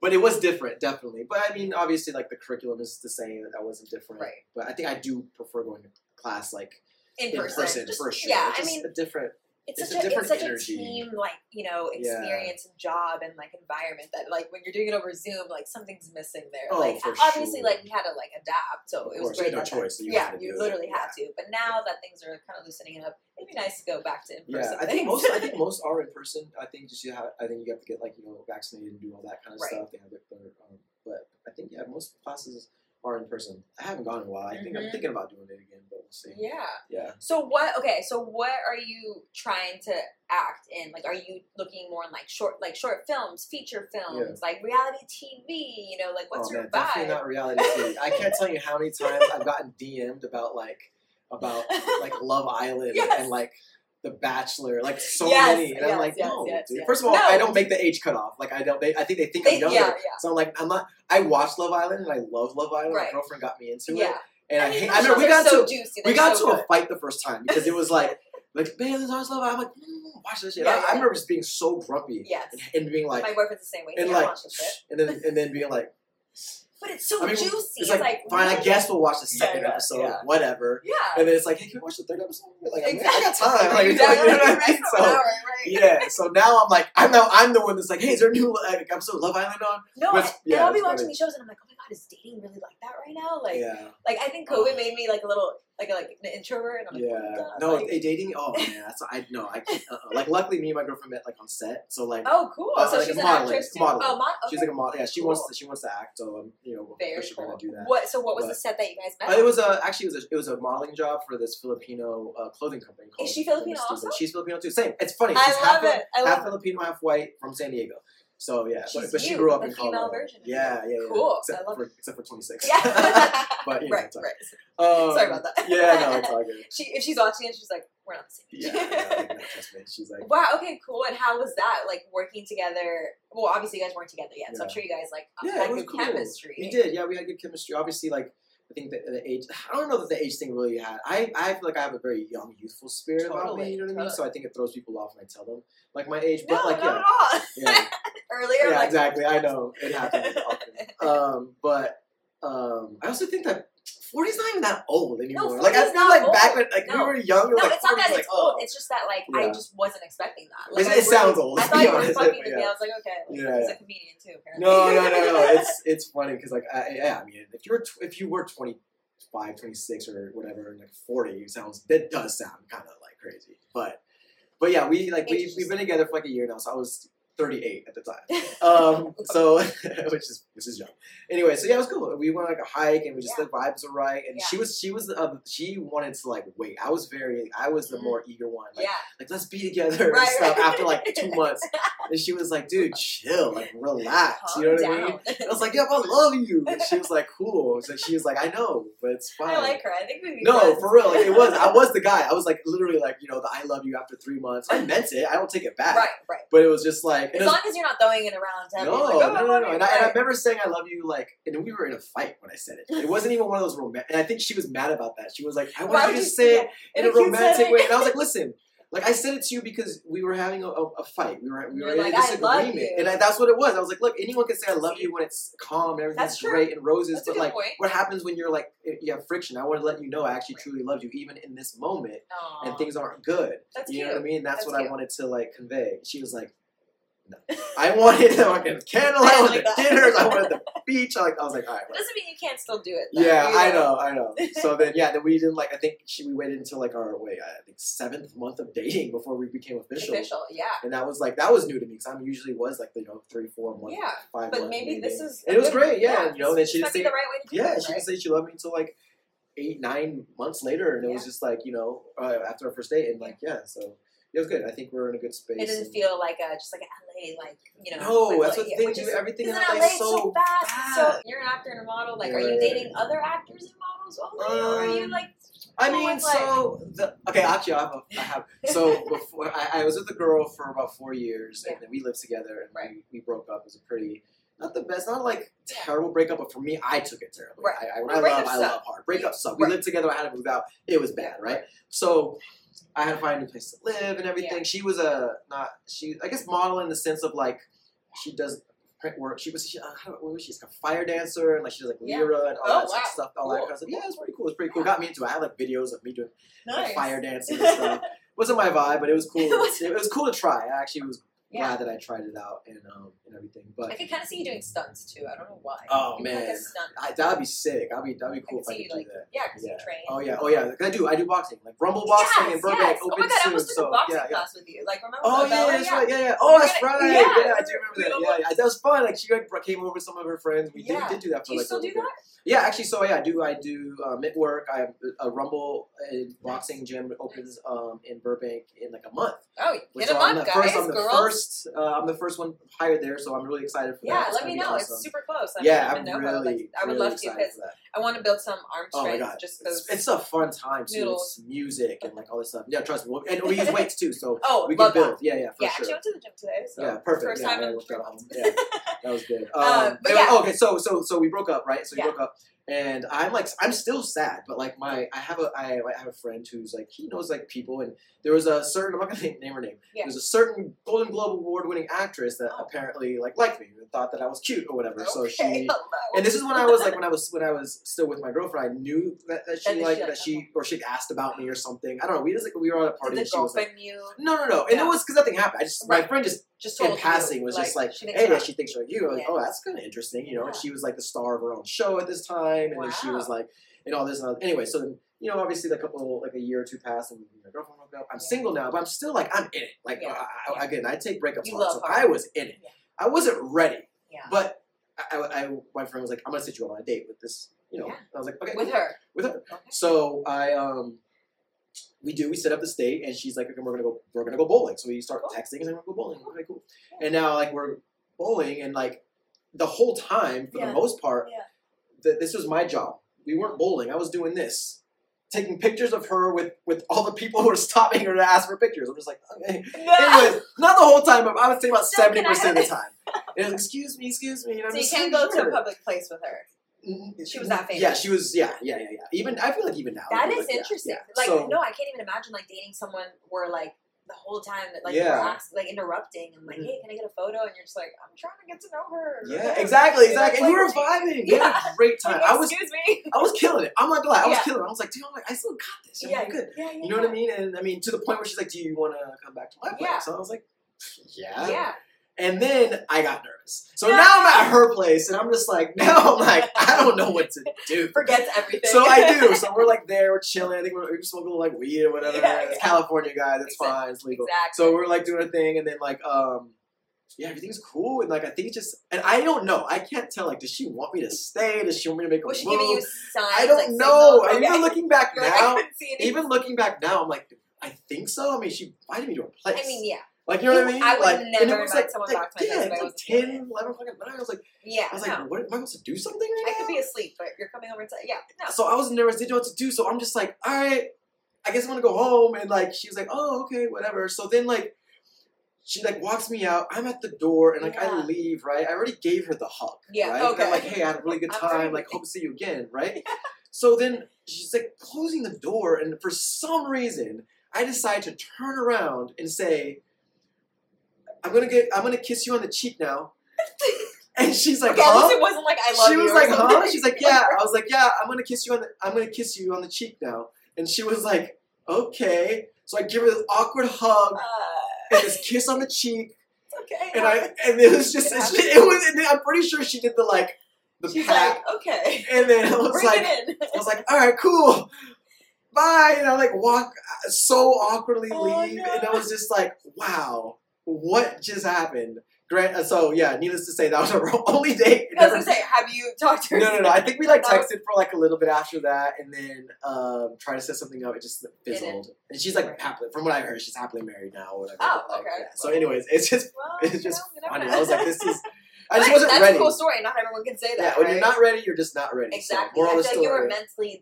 Speaker 3: But it was different, definitely. But I mean, obviously, like the curriculum is the same. That wasn't different.
Speaker 2: Right.
Speaker 3: But I think I do prefer going to class like
Speaker 2: in,
Speaker 3: in person,
Speaker 2: person, Just-
Speaker 3: for sure.
Speaker 2: Yeah,
Speaker 3: It's
Speaker 2: I
Speaker 3: just
Speaker 2: mean,
Speaker 3: a different.
Speaker 2: it's,
Speaker 3: it's
Speaker 2: such
Speaker 3: a
Speaker 2: a,
Speaker 3: different
Speaker 2: it's such
Speaker 3: energy.
Speaker 2: a team like you know
Speaker 3: Yeah.
Speaker 2: experience and job and like environment that like when you're doing it over Zoom, like something's missing there.
Speaker 3: Oh,
Speaker 2: like
Speaker 3: for
Speaker 2: obviously,
Speaker 3: sure.
Speaker 2: like we had to like adapt, so
Speaker 3: Of
Speaker 2: it was
Speaker 3: course, you
Speaker 2: great.
Speaker 3: had no
Speaker 2: that that-
Speaker 3: choice, so you had
Speaker 2: yeah,
Speaker 3: to
Speaker 2: you
Speaker 3: do it.
Speaker 2: literally had to. But now that things are kind of loosening up, it'd be nice to go back to in
Speaker 3: Yeah,
Speaker 2: person.
Speaker 3: I think
Speaker 2: things.
Speaker 3: most. I think most are in person. I think just you have. I think you have to get like you know vaccinated and do all that kind of
Speaker 2: Right.
Speaker 3: stuff. They have it, for, um, but I think yeah, most classes are in person. I haven't gone in a while. I think I'm
Speaker 2: Mhm.
Speaker 3: thinking about doing it again, but we'll see.
Speaker 2: yeah.
Speaker 3: yeah.
Speaker 2: So what? Okay. So what are you trying to act in? Like, are you looking more in like short, like short films, feature films, like reality TV? You know, like what's
Speaker 3: oh,
Speaker 2: your
Speaker 3: man,
Speaker 2: vibe?
Speaker 3: Definitely not reality TV. I can't tell you how many times I've gotten DM'd about like about like Love Island
Speaker 2: Yes.
Speaker 3: and like The Bachelor, like so
Speaker 2: Yes,
Speaker 3: many, and I'm
Speaker 2: yes,
Speaker 3: like,
Speaker 2: yes,
Speaker 3: no,
Speaker 2: yes,
Speaker 3: dude.
Speaker 2: yes.
Speaker 3: First of all,
Speaker 2: No.
Speaker 3: I don't make the age cutoff. Like I don't. They, I think they think
Speaker 2: They-
Speaker 3: I'm younger.
Speaker 2: yeah, yeah.
Speaker 3: So I'm like, I'm not. I watch Love Island and I love Love Island. My
Speaker 2: Right.
Speaker 3: girlfriend got me into
Speaker 2: yeah.
Speaker 3: it, and I,
Speaker 2: mean,
Speaker 3: hate.
Speaker 2: those
Speaker 3: I remember we
Speaker 2: shows are
Speaker 3: got
Speaker 2: so
Speaker 3: to
Speaker 2: juicy.
Speaker 3: we
Speaker 2: They're
Speaker 3: got
Speaker 2: so
Speaker 3: to
Speaker 2: good.
Speaker 3: a fight the first time because it was like. Like, man, this is Love Island. I'm like, mm, watch this shit.
Speaker 2: Yeah,
Speaker 3: I, I
Speaker 2: yeah.
Speaker 3: remember just being so grumpy
Speaker 2: Yes.
Speaker 3: and being like,
Speaker 2: My boyfriend's the same way. He
Speaker 3: and
Speaker 2: can't
Speaker 3: like
Speaker 2: watch this shit.
Speaker 3: and then and then being like
Speaker 2: But it's so
Speaker 3: I mean,
Speaker 2: juicy.
Speaker 3: It's like, fine, I
Speaker 2: what?
Speaker 3: guess we'll watch the
Speaker 4: Yeah,
Speaker 3: second
Speaker 4: yeah,
Speaker 3: episode,
Speaker 4: yeah.
Speaker 3: whatever.
Speaker 2: Yeah.
Speaker 3: And then it's like, hey, can we watch the third episode? You're Like,
Speaker 2: Exactly.
Speaker 3: I got time. Like, you know,
Speaker 2: Exactly.
Speaker 3: you know what I mean?
Speaker 2: That's an
Speaker 3: So,
Speaker 2: hour, right?
Speaker 3: yeah. So now I'm like, I'm now I'm the one that's like, hey, is there a new like, episode of Love Island on?
Speaker 2: No,
Speaker 3: With-
Speaker 2: I-
Speaker 3: yeah,
Speaker 2: and I'll be
Speaker 3: it's
Speaker 2: watching
Speaker 3: funny.
Speaker 2: these shows and I'm like, oh my god, is dating really like that right now? Like,
Speaker 3: yeah.
Speaker 2: like I think COVID made me like a little like a, like an introvert and I'm like,
Speaker 3: Yeah.
Speaker 2: oh, my God,
Speaker 3: no,
Speaker 2: like-
Speaker 3: eh, dating. Oh man, that's I no. I can't, uh-uh. like. Luckily, me and my girlfriend met like on set. So like,
Speaker 2: oh cool.
Speaker 3: Uh,
Speaker 2: so
Speaker 3: like
Speaker 2: she's
Speaker 3: a
Speaker 2: an
Speaker 3: modeling,
Speaker 2: actress too.
Speaker 3: modeling.
Speaker 2: Oh, mod-
Speaker 3: she's
Speaker 2: okay.
Speaker 3: like a model. Yeah, she wants
Speaker 2: Cool.
Speaker 3: to, she wants to act. So um, you know, we're
Speaker 2: Very
Speaker 3: pushing her
Speaker 2: cool.
Speaker 3: to do that.
Speaker 2: What? So what was the
Speaker 3: But-
Speaker 2: set that you guys met?
Speaker 3: Uh, it was a actually it was a, it was a modeling job for this Filipino uh, clothing company. Called
Speaker 2: she Filipino
Speaker 3: Famous Stupid.
Speaker 2: also?
Speaker 3: She's Filipino too. Same. It's funny. She's
Speaker 2: I love
Speaker 3: half
Speaker 2: it. I
Speaker 3: half
Speaker 2: love it.
Speaker 3: Filipino, half white from San Diego. So yeah, but,
Speaker 2: She's
Speaker 3: but she
Speaker 2: you,
Speaker 3: grew up
Speaker 2: the
Speaker 3: in
Speaker 2: female
Speaker 3: Colorado.
Speaker 2: version of
Speaker 3: Yeah, yeah, yeah.
Speaker 2: Cool.
Speaker 3: Except
Speaker 2: I love
Speaker 3: for except for twenty six.
Speaker 2: Yeah.
Speaker 3: but you know,
Speaker 2: right.
Speaker 3: it's all
Speaker 2: Right.
Speaker 3: right. Um,
Speaker 2: Sorry about that.
Speaker 3: yeah, no, it's all good.
Speaker 2: she if she's watching it, she's like, we're not the same.
Speaker 3: Yeah, yeah, yeah, trust me. She's like,
Speaker 2: Wow. Okay. Cool. And how was that? Like working together. Well, obviously you guys weren't together yet, so I'm
Speaker 3: Yeah.
Speaker 2: sure you guys Uh, like
Speaker 3: Yeah,
Speaker 2: had
Speaker 3: it was
Speaker 2: good
Speaker 3: cool.
Speaker 2: chemistry.
Speaker 3: We did, yeah. We had good chemistry. Obviously, like I think the, the age. I don't know that the age thing really had. I I feel like I have a very young, youthful spirit about me.
Speaker 2: Totally,
Speaker 3: You know what I mean?
Speaker 2: totally.
Speaker 3: So I think it throws people off when I tell them like my age.
Speaker 2: No,
Speaker 3: But like
Speaker 2: not
Speaker 3: yeah,
Speaker 2: at all.
Speaker 3: yeah,
Speaker 2: Earlier,
Speaker 3: yeah,
Speaker 2: like,
Speaker 3: exactly. I know it happens often. Um, but um, I also think that. 40's not even that old anymore. like I
Speaker 2: 40's
Speaker 3: feel
Speaker 2: not
Speaker 3: like
Speaker 2: old.
Speaker 3: back when like we
Speaker 2: No.
Speaker 3: were younger,
Speaker 2: No,
Speaker 3: like
Speaker 2: it's not
Speaker 3: 40's
Speaker 2: that
Speaker 3: like,
Speaker 2: it's
Speaker 3: oh,
Speaker 2: old. It's just that like I
Speaker 3: Yeah.
Speaker 2: just wasn't expecting that. Like,
Speaker 3: It-
Speaker 2: I
Speaker 3: it
Speaker 2: really-
Speaker 3: sounds old,
Speaker 2: I
Speaker 3: to
Speaker 2: thought
Speaker 3: be
Speaker 2: you were
Speaker 3: honest,
Speaker 2: fucking
Speaker 3: but
Speaker 2: with me.
Speaker 3: yeah.
Speaker 2: I was like, okay, like,
Speaker 3: Yeah,
Speaker 2: he's
Speaker 3: yeah.
Speaker 2: a comedian too. Apparently.
Speaker 3: No, no, no, no. It's it's funny because like I, yeah, I mean, if you were tw- if you were 25, 26 or whatever, and like forty, it sounds that does sound kind of like crazy. But but yeah, we like we we've been together for like a year now, so I was thirty eight at the time. Um, so which is which is young. Anyway, so yeah, it was cool. We went on, like a hike, and we just
Speaker 2: Yeah.
Speaker 3: the vibes were right. And
Speaker 2: Yeah.
Speaker 3: she was she was um, she wanted to like wait. I was very I was the
Speaker 2: Mhm.
Speaker 3: more eager one. Like,
Speaker 2: yeah.
Speaker 3: like let's be together and
Speaker 2: Right,
Speaker 3: stuff
Speaker 2: right.
Speaker 3: after like two months. And she was like, dude, chill, like relax.
Speaker 2: Calm
Speaker 3: you know what I mean?
Speaker 2: down.
Speaker 3: And I was like, "Yep, I love you." And she was like, "Cool." So she was like, "I know, but it's fine."
Speaker 2: I like her. I think we.
Speaker 3: no, for real. Like it was. I was the guy. I was like, literally, like you know, the "I love you" after three months. I meant it. I don't take it back.
Speaker 2: right, right.
Speaker 3: But it was just like. and
Speaker 2: As
Speaker 3: it was-
Speaker 2: long as you're not throwing it around. To
Speaker 3: no,
Speaker 2: everyone, like,
Speaker 3: no,
Speaker 2: oh,
Speaker 3: no,
Speaker 2: I
Speaker 3: no.
Speaker 2: love
Speaker 3: And
Speaker 2: you,
Speaker 3: I, and I
Speaker 2: right.
Speaker 3: remember saying I love you, like, and we were in a fight when I said it. It wasn't even one of those romantic, and I think she was mad about that. She was like, I
Speaker 2: Why
Speaker 3: want you
Speaker 2: would
Speaker 3: to
Speaker 2: you
Speaker 3: say it
Speaker 2: that?
Speaker 3: in, a
Speaker 2: cute
Speaker 3: romantic
Speaker 2: setting.
Speaker 3: way. And I was like, listen, like I said it to you because we were having a, a, a fight. We were we
Speaker 2: You're
Speaker 3: were in
Speaker 2: like,
Speaker 3: a
Speaker 2: "I love
Speaker 3: disagreement,
Speaker 2: you.
Speaker 3: and I, that's what it was. I was like, look, anyone can say I love you when it's calm and everything's
Speaker 2: That's true.
Speaker 3: great and roses,
Speaker 2: That's a
Speaker 3: but
Speaker 2: good
Speaker 3: like,
Speaker 2: point.
Speaker 3: what happens when you're like you have friction? I want to let you know I actually truly love you, even in this moment,
Speaker 2: Aw,
Speaker 3: and things aren't good.
Speaker 2: That's
Speaker 3: you
Speaker 2: cute.
Speaker 3: know what I mean? That's,
Speaker 2: That's
Speaker 3: what I
Speaker 2: cute.
Speaker 3: wanted to like convey. She was like. no. I wanted the fucking candle. I
Speaker 2: I like
Speaker 3: wanted the
Speaker 2: that.
Speaker 3: dinners. I wanted the beach. I, like, I was like, all right.
Speaker 2: It doesn't mean you can't still do it. though,
Speaker 3: Yeah,
Speaker 2: you
Speaker 3: I know, I know. So then, yeah, then we didn't like. I think she, we waited until like our wait, I think seventh month of dating before we became official.
Speaker 2: Official, yeah.
Speaker 3: And that was like that was new to me because I'm usually was like you know three, four months,
Speaker 2: Yeah,
Speaker 3: five.
Speaker 2: But
Speaker 3: months
Speaker 2: maybe
Speaker 3: of
Speaker 2: this
Speaker 3: dating.
Speaker 2: is.
Speaker 3: And it was
Speaker 2: good-
Speaker 3: great, yeah. you know, then
Speaker 2: this
Speaker 3: she didn't
Speaker 2: might be
Speaker 3: say.
Speaker 2: the right way to do
Speaker 3: Yeah,
Speaker 2: it,
Speaker 3: she didn't
Speaker 2: right?
Speaker 3: say she loved me until like eight, nine months later, and it was just like you know uh, after our first date, and like yeah, so it was good. I think we're in a good space.
Speaker 2: It doesn't
Speaker 3: and-
Speaker 2: feel like a just like a LA like you know.
Speaker 3: No,
Speaker 2: quick,
Speaker 3: that's
Speaker 2: like,
Speaker 3: what
Speaker 2: yeah,
Speaker 3: the thing.
Speaker 2: which
Speaker 3: Dude,
Speaker 2: is-
Speaker 3: everything in
Speaker 2: Isn't
Speaker 3: LA
Speaker 2: LA
Speaker 3: is
Speaker 2: so
Speaker 3: so
Speaker 2: fast? So
Speaker 3: fast.
Speaker 2: you're an actor and a model. Like, are
Speaker 3: Yeah.
Speaker 2: you dating other actors and models only, or are you
Speaker 3: Um,
Speaker 2: like?
Speaker 3: I
Speaker 2: So
Speaker 3: mean,
Speaker 2: it's like-
Speaker 3: so the okay. Actually, I have. I have so before I, I was with a girl for about four years,
Speaker 2: Yeah.
Speaker 3: and then we lived together, and
Speaker 2: Right.
Speaker 3: we, we broke up. It was a pretty not the best, not like terrible breakup, but for me, I took it terribly.
Speaker 2: Right.
Speaker 3: I, I, when
Speaker 2: Well,
Speaker 3: I love,
Speaker 2: breakups
Speaker 3: I
Speaker 2: suck.
Speaker 3: love hard. Breakup suck. We
Speaker 2: Right.
Speaker 3: lived together. I had to move out. It was bad, right? So I had to find a new place to live and everything. She was a not she. I guess model in the sense of like she does. print Work. She was, she, uh, how- what was she? She's like a fire dancer, and like she does like
Speaker 2: Yeah.
Speaker 3: Lyra and all
Speaker 2: Oh,
Speaker 3: that sort of
Speaker 2: wow.
Speaker 3: stuff, all that
Speaker 2: Cool.
Speaker 3: kind of stuff. Yeah, it was pretty cool. It was pretty cool. Got me into it. I had like videos of me doing like,
Speaker 2: Nice.
Speaker 3: fire dancing and stuff. Wasn't my vibe, but it was cool.
Speaker 2: It
Speaker 3: it, was, cool to try. I actually was
Speaker 2: Yeah.
Speaker 3: glad that I tried it out and um, and everything.
Speaker 2: I
Speaker 3: But
Speaker 2: could kind of see you doing stunts too. I don't know why.
Speaker 3: Oh,
Speaker 2: You're like
Speaker 3: man.
Speaker 2: a stunt.
Speaker 3: I, that'd be sick. I'd be that'd be cool
Speaker 2: I could
Speaker 3: if I
Speaker 2: see
Speaker 3: could
Speaker 2: you
Speaker 3: do
Speaker 2: like
Speaker 3: that.
Speaker 2: yeah, because
Speaker 3: Yeah.
Speaker 2: you train.
Speaker 3: Oh yeah, oh yeah. like, I do. I do boxing, like rumble boxing
Speaker 2: yes,
Speaker 3: and Burbank
Speaker 2: yes.
Speaker 3: open
Speaker 2: Oh my god, I
Speaker 3: soon.
Speaker 2: almost took
Speaker 3: so
Speaker 2: a boxing
Speaker 3: yeah, yeah.
Speaker 2: class with you. Like remember Bella?
Speaker 3: Oh yeah, that's
Speaker 2: yeah.
Speaker 3: right. Yeah, yeah. Oh,
Speaker 2: We're
Speaker 3: that's
Speaker 2: gonna-
Speaker 3: right.
Speaker 2: yeah,
Speaker 3: Yeah, I do
Speaker 2: we
Speaker 3: remember
Speaker 2: were-
Speaker 3: that. Yeah, yeah, that was fun. Like she like, came over with some of her friends. We did,
Speaker 2: Yeah.
Speaker 3: did do that for
Speaker 2: Do you
Speaker 3: like
Speaker 2: still
Speaker 3: a
Speaker 2: do
Speaker 3: little bit.
Speaker 2: that?
Speaker 3: Yeah, actually, so yeah, I do. I do uh, mitt work. I have a rumble and boxing gym that opens um, in Burbank in like a month.
Speaker 2: Oh,
Speaker 3: Which
Speaker 2: hit him
Speaker 3: I'm
Speaker 2: up,
Speaker 3: the
Speaker 2: guys,
Speaker 3: first. I'm the
Speaker 2: girls.
Speaker 3: first. Uh, I'm the first one hired there, so I'm really excited for that.
Speaker 2: yeah,
Speaker 3: It's
Speaker 2: let
Speaker 3: gonna
Speaker 2: me
Speaker 3: be
Speaker 2: know.
Speaker 3: Awesome.
Speaker 2: It's super close. I
Speaker 3: yeah,
Speaker 2: don't
Speaker 3: I'm
Speaker 2: even
Speaker 3: really,
Speaker 2: know her. Like, I would
Speaker 3: really
Speaker 2: love to
Speaker 3: excited
Speaker 2: because
Speaker 3: for that.
Speaker 2: I want to build some arm
Speaker 3: Oh my
Speaker 2: strength
Speaker 3: god,
Speaker 2: just
Speaker 3: it's,
Speaker 2: because.
Speaker 3: it's a fun time too.
Speaker 2: Noodles.
Speaker 3: It's music and like all this stuff. Yeah, trust me. We'll- And we use weights too, so
Speaker 2: oh,
Speaker 3: we can
Speaker 2: love that.
Speaker 3: build. Yeah, yeah, for
Speaker 2: Yeah,
Speaker 3: sure.
Speaker 2: actually, I went to the gym today. So
Speaker 3: yeah, perfect.
Speaker 2: First
Speaker 3: yeah,
Speaker 2: time
Speaker 3: yeah,
Speaker 2: in
Speaker 3: we'll
Speaker 2: three
Speaker 3: go
Speaker 2: months.
Speaker 3: home. Yeah, that was good. Um,
Speaker 2: Um, but
Speaker 3: anyway-
Speaker 2: yeah.
Speaker 3: oh, okay, so so so we broke up, right? So we
Speaker 2: Yeah.
Speaker 3: broke up, and I'm like I'm still sad, but like my I have a I, I have a friend who's like he knows like people, and there was a certain I'm not gonna name her name.
Speaker 2: Yeah. Oh.
Speaker 3: There's a certain Golden Globe award winning actress that apparently like liked me and thought that I was cute or whatever. So
Speaker 2: Okay,
Speaker 3: she
Speaker 2: hello.
Speaker 3: and this is when I was like when I was when I was still with my girlfriend. I knew that, that she
Speaker 2: That she
Speaker 3: like
Speaker 2: liked
Speaker 3: that she or she asked about me or something. I don't know. We just like we were at a party.
Speaker 2: Did
Speaker 3: and
Speaker 2: the
Speaker 3: she was like,
Speaker 2: girlfriend you
Speaker 3: no, no, no. And
Speaker 2: Yeah.
Speaker 3: it was because nothing happened. I just my
Speaker 2: Right.
Speaker 3: friend just
Speaker 2: just
Speaker 3: in
Speaker 2: told
Speaker 3: passing
Speaker 2: you,
Speaker 3: was just like,
Speaker 2: she thinks
Speaker 3: hey,
Speaker 2: you're
Speaker 3: yeah,
Speaker 2: hot.
Speaker 3: she thinks like you. I was like,
Speaker 2: Yeah.
Speaker 3: oh, that's kind of interesting, you know. And
Speaker 2: Yeah.
Speaker 3: she was like the star of her own show at this time, and then she was
Speaker 2: Wow.
Speaker 3: like, and all this and all. Anyway, so then you know, obviously, like a couple, like a year or two passed, and my girlfriend broke up. I'm
Speaker 2: Yeah.
Speaker 3: single now, but I'm still like, I'm in it. Like
Speaker 2: Yeah.
Speaker 3: I, I, again, I take breakups
Speaker 2: You
Speaker 3: hard,
Speaker 2: love
Speaker 3: so
Speaker 2: hard.
Speaker 3: I was in it.
Speaker 2: Yeah.
Speaker 3: I wasn't ready,
Speaker 2: yeah.
Speaker 3: but I, I, I, my friend was like, I'm gonna sit you on a date with this, you know.
Speaker 2: Yeah.
Speaker 3: And I was like, okay,
Speaker 2: with her.
Speaker 3: with her.
Speaker 2: Okay.
Speaker 3: So I um we do, we set up the date and she's like, okay, we're gonna go we're gonna go bowling. So we start
Speaker 2: Cool.
Speaker 3: texting and we're gonna go bowling. Okay, cool.
Speaker 2: Yeah.
Speaker 3: And now like we're bowling and like the whole time, for
Speaker 2: Yeah.
Speaker 3: the most part,
Speaker 2: Yeah.
Speaker 3: th- this was my job. We weren't bowling, I was doing this. Taking pictures of her with, with all the people who were stopping her to ask for pictures. I'm just like, okay. Anyways, not the whole time, but I would say about
Speaker 2: Still, can
Speaker 3: seventy
Speaker 2: I
Speaker 3: percent of
Speaker 2: have
Speaker 3: the time. It was, excuse me, excuse me. And I'm
Speaker 2: so you
Speaker 3: just
Speaker 2: can't
Speaker 3: like,
Speaker 2: go to a
Speaker 3: "Sure."
Speaker 2: public place with her. She was that
Speaker 3: Yeah,
Speaker 2: famous.
Speaker 3: Mm-hmm. she was. Yeah, yeah, yeah, yeah. Even I feel like even now
Speaker 2: That
Speaker 3: like,
Speaker 2: is
Speaker 3: yeah,
Speaker 2: interesting.
Speaker 3: yeah.
Speaker 2: Like
Speaker 3: So-
Speaker 2: no, I can't even imagine like dating someone where like the whole time that like
Speaker 3: Yeah.
Speaker 2: you're asked, like interrupting and like,
Speaker 3: Mhm.
Speaker 2: hey, can I get a photo? And you're just like, I'm trying to get to know her.
Speaker 3: Yeah, exactly,
Speaker 2: You know,
Speaker 3: exactly. And we were
Speaker 2: like,
Speaker 3: vibing. We had a great time.
Speaker 2: like,
Speaker 3: I was,
Speaker 2: excuse me.
Speaker 3: I was killing it. I'm not gonna lie, I was
Speaker 2: Yeah.
Speaker 3: killing it. I was like, dude, I'm like, I still got this. I'm
Speaker 2: yeah,
Speaker 3: good.
Speaker 2: yeah, yeah.
Speaker 3: You know what I mean? And I mean, to the point where she's like, do you want to come back to my place?
Speaker 2: Yeah.
Speaker 3: So I was like, yeah.
Speaker 2: Yeah.
Speaker 3: And then I got nervous. So
Speaker 2: No.
Speaker 3: now I'm at her place, and I'm just like, now I'm like, I don't know what to do.
Speaker 2: Forgets everything.
Speaker 3: So I do. So we're like there, we're chilling. I think we're, we're smoking like weed or whatever.
Speaker 2: Yeah,
Speaker 3: it's
Speaker 2: yeah.
Speaker 3: California, guys. It's
Speaker 2: Exactly.
Speaker 3: fine. It's legal.
Speaker 2: Exactly.
Speaker 3: So we're like doing a thing, and then like, um, yeah, everything's cool, and like I think it's just, and I don't know, I can't tell. Like, does she want me to stay? Does she want me to make a
Speaker 2: Was she
Speaker 3: move?
Speaker 2: giving you signs?
Speaker 3: I don't
Speaker 2: like,
Speaker 3: know.
Speaker 2: signals?
Speaker 3: And
Speaker 2: Okay.
Speaker 3: even looking back
Speaker 2: You're like, I
Speaker 3: now,
Speaker 2: couldn't see anything.
Speaker 3: even looking back now, I'm like, I think so. I mean, she invited me to a place.
Speaker 2: I mean, yeah,
Speaker 3: like you know what
Speaker 2: I
Speaker 3: I mean?
Speaker 2: would
Speaker 3: like, and it
Speaker 2: never
Speaker 3: was
Speaker 2: invite
Speaker 3: like,
Speaker 2: someone
Speaker 3: like,
Speaker 2: back to my
Speaker 3: yeah,
Speaker 2: place if
Speaker 3: it's
Speaker 2: I
Speaker 3: like
Speaker 2: wasn't feeling
Speaker 3: 10, 11 o'clock at night. I was like,
Speaker 2: yeah.
Speaker 3: I was like,
Speaker 2: no.
Speaker 3: what am I supposed to do something right
Speaker 2: I could
Speaker 3: now?
Speaker 2: be asleep, but you're coming over to yeah. No,
Speaker 3: so I was nervous, didn't know what to do. So I'm just like, all right, I guess I'm gonna go home. And like, she was like, oh, okay, whatever. So then like, she like walks me out. I'm at the door, and like I
Speaker 2: Yeah.
Speaker 3: leave. Right, I already gave her the hug.
Speaker 2: Yeah,
Speaker 3: right? And I'm
Speaker 2: okay.
Speaker 3: like, hey, I had a really good
Speaker 2: I'm
Speaker 3: time.
Speaker 2: pretty-
Speaker 3: Like, hope to see you again. Right. So then she's like closing the door, and for some reason, I decide to turn around and say, I'm gonna get, I'm gonna kiss you on the cheek now. And she's like,
Speaker 2: okay, at
Speaker 3: huh?
Speaker 2: least it wasn't like I love
Speaker 3: she
Speaker 2: you.
Speaker 3: was
Speaker 2: or
Speaker 3: like, huh?
Speaker 2: something.
Speaker 3: She's like, yeah. I was like, yeah. I'm gonna kiss you on the. I'm gonna kiss you on the cheek now. And she was like, okay. So I give her this awkward hug
Speaker 2: Uh,
Speaker 3: and this kiss on the cheek,
Speaker 2: okay.
Speaker 3: and I and it was just
Speaker 2: It
Speaker 3: it's-
Speaker 2: happened.
Speaker 3: it was. And then I'm pretty sure she did the like the
Speaker 2: She's
Speaker 3: pat,
Speaker 2: like, okay.
Speaker 3: and then I was
Speaker 2: Bring
Speaker 3: like,
Speaker 2: it in.
Speaker 3: I was like, all right, cool. Bye. And I like walk so awkwardly
Speaker 2: Oh,
Speaker 3: leave.
Speaker 2: no.
Speaker 3: And I was just like, wow, what just happened? Grant, uh, so yeah, needless to say, that was our only date.
Speaker 2: I was gonna say, have you talked to her?
Speaker 3: no, no, no. I think we like
Speaker 2: That was-
Speaker 3: texted for like a little bit after that, and then um, tried to set something up. It just fizzled. And she's like,
Speaker 2: Right.
Speaker 3: happily, from what I heard, she's happily married now. Or whatever.
Speaker 2: Oh,
Speaker 3: Like,
Speaker 2: okay.
Speaker 3: yeah. So, anyways, it's just
Speaker 2: Well,
Speaker 3: it's just
Speaker 2: you know, you never
Speaker 3: funny.
Speaker 2: know.
Speaker 3: I was like, this is. I just
Speaker 2: But
Speaker 3: wasn't
Speaker 2: that's
Speaker 3: ready.
Speaker 2: a cool story. Not everyone can say that.
Speaker 3: yeah,
Speaker 2: right?
Speaker 3: when you're not ready, you're just not ready. So,
Speaker 2: exactly.
Speaker 3: moral
Speaker 2: I
Speaker 3: of
Speaker 2: feel
Speaker 3: the
Speaker 2: like you were
Speaker 3: story-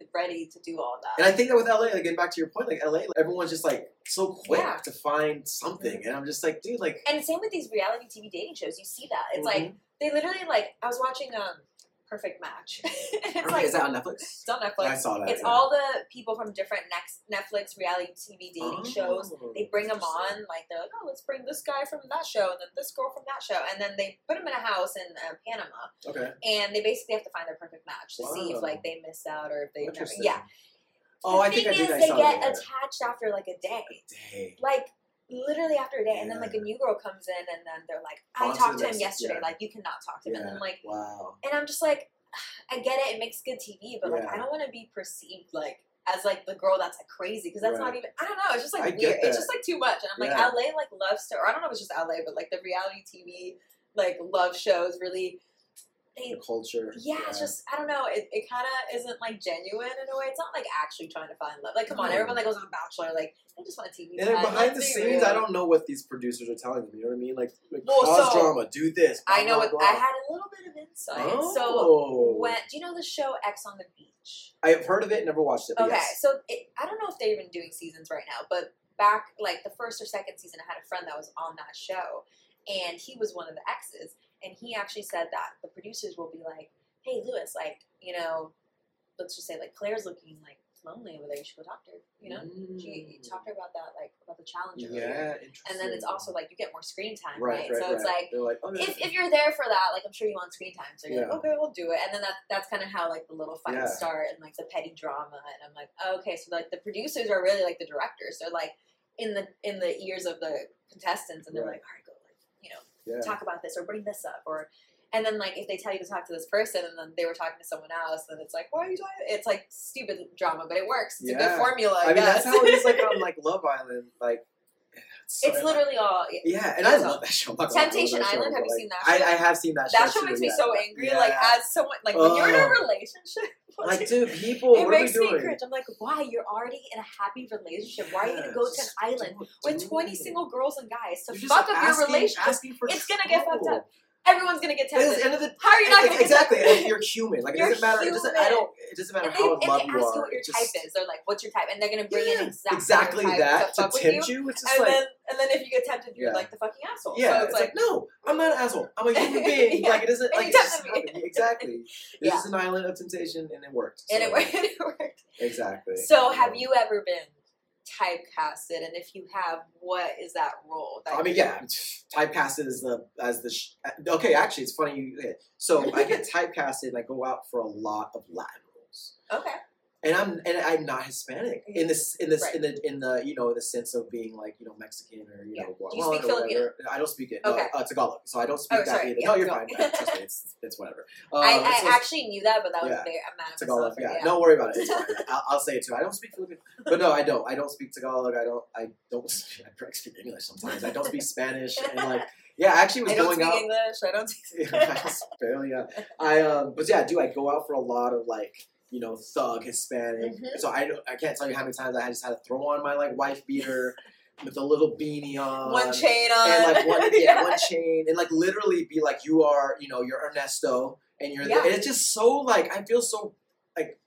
Speaker 2: mentally ready to do all
Speaker 3: and
Speaker 2: that.
Speaker 3: I think that with LA, like, getting back to your point, like LA, like, everyone's just like so quick
Speaker 2: Yeah. Mm-hmm.
Speaker 3: to find something, and I'm just like, dude, like,
Speaker 2: And same with these reality TV dating shows. You see that it's like
Speaker 3: mhm.
Speaker 2: they literally like I was watching um Perfect Match. And it's
Speaker 3: Okay,
Speaker 2: like
Speaker 3: is that on Netflix?
Speaker 2: it's on Netflix.
Speaker 3: I saw that.
Speaker 2: It's
Speaker 3: yeah.
Speaker 2: all the people from different next Netflix reality TV dating shows.
Speaker 3: Oh,
Speaker 2: They bring them
Speaker 3: interesting.
Speaker 2: on, like they're like, oh, let's bring this guy from that show and then this girl from that show, and then they put them in a house in uh, Panama,
Speaker 3: Okay.
Speaker 2: and they basically have to find their perfect match to see
Speaker 3: Wow.
Speaker 2: if like they missed out or if they never.
Speaker 3: Interesting.
Speaker 2: Yeah.
Speaker 3: Oh,
Speaker 2: the
Speaker 3: I
Speaker 2: thing
Speaker 3: think I
Speaker 2: is,
Speaker 3: did. I
Speaker 2: they
Speaker 3: saw
Speaker 2: get
Speaker 3: that.
Speaker 2: attached after like a day,
Speaker 3: Dang.
Speaker 2: like literally after a day, and then
Speaker 3: Yeah.
Speaker 2: like a new girl comes in, and then they're like, I
Speaker 3: On to
Speaker 2: talked to
Speaker 3: the
Speaker 2: him
Speaker 3: next-
Speaker 2: yesterday,
Speaker 3: yeah.
Speaker 2: like you cannot talk to him, and
Speaker 3: Yeah.
Speaker 2: I'm like,
Speaker 3: Wow.
Speaker 2: and I'm just like, I get it, it makes good TV, but like
Speaker 3: Yeah.
Speaker 2: I don't want to be perceived like as like the girl that's like crazy because that's not
Speaker 3: Right.
Speaker 2: even I don't know. It's just like
Speaker 3: I
Speaker 2: weird.
Speaker 3: get
Speaker 2: It's
Speaker 3: that.
Speaker 2: just like too much, and I'm
Speaker 3: Yeah.
Speaker 2: like LA like loves to, or I don't know if it's just LA, but like the reality TV like love shows really. They,
Speaker 3: The culture.
Speaker 2: yeah, it's just I don't know. It, it kind of isn't like genuine in a way. It's not like actually trying to find love. Like, come on,
Speaker 3: No.
Speaker 2: everyone that goes on Bachelor, like they just want a TV.
Speaker 3: And then
Speaker 2: time.
Speaker 3: behind
Speaker 2: Let's
Speaker 3: the
Speaker 2: be
Speaker 3: scenes,
Speaker 2: real.
Speaker 3: I don't know what these producers are telling them. You know what I mean? Like, like
Speaker 2: Well,
Speaker 3: cause
Speaker 2: so-
Speaker 3: drama, do this. Blah,
Speaker 2: I know.
Speaker 3: Blah,
Speaker 2: What,
Speaker 3: blah.
Speaker 2: I had a little bit of insight. So
Speaker 3: Oh.
Speaker 2: when do you know the show X on the Beach?
Speaker 3: I've heard of it, never watched it. but
Speaker 2: Okay,
Speaker 3: yes.
Speaker 2: so it, I don't know if they're even doing seasons right now, but back like the first or second season, I had a friend that was on that show, and he was one of the exes, and he actually said that the producers will be like, "Hey, Lewis, like you know, let's just say like Claire's looking like lonely over there. You should go talk to her. You know, she talked to her about that, like about the challenge. earlier.
Speaker 3: Mm. Yeah, interesting.
Speaker 2: And then it's also like you get more screen time,
Speaker 3: right, right,
Speaker 2: so it's
Speaker 3: right.
Speaker 2: like
Speaker 3: they're like, oh, yeah.
Speaker 2: if, if you're there for that, like I'm sure you want screen time, so you're
Speaker 3: Yeah.
Speaker 2: like, okay, we'll do it. And then that that's kind of how like the little fights
Speaker 3: Yeah.
Speaker 2: start and like the petty drama. And I'm like, oh, okay, so like the producers are really like the directors. They're like in the in the ears of the contestants, and they're
Speaker 3: Right.
Speaker 2: like, all right, go like you know
Speaker 3: yeah.
Speaker 2: talk about this or bring this up or. And then, like, if they tell you to talk to this person, and then they were talking to someone else, then it's like, why are you talking? It's like stupid drama, but it works. It's a
Speaker 3: Yeah.
Speaker 2: good formula, I,
Speaker 3: I mean,
Speaker 2: guess.
Speaker 3: that's how it is like on like Love Island. Like, so-
Speaker 2: it's literally all.
Speaker 3: yeah, and
Speaker 2: it's
Speaker 3: I
Speaker 2: all-
Speaker 3: love that show. I'm not gonna lie, I love
Speaker 2: Temptation
Speaker 3: that show,
Speaker 2: Island.
Speaker 3: but,
Speaker 2: Have you
Speaker 3: like,
Speaker 2: seen that?
Speaker 3: I,
Speaker 2: show?
Speaker 3: I have seen that.
Speaker 2: That
Speaker 3: show
Speaker 2: show makes
Speaker 3: too,
Speaker 2: me
Speaker 3: yeah.
Speaker 2: so angry. Like
Speaker 3: Yeah.
Speaker 2: as someone, like when you're in a
Speaker 3: Ugh.
Speaker 2: relationship,
Speaker 3: like,
Speaker 2: like,
Speaker 3: dude, people,
Speaker 2: it
Speaker 3: what
Speaker 2: makes
Speaker 3: are we
Speaker 2: me
Speaker 3: doing?
Speaker 2: cringe. I'm like, why? You're already in a happy relationship. Why are you gonna go to an
Speaker 3: Yes,
Speaker 2: island
Speaker 3: don't do
Speaker 2: with 20
Speaker 3: it.
Speaker 2: single girls and guys to
Speaker 3: You're just
Speaker 2: fuck up your
Speaker 3: asking-
Speaker 2: relationship?
Speaker 3: asking for
Speaker 2: It's gonna get fucked
Speaker 3: trouble.
Speaker 2: up. Everyone's gonna get
Speaker 3: At the
Speaker 2: tempted.
Speaker 3: end of the
Speaker 2: How are you not gonna
Speaker 3: exactly.
Speaker 2: get
Speaker 3: and
Speaker 2: tempted?
Speaker 3: You're human. Like it
Speaker 2: You're
Speaker 3: doesn't matter. It doesn't. I
Speaker 2: human.
Speaker 3: don't. It doesn't matter
Speaker 2: And they,
Speaker 3: how in
Speaker 2: and they
Speaker 3: love
Speaker 2: ask
Speaker 3: you are.
Speaker 2: you what your
Speaker 3: it just-
Speaker 2: type is. They're like, "What's your type?" And they're gonna bring
Speaker 3: Yeah,
Speaker 2: in exactly,
Speaker 3: exactly
Speaker 2: your type
Speaker 3: that
Speaker 2: to
Speaker 3: to
Speaker 2: fuck with you.
Speaker 3: tempt you. It's just
Speaker 2: And
Speaker 3: like
Speaker 2: then, and then if you get tempted, you're
Speaker 3: Yeah.
Speaker 2: like the fucking asshole.
Speaker 3: yeah,
Speaker 2: so it's, like,
Speaker 3: no, I'm not an asshole. I'm a human being.
Speaker 2: Yeah.
Speaker 3: Like it isn't
Speaker 2: And
Speaker 3: like
Speaker 2: you
Speaker 3: it just
Speaker 2: tempted me.
Speaker 3: happened. exactly. This
Speaker 2: Yeah.
Speaker 3: is an island of temptation, and it worked.
Speaker 2: and it
Speaker 3: So,
Speaker 2: worked. It worked.
Speaker 3: Exactly.
Speaker 2: So, have you ever been typecasted? And if you have, what is that role? That
Speaker 3: I mean,
Speaker 2: you-
Speaker 3: yeah, typecasted as the as the. Sh- uh, okay, actually, it's funny. You, okay, so I get typecasted, and I go out for a lot of Latin roles.
Speaker 2: Okay.
Speaker 3: and I'm and I'm not Hispanic in this in this
Speaker 2: Right.
Speaker 3: in the in the you know the sense of being like you know Mexican or you
Speaker 2: Yeah.
Speaker 3: know
Speaker 2: Do you speak
Speaker 3: Guatemalan or
Speaker 2: Filipino?
Speaker 3: whatever. I don't speak it. No,
Speaker 2: Okay.
Speaker 3: uh, Tagalog, so I don't speak
Speaker 2: Oh,
Speaker 3: that
Speaker 2: sorry.
Speaker 3: either.
Speaker 2: Yeah,
Speaker 3: no, you're fine.
Speaker 2: Tagalog.
Speaker 3: man. Trust me, it's, it's whatever. Um,
Speaker 2: I,
Speaker 3: it's
Speaker 2: I
Speaker 3: just
Speaker 2: actually knew that, but that was
Speaker 3: Yeah.
Speaker 2: very I'm mad at
Speaker 3: Tagalog.
Speaker 2: myself.
Speaker 3: Yeah, don't worry about it. It's fine. I'll, I'll say it too. I don't speak Filipino, but no, I don't. I don't speak Tagalog. I don't. I don't. Speak, I don't speak English sometimes. I don't speak Spanish and like yeah. I actually was
Speaker 2: I don't
Speaker 3: going
Speaker 2: speak
Speaker 3: out.
Speaker 2: English. I don't. Speak,
Speaker 3: I just barely got. I um, but yeah, do I go out for a lot of like you know thug Hispanic?
Speaker 2: Mhm.
Speaker 3: So I don't- I can't tell you how many times I just had to throw on my like wife beater with a little beanie on.
Speaker 2: one chain on.
Speaker 3: Um, And like one, yeah, one chain, and like literally be like, you are, you know, you're Ernesto, and you're.
Speaker 2: Yeah.
Speaker 3: The, and it's just so like I feel so like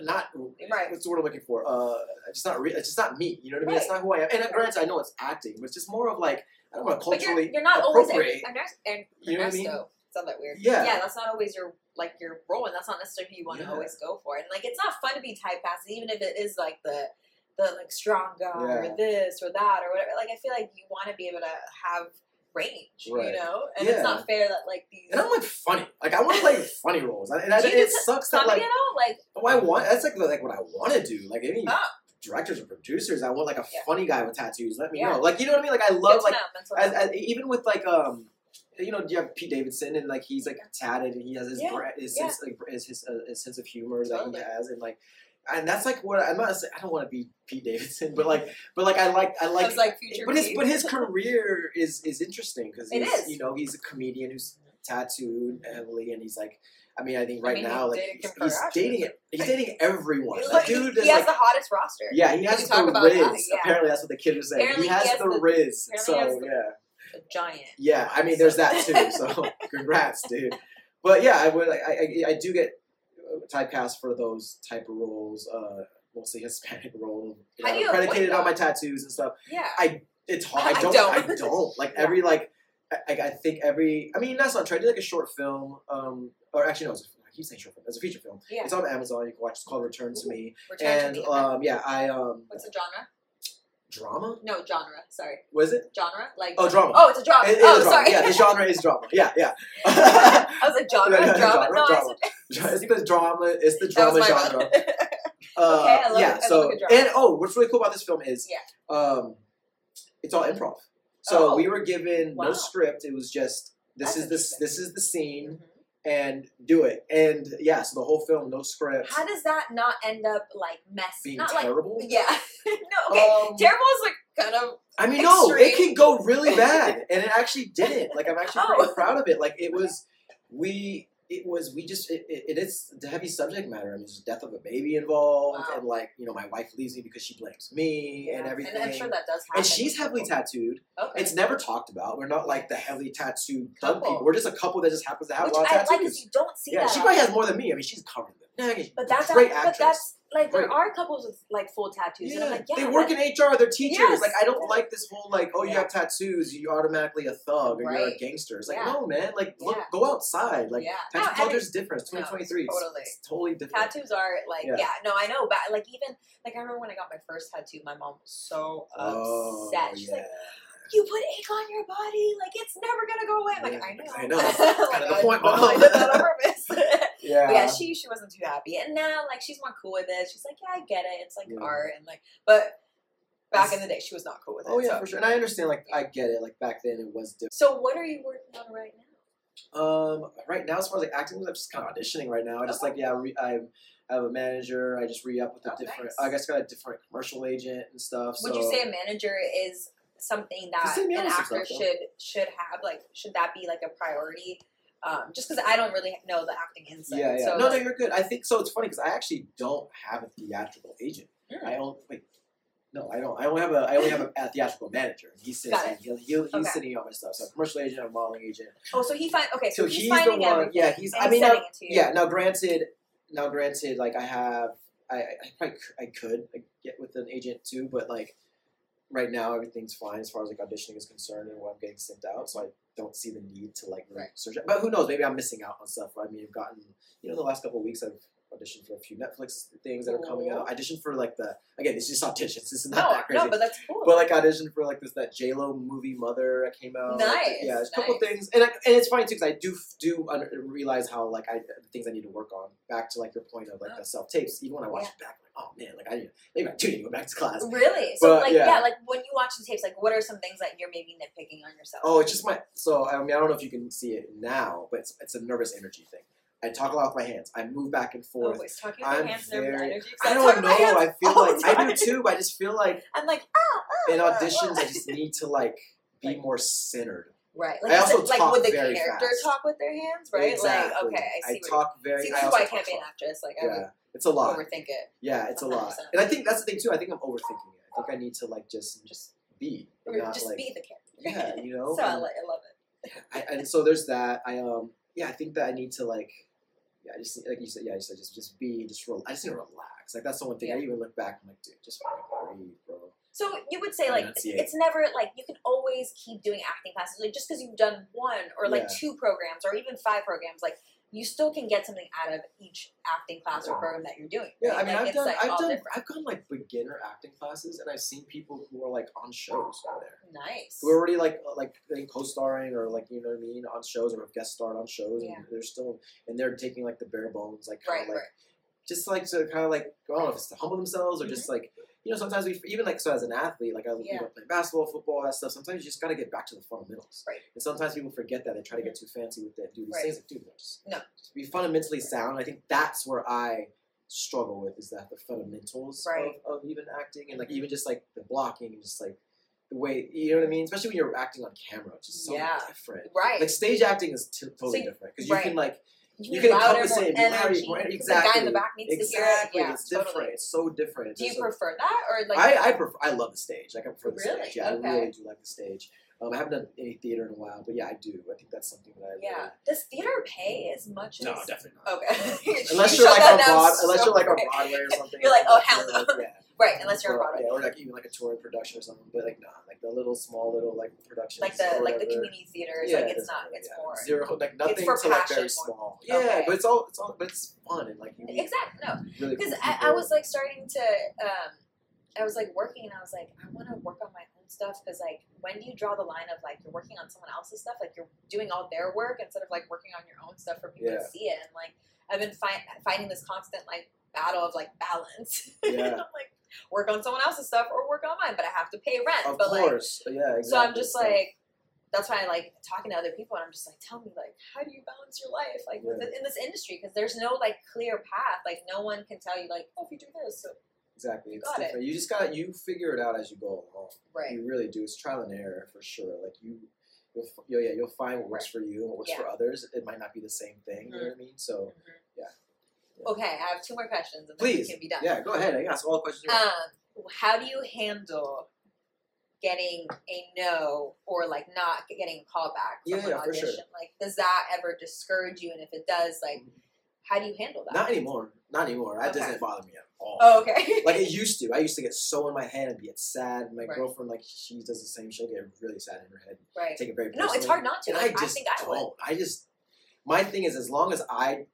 Speaker 3: not
Speaker 2: Right.
Speaker 3: What's the word I'm looking for? Uh, it's just not. Re- it's just not me. You know what I mean? It's
Speaker 2: Right.
Speaker 3: not who I am. And uh, granted, I know it's acting, but it's just more of like I don't want to
Speaker 2: But you're,
Speaker 3: culturally
Speaker 2: you're not always an,
Speaker 3: appropriate.
Speaker 2: an, an,
Speaker 3: You know what I mean?
Speaker 2: Ernesto. Sound that weird?
Speaker 3: Yeah.
Speaker 2: Yeah, that's not always your like your role, and that's not necessarily who you want
Speaker 3: Yeah.
Speaker 2: to always go for. And like, it's not fun to be typecast, even if it is like the the like strong guy
Speaker 3: Yeah.
Speaker 2: or this or that or whatever. Like, I feel like you want to be able to have range,
Speaker 3: Right.
Speaker 2: you know? And
Speaker 3: Yeah.
Speaker 2: it's not fair that like these.
Speaker 3: And I'm like funny. Like I want to play funny roles, and, and I,
Speaker 2: Do you
Speaker 3: it
Speaker 2: do
Speaker 3: sucks that
Speaker 2: comedy
Speaker 3: like
Speaker 2: at all, like
Speaker 3: oh, I want. That's like like what I want to do. Like any
Speaker 2: Oh.
Speaker 3: directors or producers, I want like a
Speaker 2: Yeah.
Speaker 3: funny guy with tattoos. Let me
Speaker 2: Yeah.
Speaker 3: know. Like you know what I mean? Like I
Speaker 2: good
Speaker 3: love
Speaker 2: to
Speaker 3: like
Speaker 2: know, mental
Speaker 3: as,
Speaker 2: health.
Speaker 3: as, even with like um. You know, you have Pete Davidson, and like he's like tatted, and he has his
Speaker 2: Yeah.
Speaker 3: bra- his,
Speaker 2: Yeah.
Speaker 3: sense, like, br- his, his, uh, his sense of humor
Speaker 2: Totally.
Speaker 3: that he has, and like, and that's like what I'm not. saying- I don't want to be Pete Davidson, but like, but like I like I
Speaker 2: I
Speaker 3: like
Speaker 2: was like future.
Speaker 3: but his
Speaker 2: me.
Speaker 3: but his career is is interesting because
Speaker 2: It
Speaker 3: he's
Speaker 2: is.
Speaker 3: you know he's a comedian who's tattooed heavily and he's like I mean I think right
Speaker 2: mean, he
Speaker 3: now like
Speaker 2: dated
Speaker 3: he's,
Speaker 2: Kim
Speaker 3: he's
Speaker 2: Kardashian.
Speaker 3: dating it he's dating everyone
Speaker 2: He's
Speaker 3: That
Speaker 2: like-
Speaker 3: dude is
Speaker 2: he has
Speaker 3: like
Speaker 2: the hottest roster.
Speaker 3: yeah he
Speaker 2: we
Speaker 3: has
Speaker 2: can talk
Speaker 3: the
Speaker 2: about
Speaker 3: riz
Speaker 2: that, yeah.
Speaker 3: apparently that's what the kid was saying
Speaker 2: Apparently
Speaker 3: he has
Speaker 2: he has
Speaker 3: the,
Speaker 2: the-
Speaker 3: riz
Speaker 2: apparently
Speaker 3: so
Speaker 2: he has the-
Speaker 3: yeah
Speaker 2: A giant.
Speaker 3: yeah I mean there's that too so congrats dude but yeah I would I I, I do get uh, typecast for those type of roles uh, mostly Hispanic role
Speaker 2: How do you avoid
Speaker 3: predicated on
Speaker 2: that?
Speaker 3: my tattoos and stuff
Speaker 2: Yeah.
Speaker 3: it's hard. I
Speaker 2: I
Speaker 3: don't. I
Speaker 2: don't.
Speaker 3: don't. Like every like, I, I think every. I mean, that's not true. I did like a short film. Um, or actually, no. It's, I keep saying short film. It's a feature film.
Speaker 2: Yeah.
Speaker 3: It's on Amazon. You can watch. It's called Return to Me.
Speaker 2: Return to
Speaker 3: and
Speaker 2: me. okay.
Speaker 3: um, yeah, I um,
Speaker 2: What's the genre?
Speaker 3: drama.
Speaker 2: No genre. Sorry.
Speaker 3: Was it?
Speaker 2: genre? Like
Speaker 3: Oh, drama.
Speaker 2: Oh, it's a drama.
Speaker 3: It- it is
Speaker 2: oh,
Speaker 3: a drama.
Speaker 2: sorry.
Speaker 3: Yeah, the genre is drama. Yeah, yeah.
Speaker 2: I was like genre,
Speaker 3: Yeah,
Speaker 2: drama.
Speaker 3: yeah,
Speaker 2: no, I
Speaker 3: drama,
Speaker 2: said
Speaker 3: it's the drama. It's the
Speaker 2: that
Speaker 3: drama
Speaker 2: was my
Speaker 3: genre.
Speaker 2: genre.
Speaker 3: Uh,
Speaker 2: Okay, I love
Speaker 3: yeah.
Speaker 2: it. I
Speaker 3: so
Speaker 2: love a good drama.
Speaker 3: and oh, what's really cool about this film is um, it's all improv. So
Speaker 2: Oh.
Speaker 3: we were given
Speaker 2: Wow.
Speaker 3: no script. It was just this
Speaker 2: That's
Speaker 3: is this this is the scene
Speaker 2: Mhm.
Speaker 3: and do it. And yeah, so the whole film no script
Speaker 2: How does that not end up like messy?
Speaker 3: being
Speaker 2: Not like
Speaker 3: terrible.
Speaker 2: yeah. no, okay.
Speaker 3: Um,
Speaker 2: terrible is like kind of
Speaker 3: I mean, no, it
Speaker 2: extreme.
Speaker 3: can go really bad, and it actually didn't. Like I'm actually pretty
Speaker 2: Oh.
Speaker 3: proud of it. Like it was, we it was we just it, it, it is the heavy subject matter. I mean, there's the death of a baby involved,
Speaker 2: Wow.
Speaker 3: and like you know, my wife leaves me because she blames me and everything.
Speaker 2: I'm sure that does happen.
Speaker 3: and she's heavily tattooed.
Speaker 2: Okay.
Speaker 3: It's never talked about. We're not like the heavily tattooed thug
Speaker 2: Couple.
Speaker 3: people. We're just a couple that just happens to have
Speaker 2: Which
Speaker 3: a lot of
Speaker 2: I
Speaker 3: tattoos.
Speaker 2: like because you don't see
Speaker 3: yeah,
Speaker 2: that.
Speaker 3: she
Speaker 2: a
Speaker 3: probably
Speaker 2: lot.
Speaker 3: has more than me. I mean, she's covered them. Yeah,
Speaker 2: But
Speaker 3: she's
Speaker 2: that's
Speaker 3: a great
Speaker 2: but
Speaker 3: actress.
Speaker 2: that's like there
Speaker 3: Right.
Speaker 2: are couples with like full tattoos, and I'm like, yeah,
Speaker 3: they work in HR. They're teachers.
Speaker 2: Yes.
Speaker 3: Like, I don't
Speaker 2: Yeah.
Speaker 3: like this whole like, oh, you
Speaker 2: Yeah.
Speaker 3: have tattoos, you automatically a thug or you're a
Speaker 2: Right.
Speaker 3: gangster. It's like,
Speaker 2: Yeah.
Speaker 3: no, man. Like, look,
Speaker 2: Yeah.
Speaker 3: go outside. Like,
Speaker 2: yeah.
Speaker 3: tattoo
Speaker 2: No,
Speaker 3: culture is different. It's
Speaker 2: No,
Speaker 3: 2023. It's-
Speaker 2: totally.
Speaker 3: It's, totally different.
Speaker 2: tattoos are like
Speaker 3: Yeah.
Speaker 2: yeah. no i know but like even like i remember when i got my first tattoo my mom was so
Speaker 3: Oh,
Speaker 2: upset she's
Speaker 3: yeah.
Speaker 2: like you put ink on your body like it's never gonna go away I'm like
Speaker 3: Yeah,
Speaker 2: i know
Speaker 3: I know. That's
Speaker 2: like,
Speaker 3: kinda the
Speaker 2: I
Speaker 3: point,
Speaker 2: know,
Speaker 3: Mom.
Speaker 2: I did that on purpose
Speaker 3: yeah.
Speaker 2: but yeah she she wasn't too happy and now like she's more cool with it she's like yeah i get it it's like
Speaker 3: Yeah.
Speaker 2: art and like but back
Speaker 3: It's-
Speaker 2: in the day she was not cool with it
Speaker 3: Oh yeah,
Speaker 2: so.
Speaker 3: for sure. And I understand. Like, I get it. Like back then, it was different.
Speaker 2: so what are you working on right now
Speaker 3: Um, right now, as far as like acting, I'm just kind of auditioning right now. I just
Speaker 2: Okay.
Speaker 3: like yeah, re- I I have a manager. I just re up with a
Speaker 2: Oh,
Speaker 3: different.
Speaker 2: nice.
Speaker 3: I guess got a different commercial agent and stuff.
Speaker 2: would
Speaker 3: so.
Speaker 2: you say a manager is something
Speaker 3: Just
Speaker 2: that
Speaker 3: say
Speaker 2: an
Speaker 3: manage
Speaker 2: actor
Speaker 3: yourself, though.
Speaker 2: should should have like should that be like a priority um, just because i don't really know the acting insight
Speaker 3: Yeah, yeah.
Speaker 2: so
Speaker 3: no, no,
Speaker 2: like,
Speaker 3: you're good. I think so. It's funny because I actually don't have a theatrical agent.
Speaker 2: Mm.
Speaker 3: I don't like. No, I don't. I only have a. I only have a, a theatrical manager. He sits.
Speaker 2: Got
Speaker 3: and He'll, he'll, he's
Speaker 2: Okay.
Speaker 3: sitting on my stuff. So a commercial agent, a modeling agent.
Speaker 2: oh so he find okay so,
Speaker 3: So
Speaker 2: he's,
Speaker 3: he's the
Speaker 2: finding
Speaker 3: one-
Speaker 2: everything
Speaker 3: yeah, he's-
Speaker 2: and
Speaker 3: I mean,
Speaker 2: setting it to you.
Speaker 3: Yeah. Now, granted, now granted, like I have, I, I I probably c- I could like, get with an agent too, but like right now everything's fine as far as like auditioning is concerned and when I'm getting sent out, so I don't see the need to like really
Speaker 2: Right.
Speaker 3: search. But who knows? Maybe I'm missing out on stuff. I mean, I've gotten you know the last couple of weeks I've auditioned for a few Netflix things that are coming out. I auditioned for like the again, it's just auditions. This is not
Speaker 2: no
Speaker 3: that crazy.
Speaker 2: no but that's cool
Speaker 3: But like I auditioned for like this that J Lo movie Mother that came out.
Speaker 2: Nice,
Speaker 3: yeah, there's a couple
Speaker 2: nice.
Speaker 3: things, and I, and it's funny too because I do do un- realize how like I the things I need to work on. Back to like your point of like
Speaker 2: Oh.
Speaker 3: the self tapes. Even when I watch it back, I'm like oh man, like I need maybe I do need to go back to class.
Speaker 2: really so
Speaker 3: but,
Speaker 2: like
Speaker 3: yeah.
Speaker 2: yeah. like when you watch the tapes like what are some things that you're maybe nitpicking on yourself
Speaker 3: Oh, it's just my so I mean I don't know if you can see it now, but it's it's a nervous energy thing. I talk a lot with my hands. I move back and
Speaker 2: Oh,
Speaker 3: forth.
Speaker 2: it's talking with
Speaker 3: I'm
Speaker 2: your hands nervous
Speaker 3: very-
Speaker 2: energy 'cause
Speaker 3: I
Speaker 2: I'm
Speaker 3: don't
Speaker 2: talking
Speaker 3: know.
Speaker 2: with my hands. Oh,
Speaker 3: I feel
Speaker 2: all the
Speaker 3: like I do
Speaker 2: time.
Speaker 3: too, but I just feel like
Speaker 2: i'm like ah, ah
Speaker 3: in
Speaker 2: ah, ah."
Speaker 3: auditions I just need to like be
Speaker 2: Like-
Speaker 3: more centered.
Speaker 2: right like,
Speaker 3: I
Speaker 2: is it-
Speaker 3: also
Speaker 2: like
Speaker 3: talk
Speaker 2: would the
Speaker 3: very
Speaker 2: character
Speaker 3: fast.
Speaker 2: talk with their hands right
Speaker 3: Exactly.
Speaker 2: like okay i see what you're
Speaker 3: talk very.
Speaker 2: See, this is why
Speaker 3: also
Speaker 2: I
Speaker 3: talk
Speaker 2: can't be an
Speaker 3: fast.
Speaker 2: actress. Like, I
Speaker 3: Yeah, it's a
Speaker 2: would
Speaker 3: lot.
Speaker 2: overthink it.
Speaker 3: Yeah, it's a lot.
Speaker 2: 100%.
Speaker 3: And I think that's the thing too. I think I'm overthinking it. I think I need to like just just be, and
Speaker 2: Or
Speaker 3: not
Speaker 2: just
Speaker 3: like
Speaker 2: be the character.
Speaker 3: yeah, you know.
Speaker 2: so I,
Speaker 3: and,
Speaker 2: li- I love it.
Speaker 3: I, and so there's that. I um yeah, I think that I need to like yeah, I just like you said yeah, you said just just be just rel- I just need to relax. Like that's the one thing I even look back and like dude, just fucking breathe, bro.
Speaker 2: So you would say like
Speaker 3: Enunciate.
Speaker 2: it's never like you can always keep doing acting classes like just because you've done one or like
Speaker 3: Yeah.
Speaker 2: two programs or even five programs like you still can get something out of each acting class or program that you're doing.
Speaker 3: Yeah,
Speaker 2: right?
Speaker 3: I mean,
Speaker 2: like,
Speaker 3: I've
Speaker 2: it's
Speaker 3: done,
Speaker 2: like
Speaker 3: I've
Speaker 2: all
Speaker 3: done,
Speaker 2: different.
Speaker 3: I've gone like beginner acting classes, and I've seen people who are like on shows there.
Speaker 2: Nice.
Speaker 3: who are already like uh, like they co-starring or like you know what I mean on shows or have guest starred on shows
Speaker 2: Yeah.
Speaker 3: and they're still and they're taking like the bare bones like kind
Speaker 2: right,
Speaker 3: of like
Speaker 2: right.
Speaker 3: just like to kind of like I don't know if it's to humble themselves or just like you know sometimes we even like so as an athlete like I was
Speaker 2: Mm-hmm. Yeah.
Speaker 3: you know, playing basketball football that stuff sometimes you just got to get back to the fundamentals
Speaker 2: Right.
Speaker 3: and sometimes people forget that they try to get too fancy with it do these
Speaker 2: Right.
Speaker 3: things like dude no, just,
Speaker 2: No.
Speaker 3: just be fundamentally sound I think that's where I struggle with is that the fundamentals
Speaker 2: Right.
Speaker 3: of, of even acting and like even just like the blocking and just like the way you know what I mean especially when you're acting on camera it's just so
Speaker 2: Yeah.
Speaker 3: different
Speaker 2: Right.
Speaker 3: like stage acting is t- totally
Speaker 2: So-
Speaker 3: different because you
Speaker 2: right.
Speaker 3: can like you
Speaker 2: need
Speaker 3: can
Speaker 2: louder,
Speaker 3: encompass
Speaker 2: more
Speaker 3: it, louder,
Speaker 2: energy.
Speaker 3: more-
Speaker 2: The guy in
Speaker 3: exactly.
Speaker 2: the back needs
Speaker 3: Exactly,
Speaker 2: to hear it. Yeah,
Speaker 3: it's
Speaker 2: totally.
Speaker 3: different. It's so different. It's
Speaker 2: Do you
Speaker 3: just, like,
Speaker 2: prefer that or like?
Speaker 3: I, I prefer. I love the stage. Like I prefer the
Speaker 2: Really?
Speaker 3: stage. Yeah, I
Speaker 2: Okay.
Speaker 3: really do like the stage. Um, I haven't done any theater in a while, but yeah, I do. I think that's something that I
Speaker 2: yeah. Does theater pay as much
Speaker 3: really. No,
Speaker 2: as?
Speaker 3: definitely not.
Speaker 2: Okay.
Speaker 3: Unless
Speaker 2: You
Speaker 3: you're
Speaker 2: shut
Speaker 3: like
Speaker 2: that
Speaker 3: on
Speaker 2: down
Speaker 3: Broad, unless
Speaker 2: so
Speaker 3: you're like on
Speaker 2: quick.
Speaker 3: Broadway or something.
Speaker 2: You're like, oh, hell
Speaker 3: you're like,
Speaker 2: no.
Speaker 3: yeah.
Speaker 2: Right, unless you're on
Speaker 3: But,
Speaker 2: Broadway.
Speaker 3: Yeah, or like even like a touring production or something. But like, nah, like the little small little like productions.
Speaker 2: like the
Speaker 3: or
Speaker 2: like the
Speaker 3: whatever.
Speaker 2: community theaters.
Speaker 3: Yeah,
Speaker 2: like
Speaker 3: it
Speaker 2: it's
Speaker 3: doesn't
Speaker 2: not.
Speaker 3: really,
Speaker 2: It's
Speaker 3: yeah.
Speaker 2: more.
Speaker 3: zero, like nothing
Speaker 2: for
Speaker 3: to like very
Speaker 2: passion
Speaker 3: small. Yeah,
Speaker 2: more. Okay.
Speaker 3: but it's all it's all but it's fun and like you meet
Speaker 2: Exactly. No,
Speaker 3: really
Speaker 2: because
Speaker 3: cool
Speaker 2: I, I
Speaker 3: people.
Speaker 2: was like starting to. Um, I was like working, and I was like, I want to work on my own stuff because like, when do you draw the line of like you're working on someone else's stuff? Like you're doing all their work instead of like working on your own stuff for people
Speaker 3: Yeah.
Speaker 2: to see it. And like I've been fi- fighting this constant like battle of like balance.
Speaker 3: Yeah.
Speaker 2: I'm like work on someone else's stuff or work on mine, but I have to pay rent.
Speaker 3: Of
Speaker 2: but like
Speaker 3: course, yeah. Exactly.
Speaker 2: So I'm just
Speaker 3: So-
Speaker 2: like, that's why I like talking to other people, and I'm just like, tell me, like, how do you balance your life, like, with
Speaker 3: Yeah.
Speaker 2: in this industry? Because there's no like clear path. Like, no one can tell you, like, oh, if you do this, so
Speaker 3: Exactly.
Speaker 2: You
Speaker 3: it's
Speaker 2: got it.
Speaker 3: different. You just gotta you figure it out as you go along. You really do. It's trial and error for sure. Like you, you'll, f- you'll yeah, you'll find what works for you and what works
Speaker 2: Yeah. Mm.
Speaker 3: for others. It might not be the same thing. You know what I mean? So Yeah. Yeah.
Speaker 2: Okay, I have two more questions, and then
Speaker 3: Please.
Speaker 2: we can be done.
Speaker 3: yeah, go ahead. I can ask all the questions. you want.
Speaker 2: Um, how do you handle getting a no or like not getting a call back from
Speaker 3: Yeah,
Speaker 2: an
Speaker 3: yeah, for
Speaker 2: audition?
Speaker 3: sure.
Speaker 2: Like, does that ever discourage you? And if it does, like, how do you handle that?
Speaker 3: Not anymore. Not anymore. That
Speaker 2: Okay.
Speaker 3: doesn't bother me. all.
Speaker 2: Oh, okay.
Speaker 3: Like it used to. I used to get so in my head and be sad. My
Speaker 2: Right.
Speaker 3: girlfriend, like she does the same. She'll get really sad in her head.
Speaker 2: right.
Speaker 3: Take it very
Speaker 2: No,
Speaker 3: personally.
Speaker 2: it's hard not to.
Speaker 3: And
Speaker 2: Like,
Speaker 3: I
Speaker 2: I,
Speaker 3: just
Speaker 2: think I
Speaker 3: don't.
Speaker 2: would.
Speaker 3: I just my thing is as long as I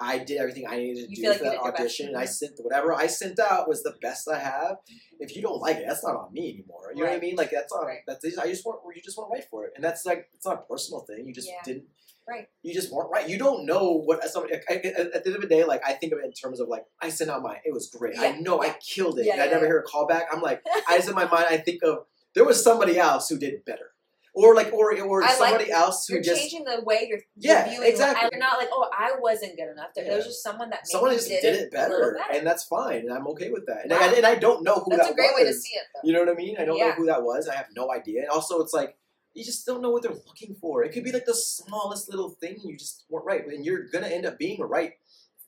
Speaker 3: I did everything I needed to
Speaker 2: You
Speaker 3: do
Speaker 2: feel like
Speaker 3: for
Speaker 2: you
Speaker 3: that
Speaker 2: did your best. Mm-hmm.
Speaker 3: audition, and I sent whatever I sent out was the best I have. If you don't like it, that's not on me anymore. You know what I
Speaker 2: Right.
Speaker 3: mean? Like that's on
Speaker 2: Right.
Speaker 3: that's I just weren't you just weren't right for it, and that's like it's not a personal thing. You just
Speaker 2: Yeah.
Speaker 3: didn't.
Speaker 2: Right.
Speaker 3: You just weren't right. You don't know what somebody. At, at at the end of the day, like I think of it in terms of like I sent out my. It was great. I
Speaker 2: Yeah,
Speaker 3: know I
Speaker 2: yeah.
Speaker 3: killed it.
Speaker 2: Yeah,
Speaker 3: and I
Speaker 2: yeah,
Speaker 3: never
Speaker 2: yeah.
Speaker 3: hear a callback. I'm like I just in my mind I think of there was somebody else who did better, or like or or
Speaker 2: I like-
Speaker 3: somebody else who
Speaker 2: You're
Speaker 3: just
Speaker 2: changing the way you're
Speaker 3: Yeah,
Speaker 2: you're viewing.
Speaker 3: exactly.
Speaker 2: You're not like, oh, I wasn't good enough. There,
Speaker 3: Yeah.
Speaker 2: there was just someone that maybe
Speaker 3: someone just did, it
Speaker 2: a little
Speaker 3: better, and that's fine, and I'm okay with that. And, I,
Speaker 2: Wow.
Speaker 3: and I don't know who
Speaker 2: That's
Speaker 3: that
Speaker 2: a great way to
Speaker 3: was.
Speaker 2: see it, though.
Speaker 3: You know what I mean? I don't know
Speaker 2: Yeah.
Speaker 3: who that was. I have no idea. And also, it's like you just don't know what they're looking for. It could be like the smallest little thing. You just weren't right, and you're gonna end up being right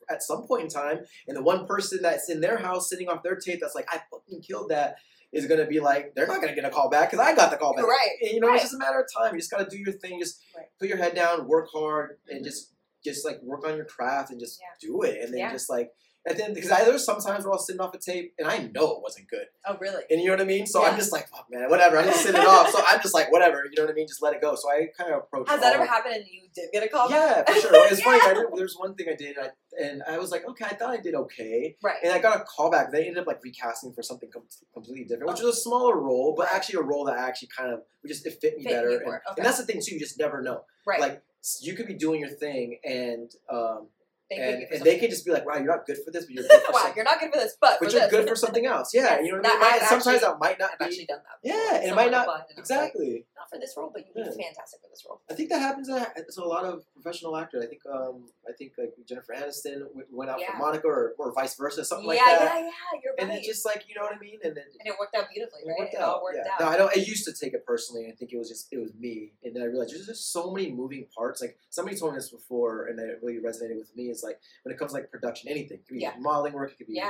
Speaker 3: at some point in time. And the one person that's in their house sitting off their tape that's like, I fucking killed that, is gonna be like, they're not gonna get a call back because I got the call back.
Speaker 2: Right.
Speaker 3: And, you know,
Speaker 2: Right.
Speaker 3: it's just a matter of time. You just gotta do your thing. Just
Speaker 2: Right.
Speaker 3: put your head down, work hard, and
Speaker 2: Mhm.
Speaker 3: just just like work on your craft and just
Speaker 2: Yeah.
Speaker 3: do it. And then
Speaker 2: Yeah.
Speaker 3: just like. And then, because I, there's sometimes where I'll sitting off a tape and I know it wasn't good.
Speaker 2: Oh, really?
Speaker 3: And you know what I mean? So I'm
Speaker 2: Yeah.
Speaker 3: just like, fuck, man, whatever. I just send it off. So I'm just like, whatever. You know what I mean? Just let it go. So I kind of approach.
Speaker 2: Has that
Speaker 3: all-
Speaker 2: ever happened and you did get a call?
Speaker 3: Yeah,
Speaker 2: back?
Speaker 3: for sure. It's funny. I
Speaker 2: Yeah.
Speaker 3: did, there's one thing I did, and I, and I was like, okay, I thought I did okay,
Speaker 2: Right.
Speaker 3: and I got a call back. They ended up like recasting for something com- completely different, which was a smaller role, but actually a role that I actually kind of it just it fit me
Speaker 2: Fit you
Speaker 3: better. and,
Speaker 2: more, okay.
Speaker 3: and that's the thing too. You just never know.
Speaker 2: right.
Speaker 3: Like s- you could be doing your thing, and um,
Speaker 2: Thank
Speaker 3: and,
Speaker 2: you for
Speaker 3: and they
Speaker 2: something.
Speaker 3: could just be like, wow, you're not good for this, but you're good for
Speaker 2: wow,
Speaker 3: something.
Speaker 2: you're not good for this, but,
Speaker 3: But
Speaker 2: for
Speaker 3: you're
Speaker 2: this.
Speaker 3: good for something else. Yeah,
Speaker 2: Yes,
Speaker 3: you know what I
Speaker 2: that
Speaker 3: mean. Might-
Speaker 2: I've
Speaker 3: sometimes
Speaker 2: actually-
Speaker 3: that might not
Speaker 2: I've
Speaker 3: be.
Speaker 2: actually done that.
Speaker 3: Yeah,
Speaker 2: before.
Speaker 3: and it
Speaker 2: Someone
Speaker 3: might not-
Speaker 2: applied and I was like,
Speaker 3: Exactly.
Speaker 2: not for this role, but you'd
Speaker 3: Yeah.
Speaker 2: be fantastic for this role.
Speaker 3: I think that happens to, to a lot of professional actors. I think um, I think like Jennifer Aniston w- went out
Speaker 2: Yeah.
Speaker 3: for Monica or, or vice versa, something
Speaker 2: yeah,
Speaker 3: like that.
Speaker 2: yeah, yeah. You're
Speaker 3: And
Speaker 2: right.
Speaker 3: it's just like you know what I mean. And then
Speaker 2: and it worked out beautifully,
Speaker 3: it
Speaker 2: right?
Speaker 3: worked
Speaker 2: it
Speaker 3: out.
Speaker 2: all worked
Speaker 3: yeah.
Speaker 2: out.
Speaker 3: No, I don't. I used to take it personally. and I think it was just it was me, and then I realized there's just so many moving parts. Like somebody told me this before, and it really resonated with me. Is like when it comes to, like production, anything it could be
Speaker 2: Yeah.
Speaker 3: modeling work, it could be
Speaker 2: yeah.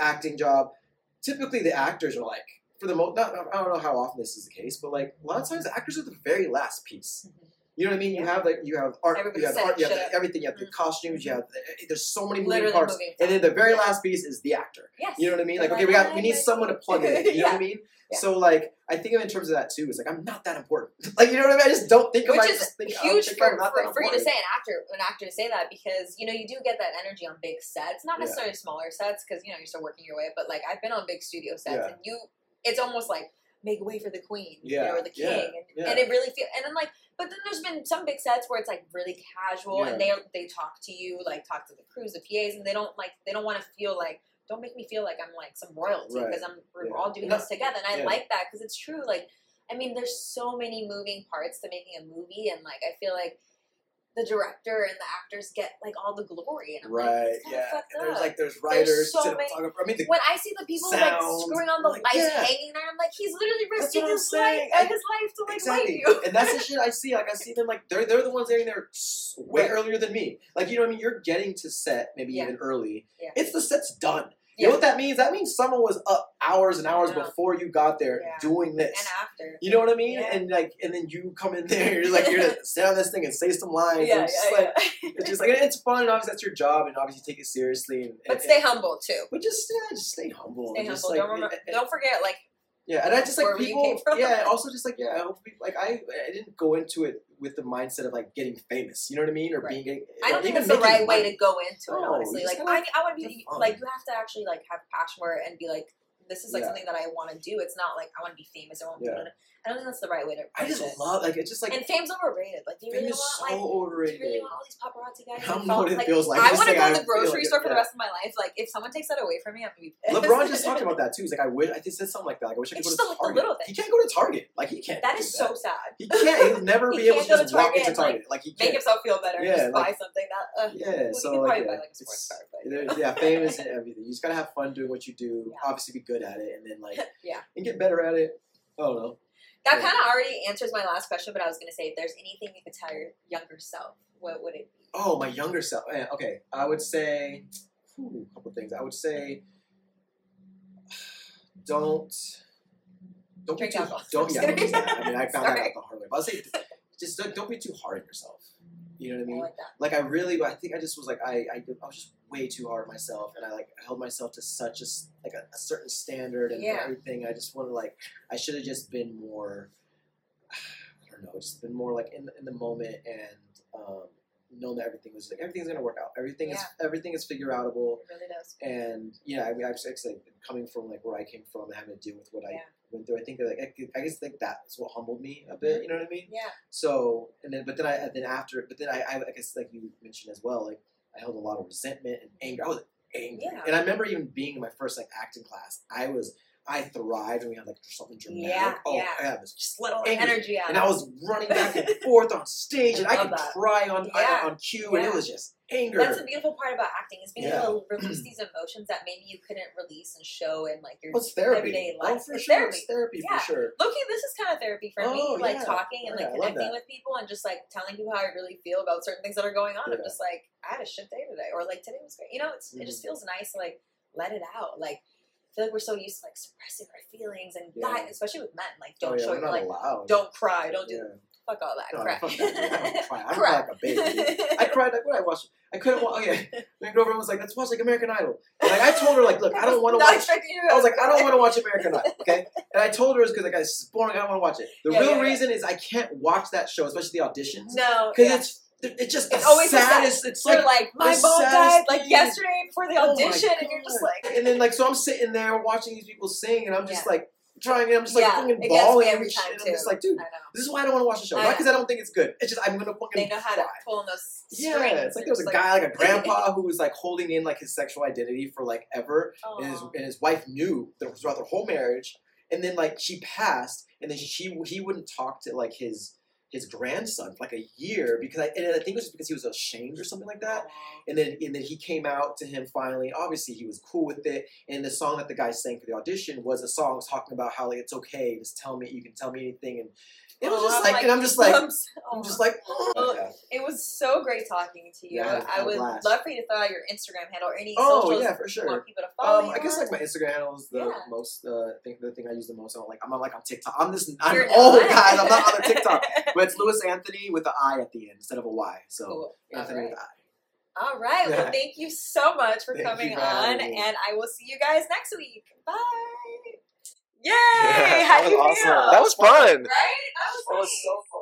Speaker 3: acting job. Typically, the actors are like for the most. Not I don't know how often this is the case, but like a lot of times the actors are the very last piece. You know what I mean? You
Speaker 2: Mm-hmm. Yeah.
Speaker 3: have like you have art,
Speaker 2: Everybody
Speaker 3: you have
Speaker 2: said
Speaker 3: art, you have
Speaker 2: shut up. Mm-hmm.
Speaker 3: everything, you have the costumes, you have eh, there's so many moving
Speaker 2: Literally
Speaker 3: parts,
Speaker 2: moving
Speaker 3: and then the very
Speaker 2: Yeah.
Speaker 3: last piece is the actor.
Speaker 2: Yes.
Speaker 3: You know what I mean? Like
Speaker 2: They're
Speaker 3: okay, we got
Speaker 2: "I'm
Speaker 3: we need
Speaker 2: ready."
Speaker 3: someone to plug in. You know what I mean?
Speaker 2: Yeah.
Speaker 3: So like I think of it in terms of that too. It's like I'm not that important. Like you know what I mean? I just don't think of
Speaker 2: Which
Speaker 3: I
Speaker 2: is
Speaker 3: just think, I don't
Speaker 2: huge
Speaker 3: think
Speaker 2: for,
Speaker 3: I'm not
Speaker 2: for,
Speaker 3: that
Speaker 2: for you to
Speaker 3: important.
Speaker 2: say an actor an actor to say that because you know you do get that energy on big sets, not
Speaker 3: Yeah.
Speaker 2: necessarily smaller sets because you know you're still working your way. But like I've been on big studio sets,
Speaker 3: Yeah.
Speaker 2: and you it's almost like make way for the queen, you
Speaker 3: Yeah,
Speaker 2: know, or the
Speaker 3: yeah,
Speaker 2: king, and,
Speaker 3: yeah.
Speaker 2: and it really feel. And then like, but then there's been some big sets where it's like really casual, and they they talk to you like talk to the crews, the PAs, and they don't like they don't want to feel like. Don't make me feel like I'm like some royalty
Speaker 3: Right.
Speaker 2: because I'm we're
Speaker 3: Yeah.
Speaker 2: all doing
Speaker 3: No,
Speaker 2: this together, and I
Speaker 3: yeah.
Speaker 2: like that because it's true. Like I mean, there's so many moving parts to making a movie, and like I feel like the director and the actors get like all the glory, and I'm like,
Speaker 3: Right,
Speaker 2: it's kinda
Speaker 3: yeah.
Speaker 2: fucked
Speaker 3: And there's
Speaker 2: up.
Speaker 3: like there's writers,
Speaker 2: so many-
Speaker 3: cinematographer. I mean, the,
Speaker 2: when I see the people like
Speaker 3: sound,
Speaker 2: screwing on the
Speaker 3: like,
Speaker 2: lights
Speaker 3: yeah.
Speaker 2: hanging there, I'm like, he's literally
Speaker 3: That's what
Speaker 2: risking
Speaker 3: I'm
Speaker 2: his
Speaker 3: saying.
Speaker 2: life, uh,
Speaker 3: I-
Speaker 2: his life to like
Speaker 3: exactly.
Speaker 2: light you.
Speaker 3: and that's the shit I see. Like I see them like they're they're the ones getting there s- way
Speaker 2: Right.
Speaker 3: earlier than me. Like you know what I mean? You're getting to set maybe
Speaker 2: Yeah.
Speaker 3: even early.
Speaker 2: Yeah.
Speaker 3: It's the set's done. You
Speaker 2: Yeah.
Speaker 3: know what that means? That means someone was up hours and hours
Speaker 2: Yeah.
Speaker 3: before you got there
Speaker 2: Yeah.
Speaker 3: doing this.
Speaker 2: And after,
Speaker 3: you know what I mean?
Speaker 2: Yeah.
Speaker 3: And like and then you come in there, you're like you're gonna sit on this thing and say some lines.
Speaker 2: yeah,
Speaker 3: and
Speaker 2: yeah,
Speaker 3: it's just
Speaker 2: yeah.
Speaker 3: like it's just like it's fun and obviously that's your job and obviously take it seriously and,
Speaker 2: but
Speaker 3: and-
Speaker 2: stay humble too.
Speaker 3: but just yeah, just stay humble.
Speaker 2: Stay
Speaker 3: and just,
Speaker 2: humble.
Speaker 3: like,
Speaker 2: don't remember,
Speaker 3: and- and-
Speaker 2: don't forget. Like
Speaker 3: yeah, and I just like
Speaker 2: Wherever you
Speaker 3: people.
Speaker 2: came from.
Speaker 3: Yeah, and also just like yeah, I hope people, like I I didn't go into it with the mindset of like getting famous. You know what I mean? Or
Speaker 2: Right.
Speaker 3: being.
Speaker 2: I
Speaker 3: or
Speaker 2: don't think
Speaker 3: even
Speaker 2: it's the
Speaker 3: making
Speaker 2: right way
Speaker 3: money.
Speaker 2: to go into it.
Speaker 3: No,
Speaker 2: Honestly,
Speaker 3: you
Speaker 2: like
Speaker 3: just
Speaker 2: I, I want to
Speaker 3: have
Speaker 2: be
Speaker 3: fun.
Speaker 2: like you have to actually like have passion for it and be like, this is like
Speaker 3: Yeah.
Speaker 2: something that I want to do. It's not like I want to be famous. I want to.
Speaker 3: Yeah.
Speaker 2: I don't think that's the right way to.
Speaker 3: I
Speaker 2: approach it.
Speaker 3: just love like it's just like
Speaker 2: and fame's overrated. Like, do you
Speaker 3: fame
Speaker 2: really
Speaker 3: is
Speaker 2: want like
Speaker 3: so
Speaker 2: do
Speaker 3: overrated.
Speaker 2: you really want all these paparazzi guys?
Speaker 3: I don't
Speaker 2: and
Speaker 3: know
Speaker 2: phone-
Speaker 3: what it feels like.
Speaker 2: I
Speaker 3: Just
Speaker 2: want to
Speaker 3: saying
Speaker 2: go to
Speaker 3: I
Speaker 2: the
Speaker 3: feel like
Speaker 2: grocery
Speaker 3: it,
Speaker 2: store for the
Speaker 3: yeah.
Speaker 2: rest of my life. Like, if someone takes that away from me, I'm gonna be. pissed.
Speaker 3: LeBron just talked about that too. He's like, I wish I just said something like that. Like, I wish I could
Speaker 2: It's
Speaker 3: go
Speaker 2: just
Speaker 3: to
Speaker 2: like the
Speaker 3: Target.
Speaker 2: little
Speaker 3: He
Speaker 2: things.
Speaker 3: can't go to Target. Like he can't.
Speaker 2: that
Speaker 3: do
Speaker 2: is so sad.
Speaker 3: He can't. He'll never
Speaker 2: He
Speaker 3: be able to
Speaker 2: can't go
Speaker 3: just
Speaker 2: to
Speaker 3: walk
Speaker 2: Target
Speaker 3: into
Speaker 2: and, like,
Speaker 3: Target. Like he
Speaker 2: Make
Speaker 3: can't.
Speaker 2: himself feel better. and
Speaker 3: Yeah,
Speaker 2: just buy
Speaker 3: like-
Speaker 2: something that. Uh,
Speaker 3: Yeah,
Speaker 2: well,
Speaker 3: so
Speaker 2: you could
Speaker 3: like,
Speaker 2: probably
Speaker 3: yeah,
Speaker 2: buy like a sports
Speaker 3: it's-
Speaker 2: car, but
Speaker 3: there's- yeah, fame is in everything. You just gotta have fun doing what you do.
Speaker 2: Yeah.
Speaker 3: Obviously, be good at it, and then like
Speaker 2: yeah.
Speaker 3: and get better at it. Oh, I don't know.
Speaker 2: That
Speaker 3: Yeah.
Speaker 2: kind of already answers my last question, but I was gonna say, if there's anything you could tell your younger self, what would it be?
Speaker 3: Oh, my younger self. Eh, Okay, I would say whew, a couple things. I would say don't don't
Speaker 2: Drink
Speaker 3: be too
Speaker 2: alcohol.
Speaker 3: don't yeah.
Speaker 2: Sorry.
Speaker 3: I mean, I found that
Speaker 2: Sorry.
Speaker 3: out the hard way. But I'll say just don't, don't be too hard on yourself. You know what I
Speaker 2: I
Speaker 3: mean?
Speaker 2: like that.
Speaker 3: Like I really, I think I just was like I I, I was just way too hard on myself, and I like held myself to such a s- like a, a certain standard and
Speaker 2: Yeah.
Speaker 3: everything. I just wanted like I should have just been more. I don't know, just been more like in the, in the moment and um, known that everything was like everything's gonna work out. Everything is everything is figure outable.
Speaker 2: It really does.
Speaker 3: And yeah, I mean, I was actually like, coming from like where I came from and having to deal with what I
Speaker 2: Yeah.
Speaker 3: went through. I think that like I, could- I guess like that's what humbled me a bit. You know what I mean?
Speaker 2: Yeah.
Speaker 3: So and then but then I then after but then I, I I guess like you mentioned as well like I held a lot of resentment and anger. I was angry,
Speaker 2: Yeah.
Speaker 3: and I remember even being in my first like acting class. I was I thrived when we had like something dramatic.
Speaker 2: Yeah,
Speaker 3: oh
Speaker 2: yeah.
Speaker 3: I was
Speaker 2: Just let all the
Speaker 3: Angry.
Speaker 2: energy out.
Speaker 3: and I was running back and forth on
Speaker 2: I
Speaker 3: stage, and I
Speaker 2: love
Speaker 3: could
Speaker 2: that.
Speaker 3: cry on
Speaker 2: Yeah.
Speaker 3: on, on cue, and
Speaker 2: Yeah.
Speaker 3: it was just anger.
Speaker 2: That's the beautiful part about acting is being
Speaker 3: Yeah.
Speaker 2: able to release these emotions that maybe you couldn't release and show in like your
Speaker 3: What's therapy?
Speaker 2: everyday
Speaker 3: Oh,
Speaker 2: life.
Speaker 3: for
Speaker 2: It's
Speaker 3: sure,
Speaker 2: therapy.
Speaker 3: it's therapy
Speaker 2: Yeah.
Speaker 3: for sure.
Speaker 2: Loki, this is kind of therapy for
Speaker 3: Oh,
Speaker 2: me. Like
Speaker 3: yeah.
Speaker 2: talking and like
Speaker 3: Yeah, I love
Speaker 2: connecting
Speaker 3: that.
Speaker 2: with people and just like telling you how I really feel about certain things that are going on. I'm
Speaker 3: Yeah. Mm-hmm.
Speaker 2: just like, I had a shit day today, or like today was great. You know, it's, it just feels nice to like let it out. Like, I feel like we're so used to like suppressing our feelings and
Speaker 3: Yeah.
Speaker 2: guy- especially with men, like
Speaker 3: Oh,
Speaker 2: don't
Speaker 3: yeah,
Speaker 2: show
Speaker 3: we're
Speaker 2: it,
Speaker 3: not
Speaker 2: like
Speaker 3: allowed.
Speaker 2: don't cry, don't do
Speaker 3: Yeah.
Speaker 2: fuck all that
Speaker 3: No,
Speaker 2: crap.
Speaker 3: fuck that, dude. I don't cry. I don't cry
Speaker 2: Crap.
Speaker 3: like a baby. I cried like what I watched. I couldn't watch. Okay, my girlfriend was like, "Let's watch like American Idol." And, like I told her, like, "Look, I don't want to
Speaker 2: Not
Speaker 3: watch."
Speaker 2: expecting you
Speaker 3: I was like, "I don't want to watch American Idol." Okay, and I told her it's because like it's boring. I don't want to watch it. The
Speaker 2: Yeah,
Speaker 3: real
Speaker 2: yeah, yeah.
Speaker 3: reason is I can't watch that show, especially the auditions,
Speaker 2: No,
Speaker 3: because
Speaker 2: yeah.
Speaker 3: it's it's just
Speaker 2: It's
Speaker 3: the
Speaker 2: always the
Speaker 3: saddest. It's
Speaker 2: They're
Speaker 3: like
Speaker 2: like, my
Speaker 3: the
Speaker 2: mom died
Speaker 3: saddest
Speaker 2: like
Speaker 3: thing.
Speaker 2: yesterday before the
Speaker 3: Oh my
Speaker 2: audition, and you're just
Speaker 3: God.
Speaker 2: like,
Speaker 3: and then like so I'm sitting there watching these people sing, and I'm just
Speaker 2: Yeah.
Speaker 3: like trying, and I'm just like
Speaker 2: Yeah,
Speaker 3: fucking
Speaker 2: it gets me
Speaker 3: bawling
Speaker 2: every
Speaker 3: and
Speaker 2: time,
Speaker 3: shit. And I'm just
Speaker 2: too.
Speaker 3: like, dude,
Speaker 2: I know.
Speaker 3: this is why I don't want to watch the show.
Speaker 2: I
Speaker 3: Not
Speaker 2: know.
Speaker 3: because I don't think it's good. It's just I'm gonna fucking.
Speaker 2: They know how to
Speaker 3: cry.
Speaker 2: pull on those strings.
Speaker 3: Yeah, it's like there was a
Speaker 2: It's
Speaker 3: guy, like a grandpa, who was like holding in like his sexual identity for like ever,
Speaker 2: aw.
Speaker 3: and his, and his wife knew that throughout their whole marriage, and then like she passed, and then she he wouldn't talk to like his his grandson for like a year because I and I think it was just because he was ashamed or something like that. And then and then he came out to him finally. Obviously, he was cool with it. And the song that the guy sang for the audition was a song talking about how like it's okay, just tell me, you can tell me anything, and it was
Speaker 2: Oh,
Speaker 3: just
Speaker 2: I'm
Speaker 3: like, and I'm just like,
Speaker 2: I'm so-
Speaker 3: I'm just like,
Speaker 2: Well,
Speaker 3: yeah.
Speaker 2: it was so great talking to you.
Speaker 3: Yeah, I had- I
Speaker 2: I
Speaker 3: had a
Speaker 2: would
Speaker 3: blast.
Speaker 2: love for you to throw out your Instagram handle or any
Speaker 3: oh
Speaker 2: socials
Speaker 3: yeah, for sure.
Speaker 2: you want people to follow.
Speaker 3: Um,
Speaker 2: you
Speaker 3: I guess
Speaker 2: on.
Speaker 3: like my Instagram handle is the
Speaker 2: Yeah.
Speaker 3: most uh, thing, the thing I use the most. I don't like I'm not like on TikTok. I'm this I'm
Speaker 2: You're
Speaker 3: old
Speaker 2: not.
Speaker 3: guys. I'm not on the TikTok. But it's Louis Anthony with an I at the end instead of a Y. So
Speaker 2: Cool. All
Speaker 3: Anthony
Speaker 2: right.
Speaker 3: with an
Speaker 2: All right. Well, thank you so much for
Speaker 3: Thank
Speaker 2: coming
Speaker 3: you for
Speaker 2: on,
Speaker 3: having me.
Speaker 2: and I will see you guys next week. Bye. Yay!
Speaker 4: Yeah,
Speaker 2: How
Speaker 4: that
Speaker 2: do you
Speaker 4: was
Speaker 2: feel?
Speaker 4: awesome. That was fun.
Speaker 2: right. That was,
Speaker 3: I.
Speaker 2: nice.
Speaker 3: so fun.